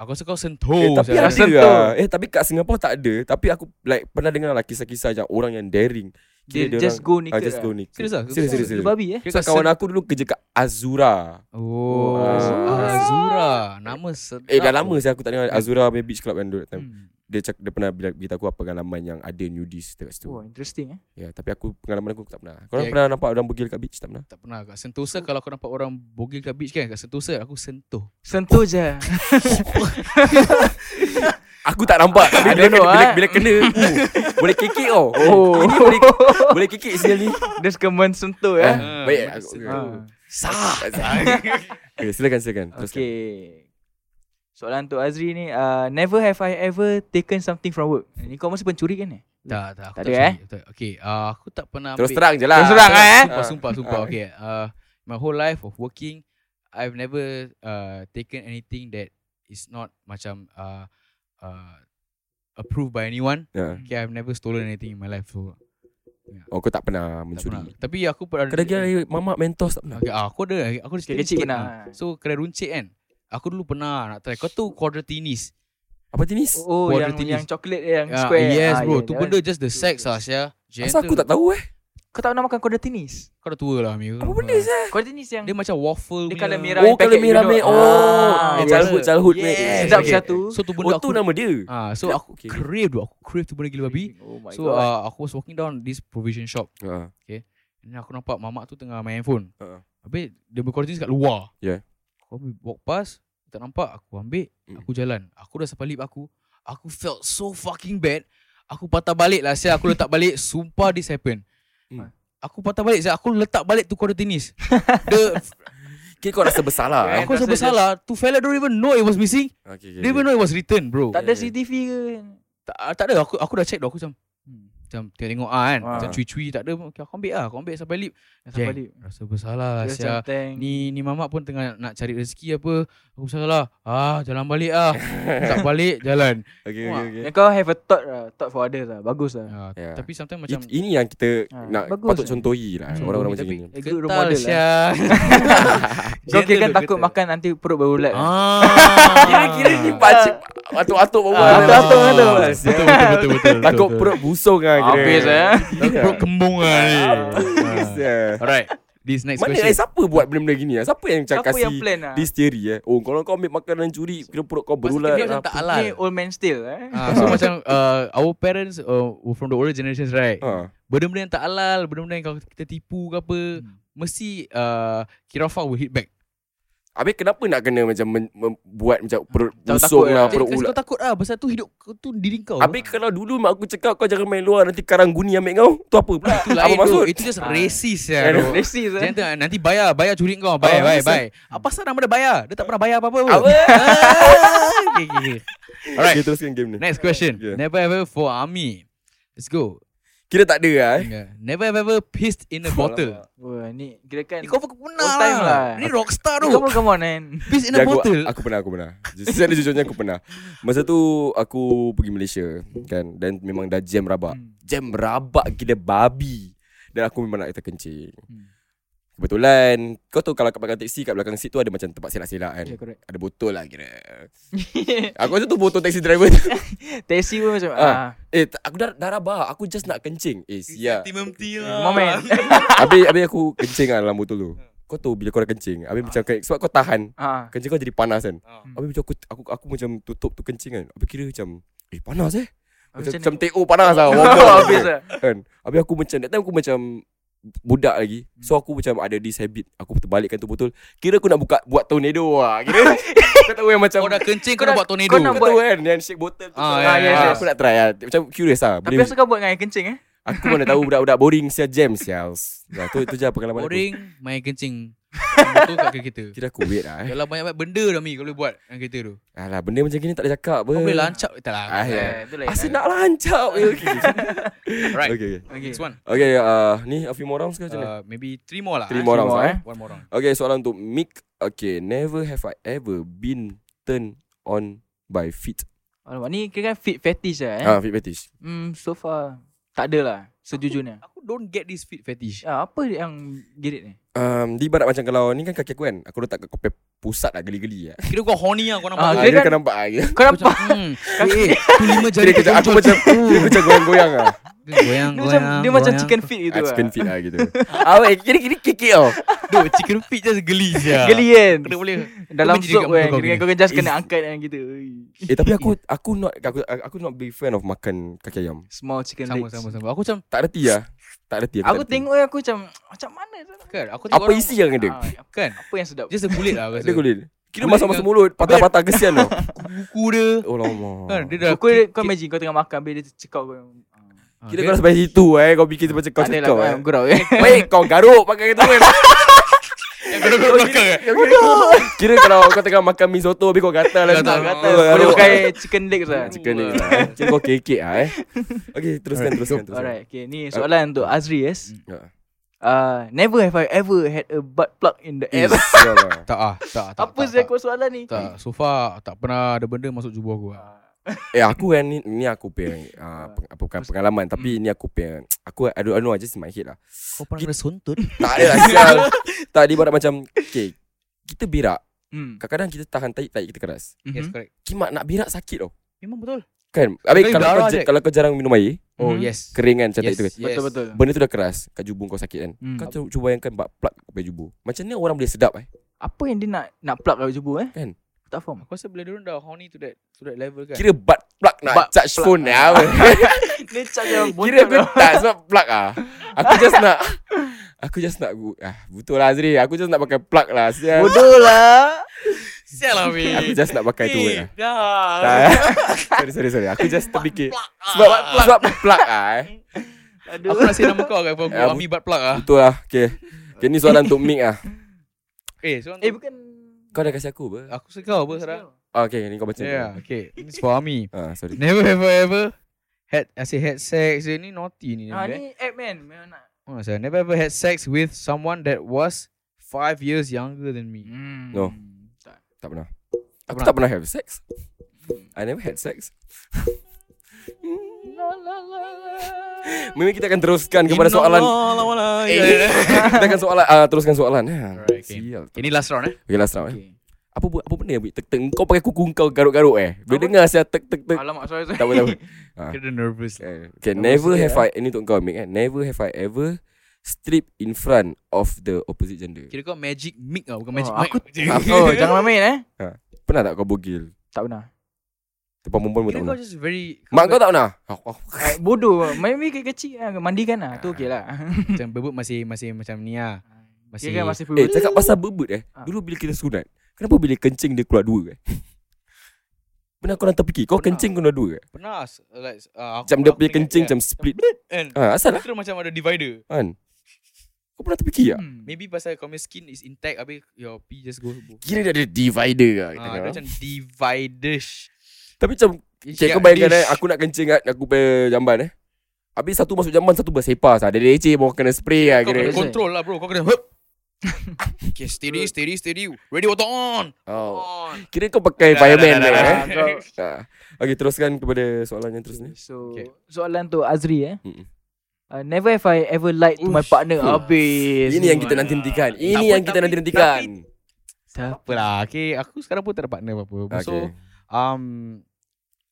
[SPEAKER 2] Aku rasa kau
[SPEAKER 1] eh,
[SPEAKER 2] sentuh
[SPEAKER 1] tapi ada
[SPEAKER 2] saya.
[SPEAKER 3] rasa tu.
[SPEAKER 1] lah. Eh, tapi kat Singapore tak ada. Tapi aku like pernah dengar lah kisah-kisah macam orang yang daring.
[SPEAKER 3] They
[SPEAKER 1] dia
[SPEAKER 3] just
[SPEAKER 1] orang- Ah,
[SPEAKER 3] go naked
[SPEAKER 1] just go
[SPEAKER 3] lah
[SPEAKER 1] naked.
[SPEAKER 2] Serius lah?
[SPEAKER 1] Serius, serius,
[SPEAKER 3] Itu
[SPEAKER 1] serius.
[SPEAKER 3] babi eh
[SPEAKER 1] So, kawan aku dulu kerja kat Azura.
[SPEAKER 2] Oh,
[SPEAKER 1] Ah.
[SPEAKER 2] Azura. Nama sedap.
[SPEAKER 1] Eh, dah lama saya aku tak dengar Azura punya Beach Club kan dulu that time.
[SPEAKER 2] Hmm.
[SPEAKER 1] Dia, cak, dia pernah bila- beritahu aku apa pengalaman yang ada nudist dekat situ.
[SPEAKER 3] Oh interesting eh
[SPEAKER 1] Ya, tapi aku pengalaman aku tak pernah. Korang
[SPEAKER 2] Yeah.
[SPEAKER 1] pernah nampak orang bugil kat beach tak pernah?
[SPEAKER 2] Tak pernah kat Sentosa
[SPEAKER 3] Hmm.
[SPEAKER 2] kalau aku nampak orang bogil kat beach kan kat Sentosa aku sentuh.
[SPEAKER 3] Sentuh je
[SPEAKER 1] Aku tak nampak. Tapi
[SPEAKER 3] I don't know,
[SPEAKER 1] bila,
[SPEAKER 3] eh.
[SPEAKER 1] bila kena, uh, boleh kekek tau.
[SPEAKER 3] Oh.
[SPEAKER 1] Ini boleh boleh kekek sial ni.
[SPEAKER 3] Dia suka mensentuh
[SPEAKER 1] Eh, baik.
[SPEAKER 3] eh
[SPEAKER 2] Ah, boleh
[SPEAKER 1] Aku,
[SPEAKER 2] sentuh.
[SPEAKER 1] okay.
[SPEAKER 3] Ha.
[SPEAKER 2] Sah.
[SPEAKER 1] okay, silakan silakan. Teruskan.
[SPEAKER 3] Okay. Soalan untuk Azri ni, uh, never have I ever taken something from work. Ni kau masih pencuri kan ni?
[SPEAKER 2] Tak, tak, aku
[SPEAKER 3] Tak
[SPEAKER 2] tak,
[SPEAKER 3] ada, eh?
[SPEAKER 2] sudi. Tak- Okay, uh, aku tak pernah
[SPEAKER 1] Terus
[SPEAKER 2] ambil-
[SPEAKER 1] terang je lah.
[SPEAKER 3] Terus terang, eh?
[SPEAKER 2] Sumpah,
[SPEAKER 1] Ah.
[SPEAKER 2] sumpah, sumpah.
[SPEAKER 1] Ah.
[SPEAKER 2] Okay, uh, my whole life of working, I've never uh, taken anything that is not macam uh, uh, approved by anyone.
[SPEAKER 1] Ya.
[SPEAKER 2] Okay, I've never stolen anything in my life. So,
[SPEAKER 1] Oh, kau tak pernah
[SPEAKER 2] tak
[SPEAKER 1] mencuri.
[SPEAKER 2] pernah. Tapi aku pernah...
[SPEAKER 1] Kau dah kira mamak mentos tak pernah.
[SPEAKER 2] Okay, ah, aku ada. Aku ada cerita
[SPEAKER 3] Kecil-kecil
[SPEAKER 2] sikit
[SPEAKER 3] pernah.
[SPEAKER 2] lah. So, kedai runcit kan. Aku dulu pernah nak try. Kau tahu quadratinis?
[SPEAKER 1] Apa jenis?
[SPEAKER 3] Oh,
[SPEAKER 2] Buat
[SPEAKER 3] yang
[SPEAKER 2] roti
[SPEAKER 3] yang
[SPEAKER 2] ni.
[SPEAKER 3] coklat dia, yang
[SPEAKER 2] Ah,
[SPEAKER 3] square.
[SPEAKER 2] yes,
[SPEAKER 3] Ah,
[SPEAKER 2] bro.
[SPEAKER 3] yeah,
[SPEAKER 2] tu
[SPEAKER 3] that
[SPEAKER 2] benda
[SPEAKER 3] one.
[SPEAKER 2] just the sex lah, Syah.
[SPEAKER 1] Asal aku tak tahu eh?
[SPEAKER 3] Kau tak pernah makan kuda tinis?
[SPEAKER 2] Kau dah tua lah, Amir.
[SPEAKER 1] Apa benda sah?
[SPEAKER 3] Kuda tinis yang
[SPEAKER 2] Dia macam waffle
[SPEAKER 3] Dia
[SPEAKER 2] punya.
[SPEAKER 3] colour merah.
[SPEAKER 1] Oh,
[SPEAKER 3] packet
[SPEAKER 1] kalau merah
[SPEAKER 3] you know.
[SPEAKER 1] meh.
[SPEAKER 3] Ah,
[SPEAKER 2] eh,
[SPEAKER 1] Oh,
[SPEAKER 3] yes.
[SPEAKER 1] childhood childhood
[SPEAKER 3] Yes.
[SPEAKER 1] meh.
[SPEAKER 3] Yes.
[SPEAKER 2] Sedap
[SPEAKER 3] satu.
[SPEAKER 2] So, tu benda
[SPEAKER 1] Oh,
[SPEAKER 2] aku...
[SPEAKER 1] tu nama dia.
[SPEAKER 2] Ah, so
[SPEAKER 1] Kenapa?
[SPEAKER 2] aku
[SPEAKER 1] Okay.
[SPEAKER 2] crave tu. Aku crave tu benda gila babi.
[SPEAKER 3] Oh my
[SPEAKER 2] So
[SPEAKER 3] god.
[SPEAKER 2] uh, aku was walking down this provision shop
[SPEAKER 1] Ha.
[SPEAKER 2] And then aku nampak mamak tu tengah main handphone
[SPEAKER 1] Ha.
[SPEAKER 2] Habis dia berkuarantin kat luar
[SPEAKER 1] Yeah.
[SPEAKER 2] Aku ambil walk past Tak nampak aku ambil
[SPEAKER 1] Mm.
[SPEAKER 2] Aku jalan Aku dah sampai lip aku Aku felt so fucking bad Aku patah balik lah Saya aku letak balik Sumpah this happen
[SPEAKER 1] Mm.
[SPEAKER 2] Aku patah balik Saya aku letak balik tu kuarantinis The
[SPEAKER 1] Kira kau rasa bersalah. eh? Ah,
[SPEAKER 2] Aku rasa
[SPEAKER 3] Rasa
[SPEAKER 2] bersalah Tu fella don't even know it was missing
[SPEAKER 1] Okay, okay,
[SPEAKER 2] They even
[SPEAKER 1] okay.
[SPEAKER 2] know it was returned bro
[SPEAKER 3] tak ada
[SPEAKER 1] yeah.
[SPEAKER 3] CCTV ke?
[SPEAKER 2] Tak, tak ada aku aku dah check dah aku macam
[SPEAKER 3] Hmm.
[SPEAKER 2] macam tengok-tengok ah kan
[SPEAKER 3] Ah.
[SPEAKER 2] macam cui-cui tak ada okay, aku ambil lah aku ambil sampai lip
[SPEAKER 3] Yang
[SPEAKER 2] Jeng.
[SPEAKER 3] sampai lip.
[SPEAKER 2] rasa bersalah
[SPEAKER 3] Dia
[SPEAKER 2] sia
[SPEAKER 3] macam tank.
[SPEAKER 2] Ah, Ni ni mamak pun tengah nak cari rezeki apa. Aku pasal lah. Ah, jalan balik ah. tak balik jalan.
[SPEAKER 1] Okay, okay, okay.
[SPEAKER 3] Yang kau have a thought lah, thought for others lah. Bagus lah.
[SPEAKER 2] Ah,
[SPEAKER 1] Yeah.
[SPEAKER 2] Tapi sometimes
[SPEAKER 1] Macam
[SPEAKER 2] macam
[SPEAKER 1] Ya. ini yang kita
[SPEAKER 3] Ah,
[SPEAKER 1] nak
[SPEAKER 3] bagus
[SPEAKER 1] patut
[SPEAKER 3] eh.
[SPEAKER 1] contohi lah
[SPEAKER 2] Contohi,
[SPEAKER 1] orang-orang macam
[SPEAKER 2] tapi-
[SPEAKER 1] ni.
[SPEAKER 3] Eh, good role
[SPEAKER 2] Getal
[SPEAKER 3] model lah.
[SPEAKER 2] sia.
[SPEAKER 3] Kau kira kan
[SPEAKER 2] Gentle
[SPEAKER 3] takut
[SPEAKER 2] tu,
[SPEAKER 3] makan nanti perut berulat.
[SPEAKER 2] gentle.
[SPEAKER 3] lah.
[SPEAKER 2] Ah.
[SPEAKER 1] Kira-kira ni pakcik atuk-atuk berbual.
[SPEAKER 3] Ah, atuk-atuk
[SPEAKER 1] Ah,
[SPEAKER 3] betul.
[SPEAKER 1] sial.
[SPEAKER 2] Betul betul betul betul.
[SPEAKER 1] Takut
[SPEAKER 2] betul.
[SPEAKER 1] perut busung lah kira.
[SPEAKER 3] Habis eh.
[SPEAKER 1] Takut
[SPEAKER 2] perut kembung ah ni.
[SPEAKER 1] Habis, eh.
[SPEAKER 2] Ah. Alright. This next
[SPEAKER 1] Mana eh,
[SPEAKER 2] question.
[SPEAKER 1] siapa buat benda-benda gini ah? Siapa yang cakap
[SPEAKER 3] Siapa yang
[SPEAKER 1] kasih
[SPEAKER 3] plan lah?
[SPEAKER 1] this theory eh? Oh, kalau kau ambil makanan curi, kira perut kau berulat. lah.
[SPEAKER 2] Dia macam tak halal.
[SPEAKER 3] Ni old man still eh.
[SPEAKER 2] Ah, so macam uh, our parents uh, were from the older generations right.
[SPEAKER 1] Ha.
[SPEAKER 2] Benda-benda yang tak halal, benda-benda yang kalau kita tipu ke apa, mesti uh, Kirafa will hit back.
[SPEAKER 1] Habis kenapa nak kena macam men, mem, buat macam perut busung
[SPEAKER 3] Tak takut
[SPEAKER 1] lah,
[SPEAKER 3] lah.
[SPEAKER 1] perut
[SPEAKER 2] Kasi
[SPEAKER 1] ulat.
[SPEAKER 2] Kau takut ah pasal tu hidup kau tu diri kau.
[SPEAKER 1] Habis kalau dulu mak aku cakap kau jangan main luar nanti karangguni ambil kau. Tu apa pula?
[SPEAKER 2] Itu lain
[SPEAKER 1] apa
[SPEAKER 2] tu.
[SPEAKER 1] maksud?
[SPEAKER 2] Itu just racist ya.
[SPEAKER 1] Eh,
[SPEAKER 2] bro.
[SPEAKER 3] Racist
[SPEAKER 2] Jangan
[SPEAKER 3] eh.
[SPEAKER 2] tengok, nanti bayar, bayar curi kau. Bayar,
[SPEAKER 1] Ah,
[SPEAKER 2] bayar,
[SPEAKER 1] racist.
[SPEAKER 2] bayar. Apa pasal nama dia bayar? Dia tak pernah bayar apa-apa. pun.
[SPEAKER 1] Apa?
[SPEAKER 2] okay, okay, okay. Alright.
[SPEAKER 1] Okay, teruskan game ni.
[SPEAKER 2] Next question.
[SPEAKER 1] Yeah.
[SPEAKER 2] Never ever for army. Let's go.
[SPEAKER 1] Kira tak ada lah eh.
[SPEAKER 2] Yeah. Never have ever pissed in a bottle.
[SPEAKER 3] Wah, ni kira kan.
[SPEAKER 2] Ni kau pun kepuna
[SPEAKER 3] All time
[SPEAKER 2] lah.
[SPEAKER 3] lah.
[SPEAKER 2] Ni rockstar
[SPEAKER 3] Come
[SPEAKER 2] tu.
[SPEAKER 3] on, come on man.
[SPEAKER 2] Pissed in
[SPEAKER 1] Ya,
[SPEAKER 2] a
[SPEAKER 1] aku,
[SPEAKER 2] bottle.
[SPEAKER 1] aku pernah, aku pernah. Secara jujurnya aku pernah. Masa tu aku pergi Malaysia kan dan memang dah jam rabak. Jam rabak gila babi. Dan aku memang nak terkencing. Kebetulan kau tahu kalau kat belakang taksi kat belakang seat tu ada macam tempat selak-selak kan.
[SPEAKER 3] Yeah, correct.
[SPEAKER 1] Ada botol lah kira. aku rasa tu botol taxi driver tu.
[SPEAKER 3] Taxi pun macam
[SPEAKER 1] Ah.
[SPEAKER 3] ah.
[SPEAKER 1] Eh tak- aku dah, dah rabak Aku just nak kencing Eh sia
[SPEAKER 2] Timum tea
[SPEAKER 3] Moment.
[SPEAKER 1] Habis, habis aku kencing lah dalam botol tu Kau tahu bila kau dah kencing Habis macam kayak- Sebab kau tahan
[SPEAKER 3] Ah.
[SPEAKER 1] Kencing kau jadi panas kan
[SPEAKER 2] Ah.
[SPEAKER 1] Habis macam aku, aku aku macam tutup tu kencing kan Habis kira macam Eh panas eh Macam,
[SPEAKER 3] Macam
[SPEAKER 1] macam
[SPEAKER 3] ni.
[SPEAKER 1] TO panas lah warm up
[SPEAKER 3] Oh, habis
[SPEAKER 1] kan.
[SPEAKER 3] lah.
[SPEAKER 1] kan Habis aku macam That time aku macam Budak lagi So aku macam ada this habit Aku terbalikkan tu botol Kira aku nak buka Buat tornado lah Kira Kau tahu yang macam
[SPEAKER 2] Kau dah kencing kau dah buat tornado.
[SPEAKER 3] kau nak
[SPEAKER 1] Kau tahu kan Yang shake botol tu kan?
[SPEAKER 2] Ah, ya,
[SPEAKER 1] Ah,
[SPEAKER 3] ya, ya.
[SPEAKER 1] Aku nak try lah Macam curious lah
[SPEAKER 3] Tapi
[SPEAKER 1] Boleh-
[SPEAKER 3] asal kau buat dengan air kencing eh?
[SPEAKER 1] Aku mana tahu budak-budak boring sia jam sial. Nah, tu tu je lah pengalaman
[SPEAKER 2] Boring, main kencing. Motor kat kereta
[SPEAKER 1] Kira aku weird lah eh.
[SPEAKER 2] Dalam banyak-banyak benda dah Mi Kau boleh buat Dengan kereta tu
[SPEAKER 1] Alah benda macam gini tak boleh cakap apa
[SPEAKER 2] Kau boleh lancap Tak lah
[SPEAKER 1] Ah, ya.
[SPEAKER 3] Eh, tu lain.
[SPEAKER 1] Asyik nak lancap eh. Okay
[SPEAKER 2] Right
[SPEAKER 1] Okay, okay.
[SPEAKER 3] Okay.
[SPEAKER 2] Next one
[SPEAKER 1] okay uh, Ni a few more rounds ke macam ni
[SPEAKER 2] uh, Maybe three more lah
[SPEAKER 1] Three
[SPEAKER 2] eh.
[SPEAKER 1] more rounds lah, eh.
[SPEAKER 2] One more round
[SPEAKER 1] Okay soalan untuk Mick Okay Never have I ever been Turned on By feet
[SPEAKER 3] Alamak, ni kira kan fit fetish lah eh.
[SPEAKER 1] Ah feet fetish
[SPEAKER 3] Hmm, so far tak ada lah. Sejujurnya.
[SPEAKER 2] Aku don't get this feet fetish
[SPEAKER 3] Ah, apa yang girit ni?
[SPEAKER 1] um, Dia ibarat macam kalau Ni kan kaki aku kan Aku letak kat kau punya pusat lah Geli-geli lah
[SPEAKER 2] Kira kau horny lah kau nampak
[SPEAKER 3] Ah,
[SPEAKER 1] Ah, Dia
[SPEAKER 3] kira kan-
[SPEAKER 1] kan nampak ah, kira-
[SPEAKER 3] Kau
[SPEAKER 2] Aku macam,
[SPEAKER 3] nampak?
[SPEAKER 2] hmm, eh, eh, tu lima jari
[SPEAKER 1] Kira kejap, aku macam Kira aku macam goyang-goyang lah
[SPEAKER 2] goyang,
[SPEAKER 3] Dia macam,
[SPEAKER 2] goyang,
[SPEAKER 3] dia macam
[SPEAKER 2] goyang.
[SPEAKER 3] chicken fit gitu
[SPEAKER 1] Ah,
[SPEAKER 3] lah.
[SPEAKER 1] Chicken feet lah gitu Ah weh kira-kira kikik tau
[SPEAKER 2] Dude, chicken feet just geli sia.
[SPEAKER 3] Geli kan?
[SPEAKER 2] Kena boleh.
[SPEAKER 3] Dalam
[SPEAKER 2] Kau berdiri kat
[SPEAKER 3] sup kan.
[SPEAKER 2] muka kau
[SPEAKER 3] Kira
[SPEAKER 2] gini.
[SPEAKER 3] kau kan just
[SPEAKER 1] Is-
[SPEAKER 3] kena angkat kan gitu. Ui.
[SPEAKER 1] Eh tapi aku Aku not Aku aku not big fan of makan kaki ayam
[SPEAKER 3] Small chicken
[SPEAKER 2] Sama
[SPEAKER 3] legs.
[SPEAKER 2] sama sama. Aku macam
[SPEAKER 1] Tak reti lah Tak reti
[SPEAKER 3] Aku
[SPEAKER 1] tak reti.
[SPEAKER 3] tengok eh, aku macam macam mana tu?
[SPEAKER 2] kan, aku tengok
[SPEAKER 1] Apa
[SPEAKER 2] orang-
[SPEAKER 1] isi yang ada
[SPEAKER 3] Ah, apa-
[SPEAKER 2] Kan?
[SPEAKER 3] Apa yang sedap?
[SPEAKER 2] Just a kulit lah aku rasa.
[SPEAKER 1] Dia kulit
[SPEAKER 2] Kira
[SPEAKER 1] Kira
[SPEAKER 2] boleh
[SPEAKER 1] masuk-masuk
[SPEAKER 2] dengan-
[SPEAKER 1] mulut Patah-patah kesian tau
[SPEAKER 2] Kuku dia.
[SPEAKER 1] Oh lama
[SPEAKER 2] Kan, dia dah
[SPEAKER 3] Kau kau imagine kau tengah makan bila dia cekau kau.
[SPEAKER 2] Ah,
[SPEAKER 1] Kira
[SPEAKER 2] dia-
[SPEAKER 1] kau dah sampai situ eh Kau fikir macam kau
[SPEAKER 3] Tak ada lah
[SPEAKER 1] cekau
[SPEAKER 3] kau
[SPEAKER 1] eh
[SPEAKER 3] yang gurau eh.
[SPEAKER 1] Baik kau garuk pakai tu kan
[SPEAKER 2] Yang kena kena belakang eh.
[SPEAKER 1] Kira kalau kau tengah makan mi soto Habis kau gatal lah
[SPEAKER 2] Gatal,
[SPEAKER 1] tu.
[SPEAKER 2] gatal.
[SPEAKER 1] Oh,
[SPEAKER 3] Kau
[SPEAKER 1] garuk.
[SPEAKER 3] pakai chicken legs lah.
[SPEAKER 1] Chicken ni lah, eh. Kira kau kekek lah eh Okay teruskan teruskan teruskan.
[SPEAKER 3] Alright, okay. Ni soalan untuk Azri, yes?
[SPEAKER 1] Ya.
[SPEAKER 3] Uh, never have I ever had a butt plug in the
[SPEAKER 1] Eh,
[SPEAKER 3] ass.
[SPEAKER 1] sial lah.
[SPEAKER 2] Tak ah, tak tak.
[SPEAKER 3] Apa
[SPEAKER 2] tak,
[SPEAKER 3] saya
[SPEAKER 2] tak.
[SPEAKER 3] kau soalan ni?
[SPEAKER 2] Tak, so far tak pernah ada benda masuk jubah aku. lah.
[SPEAKER 1] Eh aku kan ni, ni aku punya uh, peng, apa, bukan pengalaman tapi ni aku punya aku I don't, I don't know I just in my head lah.
[SPEAKER 2] Kau pernah kena suntut?
[SPEAKER 1] Tak ada lah sial. tak dia ibarat macam okay, kita berak
[SPEAKER 3] Hmm.
[SPEAKER 1] kadang-kadang kita tahan tahi tahi kita keras.
[SPEAKER 2] Yes,
[SPEAKER 3] Mhm.
[SPEAKER 2] correct.
[SPEAKER 1] Kimak nak berak sakit tau.
[SPEAKER 2] Memang betul.
[SPEAKER 1] Kan? Habis
[SPEAKER 2] Tapi
[SPEAKER 1] kalau kau,
[SPEAKER 2] berak je.
[SPEAKER 1] ja- kalau kau jarang minum air,
[SPEAKER 2] Oh,
[SPEAKER 3] Mhm.
[SPEAKER 2] yes.
[SPEAKER 1] kering kan macam tahi
[SPEAKER 2] Yes,
[SPEAKER 1] tu kan.
[SPEAKER 2] yes.
[SPEAKER 3] Betul betul.
[SPEAKER 1] Benda tu dah keras kat jubung kau sakit kan.
[SPEAKER 3] Hmm.
[SPEAKER 1] Kau cuba, cuba bayangkan bak plug kau punya jubur. Macam ni orang boleh sedap eh.
[SPEAKER 3] Apa yang dia nak nak plug kat jubur eh?
[SPEAKER 1] Kan?
[SPEAKER 3] Aku tak faham.
[SPEAKER 2] Aku rasa bila dia dah horny to that to that level kan. Ah,
[SPEAKER 1] Kira butt plug nak
[SPEAKER 3] Butt
[SPEAKER 1] charge
[SPEAKER 3] plug.
[SPEAKER 1] phone lah.
[SPEAKER 3] Dia cak yang
[SPEAKER 1] Kira
[SPEAKER 3] botak
[SPEAKER 1] aku
[SPEAKER 3] tau.
[SPEAKER 1] tak sebab plug ah. Aku just nak Aku just nak gu- ah, Betul lah Azri Aku just nak pakai plug lah sial.
[SPEAKER 3] Bodoh lah.
[SPEAKER 2] sial lah mi.
[SPEAKER 1] Aku just nak pakai tu word lah
[SPEAKER 2] Eh, Dah.
[SPEAKER 1] Tak, Sorry sorry sorry Aku just terfikir Sebab sebab plug ah eh.
[SPEAKER 3] Aduh.
[SPEAKER 2] Aku nak say nama kau kat aku.
[SPEAKER 1] Ya,
[SPEAKER 2] Ami butt plug ah.
[SPEAKER 1] Betul lah Okay Okay ni soalan untuk Mick ah
[SPEAKER 2] Eh, so
[SPEAKER 3] Eh bukan
[SPEAKER 1] Kau dah kasi aku apa?
[SPEAKER 2] aku suka kau apa Sarah?
[SPEAKER 1] Ah, Okay ni kau baca
[SPEAKER 2] Yeah, okay. This for Ami.
[SPEAKER 1] Ah, sorry
[SPEAKER 2] Never ever ever had I say had sex dia ni naughty ni. eh?
[SPEAKER 3] Ha
[SPEAKER 2] Ah, ni.
[SPEAKER 3] ni app man. Memang nak.
[SPEAKER 2] Oh, saya never ever had sex with someone that was five years younger than me.
[SPEAKER 3] Hmm.
[SPEAKER 1] No.
[SPEAKER 3] Tak.
[SPEAKER 1] Tak pernah Aku
[SPEAKER 2] pernah.
[SPEAKER 1] tak pernah have sex I never had sex Mungkin kita akan teruskan kepada soalan
[SPEAKER 2] Inna
[SPEAKER 1] Eh, Kita akan soalan ah, Teruskan soalan ah.
[SPEAKER 2] Alright, okay.
[SPEAKER 1] Sial
[SPEAKER 2] Ini last round eh.
[SPEAKER 1] Okay last round eh
[SPEAKER 3] Okay.
[SPEAKER 1] apa bu- apa benda yang bunyi tek tek kau pakai kuku kau garuk-garuk eh boleh dengar saya tek tek tek
[SPEAKER 3] Alamak sorry sorry.
[SPEAKER 1] tak boleh tak boleh Ah.
[SPEAKER 2] Kena nervous. lah.
[SPEAKER 1] Eh, okay
[SPEAKER 3] Tak
[SPEAKER 1] never
[SPEAKER 3] boleh
[SPEAKER 1] have I ini untuk kau Mick eh never have I ever strip in front of the opposite gender
[SPEAKER 2] Kira kau magic mic lah bukan magic
[SPEAKER 3] Oh,
[SPEAKER 2] mic.
[SPEAKER 3] aku- Oh jangan main eh.
[SPEAKER 1] pernah tak kau bogil
[SPEAKER 3] Tak pernah.
[SPEAKER 1] depan perempuan pun
[SPEAKER 2] Kira
[SPEAKER 1] tak
[SPEAKER 2] kau
[SPEAKER 1] pernah
[SPEAKER 2] just very
[SPEAKER 1] mak kau tak pernah oh, oh.
[SPEAKER 3] Ah, Bodoh. Main main kecil lah. Mandikan lah. Tu okey lah.
[SPEAKER 2] macam bebek masih masih macam ni ah. Masih
[SPEAKER 3] Kira kan
[SPEAKER 1] eh
[SPEAKER 3] masih puberty.
[SPEAKER 1] cakap pasal bebet eh
[SPEAKER 3] Ah.
[SPEAKER 1] dulu bila kita sunat kenapa bila kencing dia keluar dua eh pernah kau orang terfikir kau
[SPEAKER 2] Pernah.
[SPEAKER 1] kencing keluar dua eh
[SPEAKER 2] pernah s- like uh, aku
[SPEAKER 1] macam dia
[SPEAKER 2] aku
[SPEAKER 1] punya
[SPEAKER 2] ingat,
[SPEAKER 1] kencing
[SPEAKER 2] yeah.
[SPEAKER 1] macam split
[SPEAKER 2] And
[SPEAKER 1] ha asal lah
[SPEAKER 2] terus macam ada divider.
[SPEAKER 1] kan kau pernah terfikir tak
[SPEAKER 3] Hmm.
[SPEAKER 2] Maybe pasal kau punya skin is intact habis your pee just go.
[SPEAKER 1] kira dia ada divider lah kita
[SPEAKER 2] Ah,
[SPEAKER 1] kata,
[SPEAKER 2] dia
[SPEAKER 1] ah.
[SPEAKER 2] macam dividish.
[SPEAKER 1] tapi macam Okay, kau
[SPEAKER 2] Yeah,
[SPEAKER 1] bayangkan eh,
[SPEAKER 2] dish.
[SPEAKER 1] aku nak kencing kat aku punya jamban eh. Habis satu masuk jamban, satu bersepah sah. Dia leceh, bawa kena spray lah
[SPEAKER 2] Kau
[SPEAKER 1] kira.
[SPEAKER 2] kena
[SPEAKER 3] Kira-
[SPEAKER 2] control lah bro Kau kena hup. Okay steady steady steady Radio water on
[SPEAKER 1] Oh.
[SPEAKER 2] On
[SPEAKER 1] Kira kau pakai
[SPEAKER 2] Dah,
[SPEAKER 1] fireman
[SPEAKER 2] dah,
[SPEAKER 1] lah
[SPEAKER 2] dah,
[SPEAKER 1] eh.
[SPEAKER 2] dah,
[SPEAKER 3] kau-
[SPEAKER 1] Ah. Okay, teruskan kepada soalan yang terus ni.
[SPEAKER 3] So
[SPEAKER 2] Okay.
[SPEAKER 3] okay. soalan tu Azri eh.
[SPEAKER 1] Mm-mm.
[SPEAKER 3] Uh, never have I ever lied to my
[SPEAKER 2] Ush.
[SPEAKER 3] partner Habis
[SPEAKER 1] Ini yang kita nanti-nantikan. Ini yang kita nanti-nantikan.
[SPEAKER 3] Siapa?
[SPEAKER 2] Apalah lah. Okay aku sekarang pun tak ada partner apa-apa So
[SPEAKER 1] Okay.
[SPEAKER 2] um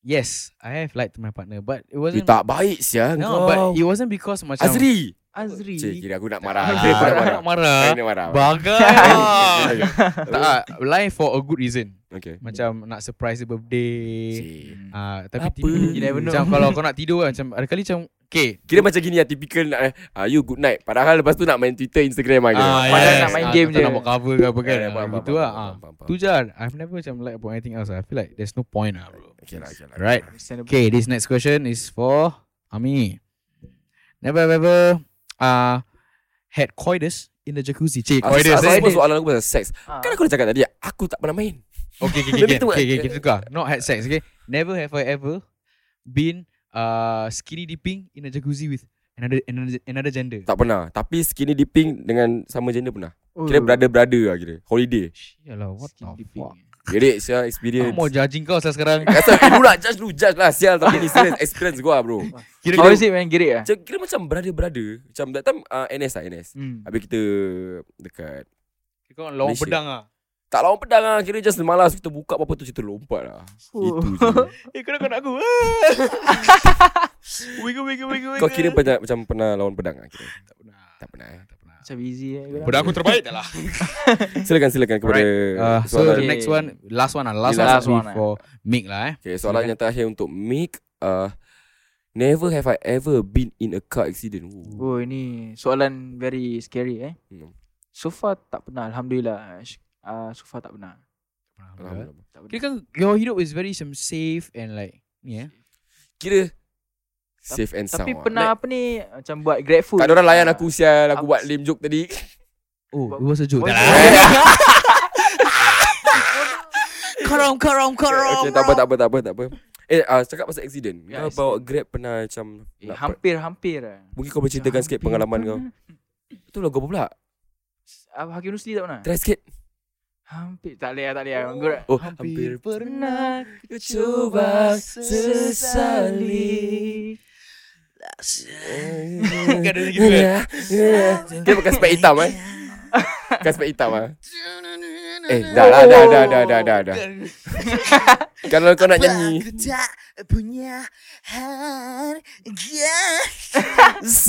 [SPEAKER 2] Yes I have lied to my partner But it
[SPEAKER 1] You
[SPEAKER 2] wasn't
[SPEAKER 1] tak baik siang
[SPEAKER 2] No but
[SPEAKER 1] kau.
[SPEAKER 2] it wasn't because macam
[SPEAKER 1] Azri.
[SPEAKER 3] Azri
[SPEAKER 1] Cik, kira aku nak marah.
[SPEAKER 2] Ah,
[SPEAKER 1] Kira aku nak marah.
[SPEAKER 2] Nak marah
[SPEAKER 1] Kira nak marah.
[SPEAKER 2] Bagai
[SPEAKER 1] Okay,
[SPEAKER 2] Tak ah, Lie for a good reason
[SPEAKER 1] Okay.
[SPEAKER 2] Macam nak surprise dia birthday
[SPEAKER 1] Cik.
[SPEAKER 2] Ah, Tapi
[SPEAKER 1] Apa?
[SPEAKER 2] tidur
[SPEAKER 1] You
[SPEAKER 3] never know.
[SPEAKER 2] Macam kalau kau nak tidur kan Macam ada kali macam Okay Ah,
[SPEAKER 1] Kira macam gini lah Typical nak ah, You good night Padahal lepas tu nak main Twitter Instagram lah kira.
[SPEAKER 2] Ah,
[SPEAKER 3] Padahal nak main game
[SPEAKER 2] tak
[SPEAKER 3] je.
[SPEAKER 2] Nak buat cover ke apa
[SPEAKER 1] Eh,
[SPEAKER 2] kan
[SPEAKER 1] faham,
[SPEAKER 2] Ah,
[SPEAKER 1] faham,
[SPEAKER 2] Gitu
[SPEAKER 1] faham,
[SPEAKER 2] lah
[SPEAKER 1] faham,
[SPEAKER 2] ah.
[SPEAKER 1] faham, faham.
[SPEAKER 2] Tu je lah. I've never macam like about anything else. lah. I feel like there's no point lah bro.
[SPEAKER 1] Okay lah, okay lah.
[SPEAKER 2] Right.
[SPEAKER 3] Okay.
[SPEAKER 2] Okay, this next question is for Ami. Never have ever uh, had coitus in the jacuzzi. Cik,
[SPEAKER 1] Aku,
[SPEAKER 2] koider
[SPEAKER 1] aku,
[SPEAKER 2] eh.
[SPEAKER 1] aku soalan aku pasal seks.
[SPEAKER 3] Ah.
[SPEAKER 1] Kan aku dah cakap tadi, aku tak pernah main.
[SPEAKER 2] Okay, okay,
[SPEAKER 1] Benda
[SPEAKER 2] okay, okay,
[SPEAKER 1] tu kan?
[SPEAKER 2] okay, okay, kita tukar. Not had sex, okay? Never have I ever been uh, skinny dipping in a jacuzzi with another another, another gender.
[SPEAKER 1] Tak pernah. Tapi skinny dipping dengan sama gender pernah.
[SPEAKER 3] Oh.
[SPEAKER 1] Kira
[SPEAKER 2] Hmm.
[SPEAKER 1] brother-brother lah kira. Holiday.
[SPEAKER 2] Yalah, lah, what the fuck?
[SPEAKER 1] Jadi saya
[SPEAKER 2] Aku
[SPEAKER 1] experience.
[SPEAKER 2] mau judging kau sel- sekarang.
[SPEAKER 1] Asal eh, lu nak judge lu judge lah sial tapi ni serious experience gua bro.
[SPEAKER 2] Kira
[SPEAKER 3] How is it man? Gerik lah
[SPEAKER 1] Macam kira macam brother-brother. Macam that time uh, NS lah NS.
[SPEAKER 3] Hmm.
[SPEAKER 1] Habis kita dekat
[SPEAKER 2] kira kau lawan
[SPEAKER 1] Malaysia.
[SPEAKER 2] pedang ah.
[SPEAKER 1] tak lawan pedang lah Kira just malas Kita buka apa-apa tu Kita lompat lah
[SPEAKER 2] Oh.
[SPEAKER 1] Itu je
[SPEAKER 2] Eh, kau nak kau nak aku. Wiggle wiggle wiggle.
[SPEAKER 1] Kau kira banyak, macam pernah lawan pedang lah kira
[SPEAKER 2] tak pernah.
[SPEAKER 1] Tak pernah eh.
[SPEAKER 2] Tak pernah.
[SPEAKER 3] Macam busy eh
[SPEAKER 2] Pedang aku terbaik dah lah.
[SPEAKER 1] Silakan silakan kepada
[SPEAKER 2] Uh, so
[SPEAKER 1] soalan
[SPEAKER 2] the
[SPEAKER 3] Okay.
[SPEAKER 2] next one, last one ah, last,
[SPEAKER 3] Last
[SPEAKER 2] last one,
[SPEAKER 3] one, eh.
[SPEAKER 2] for Mick lah eh.
[SPEAKER 1] Okay, soalan yang terakhir untuk Mick. Uh, never have I ever been in a car accident. Ooh.
[SPEAKER 3] Oh ini soalan very scary eh
[SPEAKER 1] Hmm.
[SPEAKER 3] So far tak pernah Alhamdulillah uh, So far tak pernah
[SPEAKER 2] Alhamdulillah.
[SPEAKER 1] Alhamdulillah.
[SPEAKER 3] Tak
[SPEAKER 2] Kira
[SPEAKER 3] pernah
[SPEAKER 2] kan your hidup is very some safe and like ni eh.
[SPEAKER 1] Kira safe and sound.
[SPEAKER 3] Tapi
[SPEAKER 1] ah.
[SPEAKER 3] pernah
[SPEAKER 1] Like,
[SPEAKER 3] apa ni Macam buat grab food
[SPEAKER 1] tak ada orang layan aku sial Aku
[SPEAKER 3] Aku-
[SPEAKER 1] buat lame joke tadi
[SPEAKER 2] Oh, it was a joke.
[SPEAKER 3] Oh,
[SPEAKER 2] Karam karam
[SPEAKER 1] okay, tak apa, tak apa, tak apa, tak apa Eh, uh, cakap pasal accident
[SPEAKER 3] lah. Ya,
[SPEAKER 1] Kau bawa grab pernah macam
[SPEAKER 3] eh,
[SPEAKER 1] nak per-
[SPEAKER 3] Hampir-hampir lah
[SPEAKER 1] Mungkin kau boleh ceritakan sikit pengalaman kau Tu lah kau pula
[SPEAKER 3] Ah, Hakim Rusli tak pernah
[SPEAKER 1] Try sikit
[SPEAKER 3] Hampir Tak boleh lah tak boleh lah Gerak.
[SPEAKER 1] Oh, hampir
[SPEAKER 3] Pernah
[SPEAKER 1] Kau
[SPEAKER 3] cuba sesali
[SPEAKER 2] Kau ada gitu kan?
[SPEAKER 1] Dia pakai spek hitam eh Pakai spek hitam ah. Eh dah lah dah dah dah dah dah, dah. Kalau kau nak nyanyi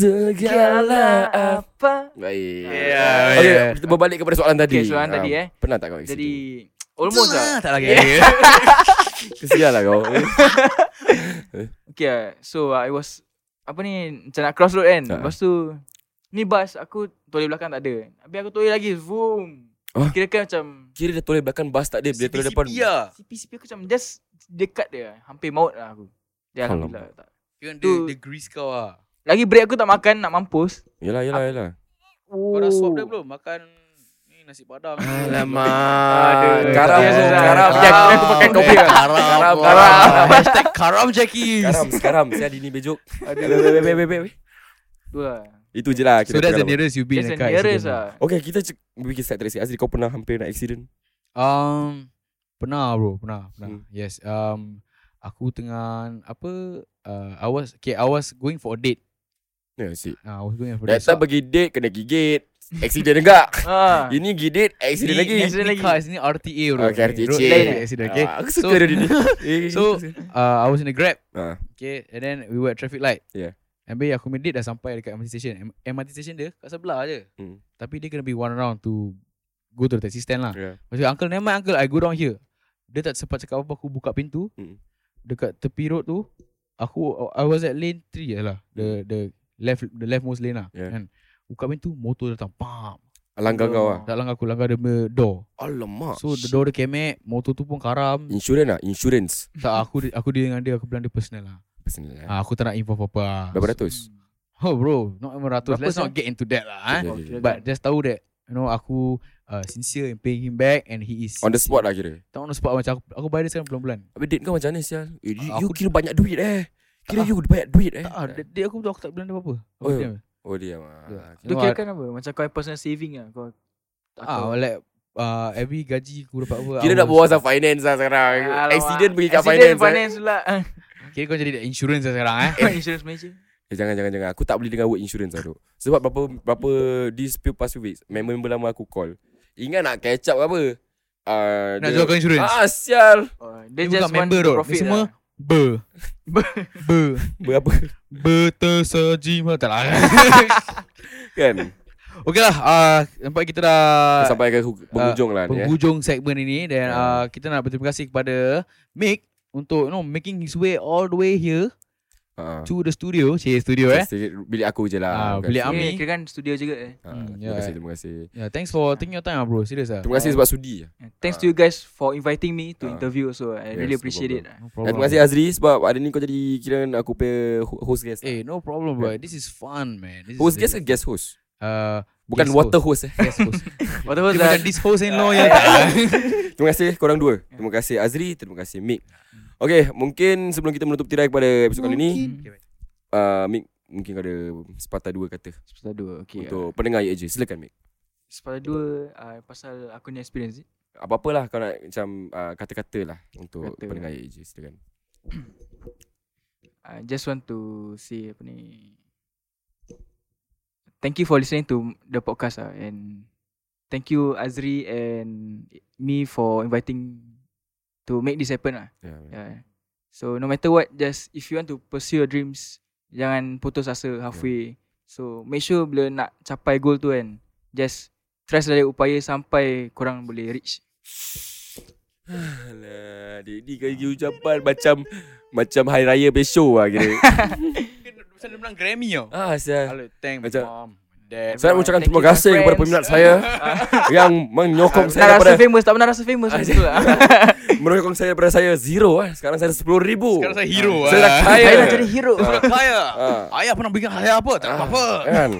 [SPEAKER 3] Segala apa
[SPEAKER 1] Baik
[SPEAKER 2] Ya,
[SPEAKER 1] Okay
[SPEAKER 2] ya.
[SPEAKER 1] kita berbalik kepada soalan tadi
[SPEAKER 3] Okay, soalan
[SPEAKER 1] Ah,
[SPEAKER 3] tadi, eh.
[SPEAKER 1] Pernah tak kau accident?
[SPEAKER 3] Jadi Almost lah
[SPEAKER 2] Tak
[SPEAKER 1] Ya.
[SPEAKER 2] lagi.
[SPEAKER 1] Kesian lah kau Eh,
[SPEAKER 3] Okay ah, So ah, I was Apa ni Macam nak cross road kan
[SPEAKER 1] Ah.
[SPEAKER 3] Lepas tu Ni bus Aku toleh belakang tak ada kan. Habis aku toleh lagi Vroom
[SPEAKER 1] Ah.
[SPEAKER 3] Kira kan macam
[SPEAKER 1] Kira dia toleh belakang bus tak dia Bila toleh depan
[SPEAKER 3] CP-CP aku macam Just dekat dia Hampir maut lah aku Ya
[SPEAKER 1] Alamak.
[SPEAKER 3] Alhamdulillah tak.
[SPEAKER 2] Dia,
[SPEAKER 3] Tu-
[SPEAKER 2] dia grease kau ah.
[SPEAKER 3] Lagi break aku tak makan Nak mampus Oh.
[SPEAKER 1] Yelah yelah yelah
[SPEAKER 2] Kau dah swap dia belum? Makan ni nasi padang.
[SPEAKER 1] Alamak
[SPEAKER 2] Ya,
[SPEAKER 1] Karam bro,
[SPEAKER 3] Yes, yes, yes.
[SPEAKER 1] Ya, Karam
[SPEAKER 3] Karam.
[SPEAKER 1] Jack Aku pakai lah. kau punya
[SPEAKER 2] Karam,
[SPEAKER 1] Karam
[SPEAKER 2] Ah, ya. karam. Hashtag karam Jackie.
[SPEAKER 1] Karam Karam Saya dini bejuk
[SPEAKER 3] Tu lah
[SPEAKER 1] Itu je lah kira
[SPEAKER 2] So that's the
[SPEAKER 1] pengalaman.
[SPEAKER 2] nearest you been in
[SPEAKER 3] That's the
[SPEAKER 2] a car
[SPEAKER 3] nearest
[SPEAKER 2] accident.
[SPEAKER 3] lah
[SPEAKER 1] Okay kita cek Maybe kita start dari Azri kau pernah hampir nak accident
[SPEAKER 2] Um, pernah bro, pernah, pernah.
[SPEAKER 1] Hmm.
[SPEAKER 2] Yes. Um, aku tengah apa? Uh, I was okay. I was going for a date.
[SPEAKER 1] Ya asyik
[SPEAKER 2] Uh, I was going for
[SPEAKER 1] Dah
[SPEAKER 2] a date.
[SPEAKER 1] tak pergi date Kena gigit Accident juga
[SPEAKER 2] Ha.
[SPEAKER 3] Ah.
[SPEAKER 1] Ini gigit Accident lagi
[SPEAKER 2] Ni, ni, ni car accident RTA bro.
[SPEAKER 1] Okay, RTA.
[SPEAKER 2] Road traffic accident. Okay.
[SPEAKER 1] Ah, Aku
[SPEAKER 2] So-
[SPEAKER 1] suka dia Eh. ni
[SPEAKER 2] So uh, I was in a grab
[SPEAKER 1] Ah.
[SPEAKER 2] Okay And then we were at traffic light
[SPEAKER 1] Yeah.
[SPEAKER 2] Habis aku punya date dah sampai dekat MRT station M- MRT station dia kat sebelah je
[SPEAKER 1] Hmm.
[SPEAKER 2] Tapi dia kena be one round to Go to the taxi stand lah
[SPEAKER 1] Yeah.
[SPEAKER 2] Lepas tu uncle never mind uncle I go down here Dia tak sempat cakap apa-apa Aku buka pintu
[SPEAKER 1] Hmm.
[SPEAKER 2] Dekat tepi road tu Aku I was at lane 3 lah The the left the leftmost lane lah
[SPEAKER 1] Hmm. Yeah.
[SPEAKER 2] kan. Buka pintu motor datang Pam
[SPEAKER 1] Langgar kau lah
[SPEAKER 2] Tak langgar aku Langgar dia punya door
[SPEAKER 1] Alamak
[SPEAKER 2] So the door dia kemek Motor tu pun karam
[SPEAKER 1] Insurance lah Insurance
[SPEAKER 2] Tak aku aku deal dengan dia Aku bilang dia personal lah
[SPEAKER 1] Personal lah
[SPEAKER 2] Ah, aku tak nak involve apa-apa. lah.
[SPEAKER 1] Berapa ratus
[SPEAKER 2] Oh bro, not 500.
[SPEAKER 3] Berapa
[SPEAKER 2] Let's not
[SPEAKER 3] sen?
[SPEAKER 2] get into that lah.
[SPEAKER 3] Hmm.
[SPEAKER 2] Eh.
[SPEAKER 1] Okay, okay, okay.
[SPEAKER 3] kan.
[SPEAKER 2] But just tahu that you know aku uh, sincere in paying him back and he is
[SPEAKER 1] On the spot lah
[SPEAKER 2] sincere.
[SPEAKER 1] kira
[SPEAKER 2] Tak on the spot macam aku, aku bayar dia sekarang bulan-bulan.
[SPEAKER 1] Habis date kau macam mana sial eh, you,
[SPEAKER 2] Ah,
[SPEAKER 1] you
[SPEAKER 2] aku-
[SPEAKER 1] kira banyak duit eh Kira
[SPEAKER 2] Tak
[SPEAKER 1] you banyak duit eh
[SPEAKER 2] Tak ah, dia, dia aku tu aku tak bilang dia apa-apa. Aku
[SPEAKER 1] Oh,
[SPEAKER 2] diam.
[SPEAKER 1] Oh dia
[SPEAKER 2] Yeah.
[SPEAKER 1] mah
[SPEAKER 3] Tu kira kan apa Macam kau yang personal saving lah Kau
[SPEAKER 2] Ah, like uh, every gaji aku dapat apa.
[SPEAKER 1] Kira
[SPEAKER 2] aku-
[SPEAKER 1] nak berbual pasal finance lah sekarang
[SPEAKER 3] Alamak.
[SPEAKER 1] Accident pergi kat
[SPEAKER 3] Accident
[SPEAKER 1] finance, eh.
[SPEAKER 3] finance pula
[SPEAKER 2] Kira kau jadi the insurance lah sekarang eh.
[SPEAKER 3] Insurance Malaysia
[SPEAKER 1] Eh, jangan jangan jangan. Aku tak boleh dengar word insurance lah tu. Sebab berapa berapa this few past few weeks member-member lama aku call. Ingat nak catch up ke apa? Uh,
[SPEAKER 2] Nak jual kau insurance.
[SPEAKER 1] Ah sial.
[SPEAKER 3] oh,
[SPEAKER 2] Dia
[SPEAKER 3] Dia,
[SPEAKER 2] bukan
[SPEAKER 3] just want
[SPEAKER 2] member tu.
[SPEAKER 3] to
[SPEAKER 2] Dia
[SPEAKER 3] profit
[SPEAKER 2] semua
[SPEAKER 3] lah
[SPEAKER 2] ber ber
[SPEAKER 1] Berapa
[SPEAKER 2] bertesaji mata lah.
[SPEAKER 1] kan?
[SPEAKER 2] Okey lah, uh, nampak kita dah
[SPEAKER 1] Sampai ke hu- penghujung lah ni eh.
[SPEAKER 2] Ah. penghujung segmen ini
[SPEAKER 1] Ya.
[SPEAKER 2] dan uh, kita nak berterima kasih kepada Mick untuk you know making his way all the way here
[SPEAKER 1] Ha.
[SPEAKER 2] to the studio, Cik studio eh.
[SPEAKER 1] Just sedikit Bilik aku je lah.
[SPEAKER 2] Ah, bilik
[SPEAKER 1] Bukan-
[SPEAKER 2] am-
[SPEAKER 3] Eh,
[SPEAKER 2] Ami.
[SPEAKER 3] Kira kan studio juga eh.
[SPEAKER 1] Ah,
[SPEAKER 2] Hmm,
[SPEAKER 1] Terima
[SPEAKER 2] ya,
[SPEAKER 1] kasih,
[SPEAKER 2] eh.
[SPEAKER 1] terima kasih.
[SPEAKER 2] Yeah, thanks for taking your time ah, bro. Serious ah.
[SPEAKER 1] Terima kasih sebab sudi. Ah.
[SPEAKER 3] Thanks to you guys for inviting me to
[SPEAKER 1] Ah.
[SPEAKER 3] interview also. I
[SPEAKER 1] Yes,
[SPEAKER 3] really
[SPEAKER 1] no
[SPEAKER 3] appreciate it.
[SPEAKER 1] problem.
[SPEAKER 2] No
[SPEAKER 1] Dan terima kasih Azri sebab hari ni kau jadi kira aku punya ho- host guest.
[SPEAKER 2] Eh, no problem bro. This is fun man. This
[SPEAKER 1] Host
[SPEAKER 2] is
[SPEAKER 1] guest ke guest host?
[SPEAKER 2] uh,
[SPEAKER 1] Bukan
[SPEAKER 2] Yes,
[SPEAKER 1] water hose eh.
[SPEAKER 2] Yes, host.
[SPEAKER 3] What
[SPEAKER 2] Dia
[SPEAKER 3] was
[SPEAKER 2] macam
[SPEAKER 3] that?
[SPEAKER 2] this host and lawyer tak.
[SPEAKER 1] Terima kasih korang dua.
[SPEAKER 3] Ya.
[SPEAKER 1] Terima kasih Azri, terima kasih Mik. Okay, mungkin sebelum kita menutup tirai kepada episod kali ni, uh, Mik mungkin ada sepatah dua kata
[SPEAKER 3] Sepatah dua Okay
[SPEAKER 1] yeah. untuk pendengar ye je. Silakan Mik.
[SPEAKER 3] Sepatah dua uh, Pasal aku ni experience ni.
[SPEAKER 1] Apa-apalah kau nak macam uh, kata-kata lah untuk
[SPEAKER 3] Kata.
[SPEAKER 1] Kata. pendengar ye je. Silakan.
[SPEAKER 3] I just want to say apa ni Thank you for listening to the podcast ah and thank you Azri and me for inviting to make this happen lah.
[SPEAKER 1] Yeah.
[SPEAKER 3] Yeah. So no matter what just if you want to pursue your dreams jangan putus asa halfway. So make sure bila nak capai goal tu kan just trust dari upaya sampai korang boleh reach.
[SPEAKER 1] Alah, dia ni kaki ucapan macam macam hari raya besok lah kira.
[SPEAKER 2] Macam dia menang Grammy tau.
[SPEAKER 1] ah, sial.
[SPEAKER 2] Hello, thank
[SPEAKER 1] Macam-
[SPEAKER 2] mom,
[SPEAKER 1] Saya
[SPEAKER 2] dad.
[SPEAKER 3] Alright,
[SPEAKER 1] mengucapkan
[SPEAKER 3] thank
[SPEAKER 1] terima
[SPEAKER 3] you, my
[SPEAKER 1] kasih kepada
[SPEAKER 3] friends.
[SPEAKER 1] peminat saya yang menyokong
[SPEAKER 3] Tak
[SPEAKER 1] saya
[SPEAKER 3] pernah rasa
[SPEAKER 1] pada
[SPEAKER 3] famous, tak pernah rasa famous betul lah.
[SPEAKER 1] menyokong saya pada saya zero ah. Sekarang saya ada 10,000.
[SPEAKER 2] Sekarang saya hero
[SPEAKER 1] Saya dah
[SPEAKER 2] ah.
[SPEAKER 1] kaya.
[SPEAKER 3] Saya dah jadi hero.
[SPEAKER 2] Saya dah kaya.
[SPEAKER 1] Ah.
[SPEAKER 2] Ayah pernah berikan saya apa? Tak apa-apa.
[SPEAKER 1] Kan?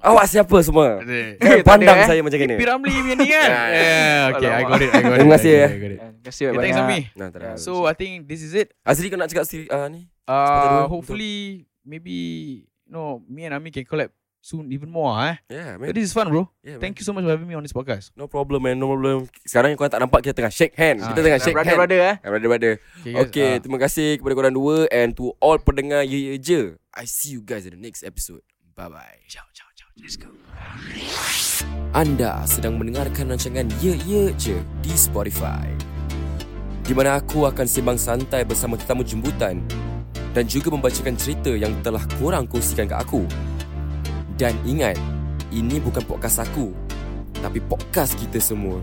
[SPEAKER 1] Awak siapa semua?
[SPEAKER 2] Adik.
[SPEAKER 1] Kan
[SPEAKER 3] Eh, tak
[SPEAKER 1] pandang
[SPEAKER 3] ada, eh.
[SPEAKER 1] saya macam ni.
[SPEAKER 2] P. Ramlee punya ni kan?
[SPEAKER 1] Ah,
[SPEAKER 2] Yeah, okay, I got it, I got it.
[SPEAKER 1] Terima kasih,
[SPEAKER 2] I got it,
[SPEAKER 1] eh.
[SPEAKER 2] I got it. Okay,
[SPEAKER 3] Terima kasih
[SPEAKER 2] thanks
[SPEAKER 3] banyak-banyak.
[SPEAKER 2] Sami.
[SPEAKER 1] Nah, tak ada.
[SPEAKER 2] So, I think this is
[SPEAKER 3] uh,
[SPEAKER 2] it.
[SPEAKER 1] Azri kau nak cakap sendiri ah ni.
[SPEAKER 2] Uh,
[SPEAKER 1] dulu.
[SPEAKER 2] hopefully, maybe, you know, me and Ami can collab soon even more ah, eh.
[SPEAKER 1] Yeah, Ya,
[SPEAKER 2] But
[SPEAKER 1] man.
[SPEAKER 2] this is fun bro.
[SPEAKER 1] Yeah, man.
[SPEAKER 2] Thank you so much for having me on this podcast.
[SPEAKER 1] No problem man, no problem. Sekarang kau tak nampak kita tengah shake hand.
[SPEAKER 2] Ah,
[SPEAKER 1] Kita tengah shake hand.
[SPEAKER 3] Brother-brother eh.
[SPEAKER 1] Ah, Brother, brother.
[SPEAKER 2] guys,
[SPEAKER 1] Okay,
[SPEAKER 2] ah.
[SPEAKER 1] terima kasih kepada korang dua and to all pendengar
[SPEAKER 5] ya,
[SPEAKER 1] ye ye je. I see you guys in the next episode. Bye bye. Ciao ciao ciao. Let's go.
[SPEAKER 5] Anda sedang mendengarkan rancangan Ye Ye Je di Spotify Di mana aku akan sembang santai bersama tetamu jemputan Dan juga membacakan cerita yang telah korang kongsikan ke aku Dan ingat, ini bukan podcast aku Tapi podcast kita semua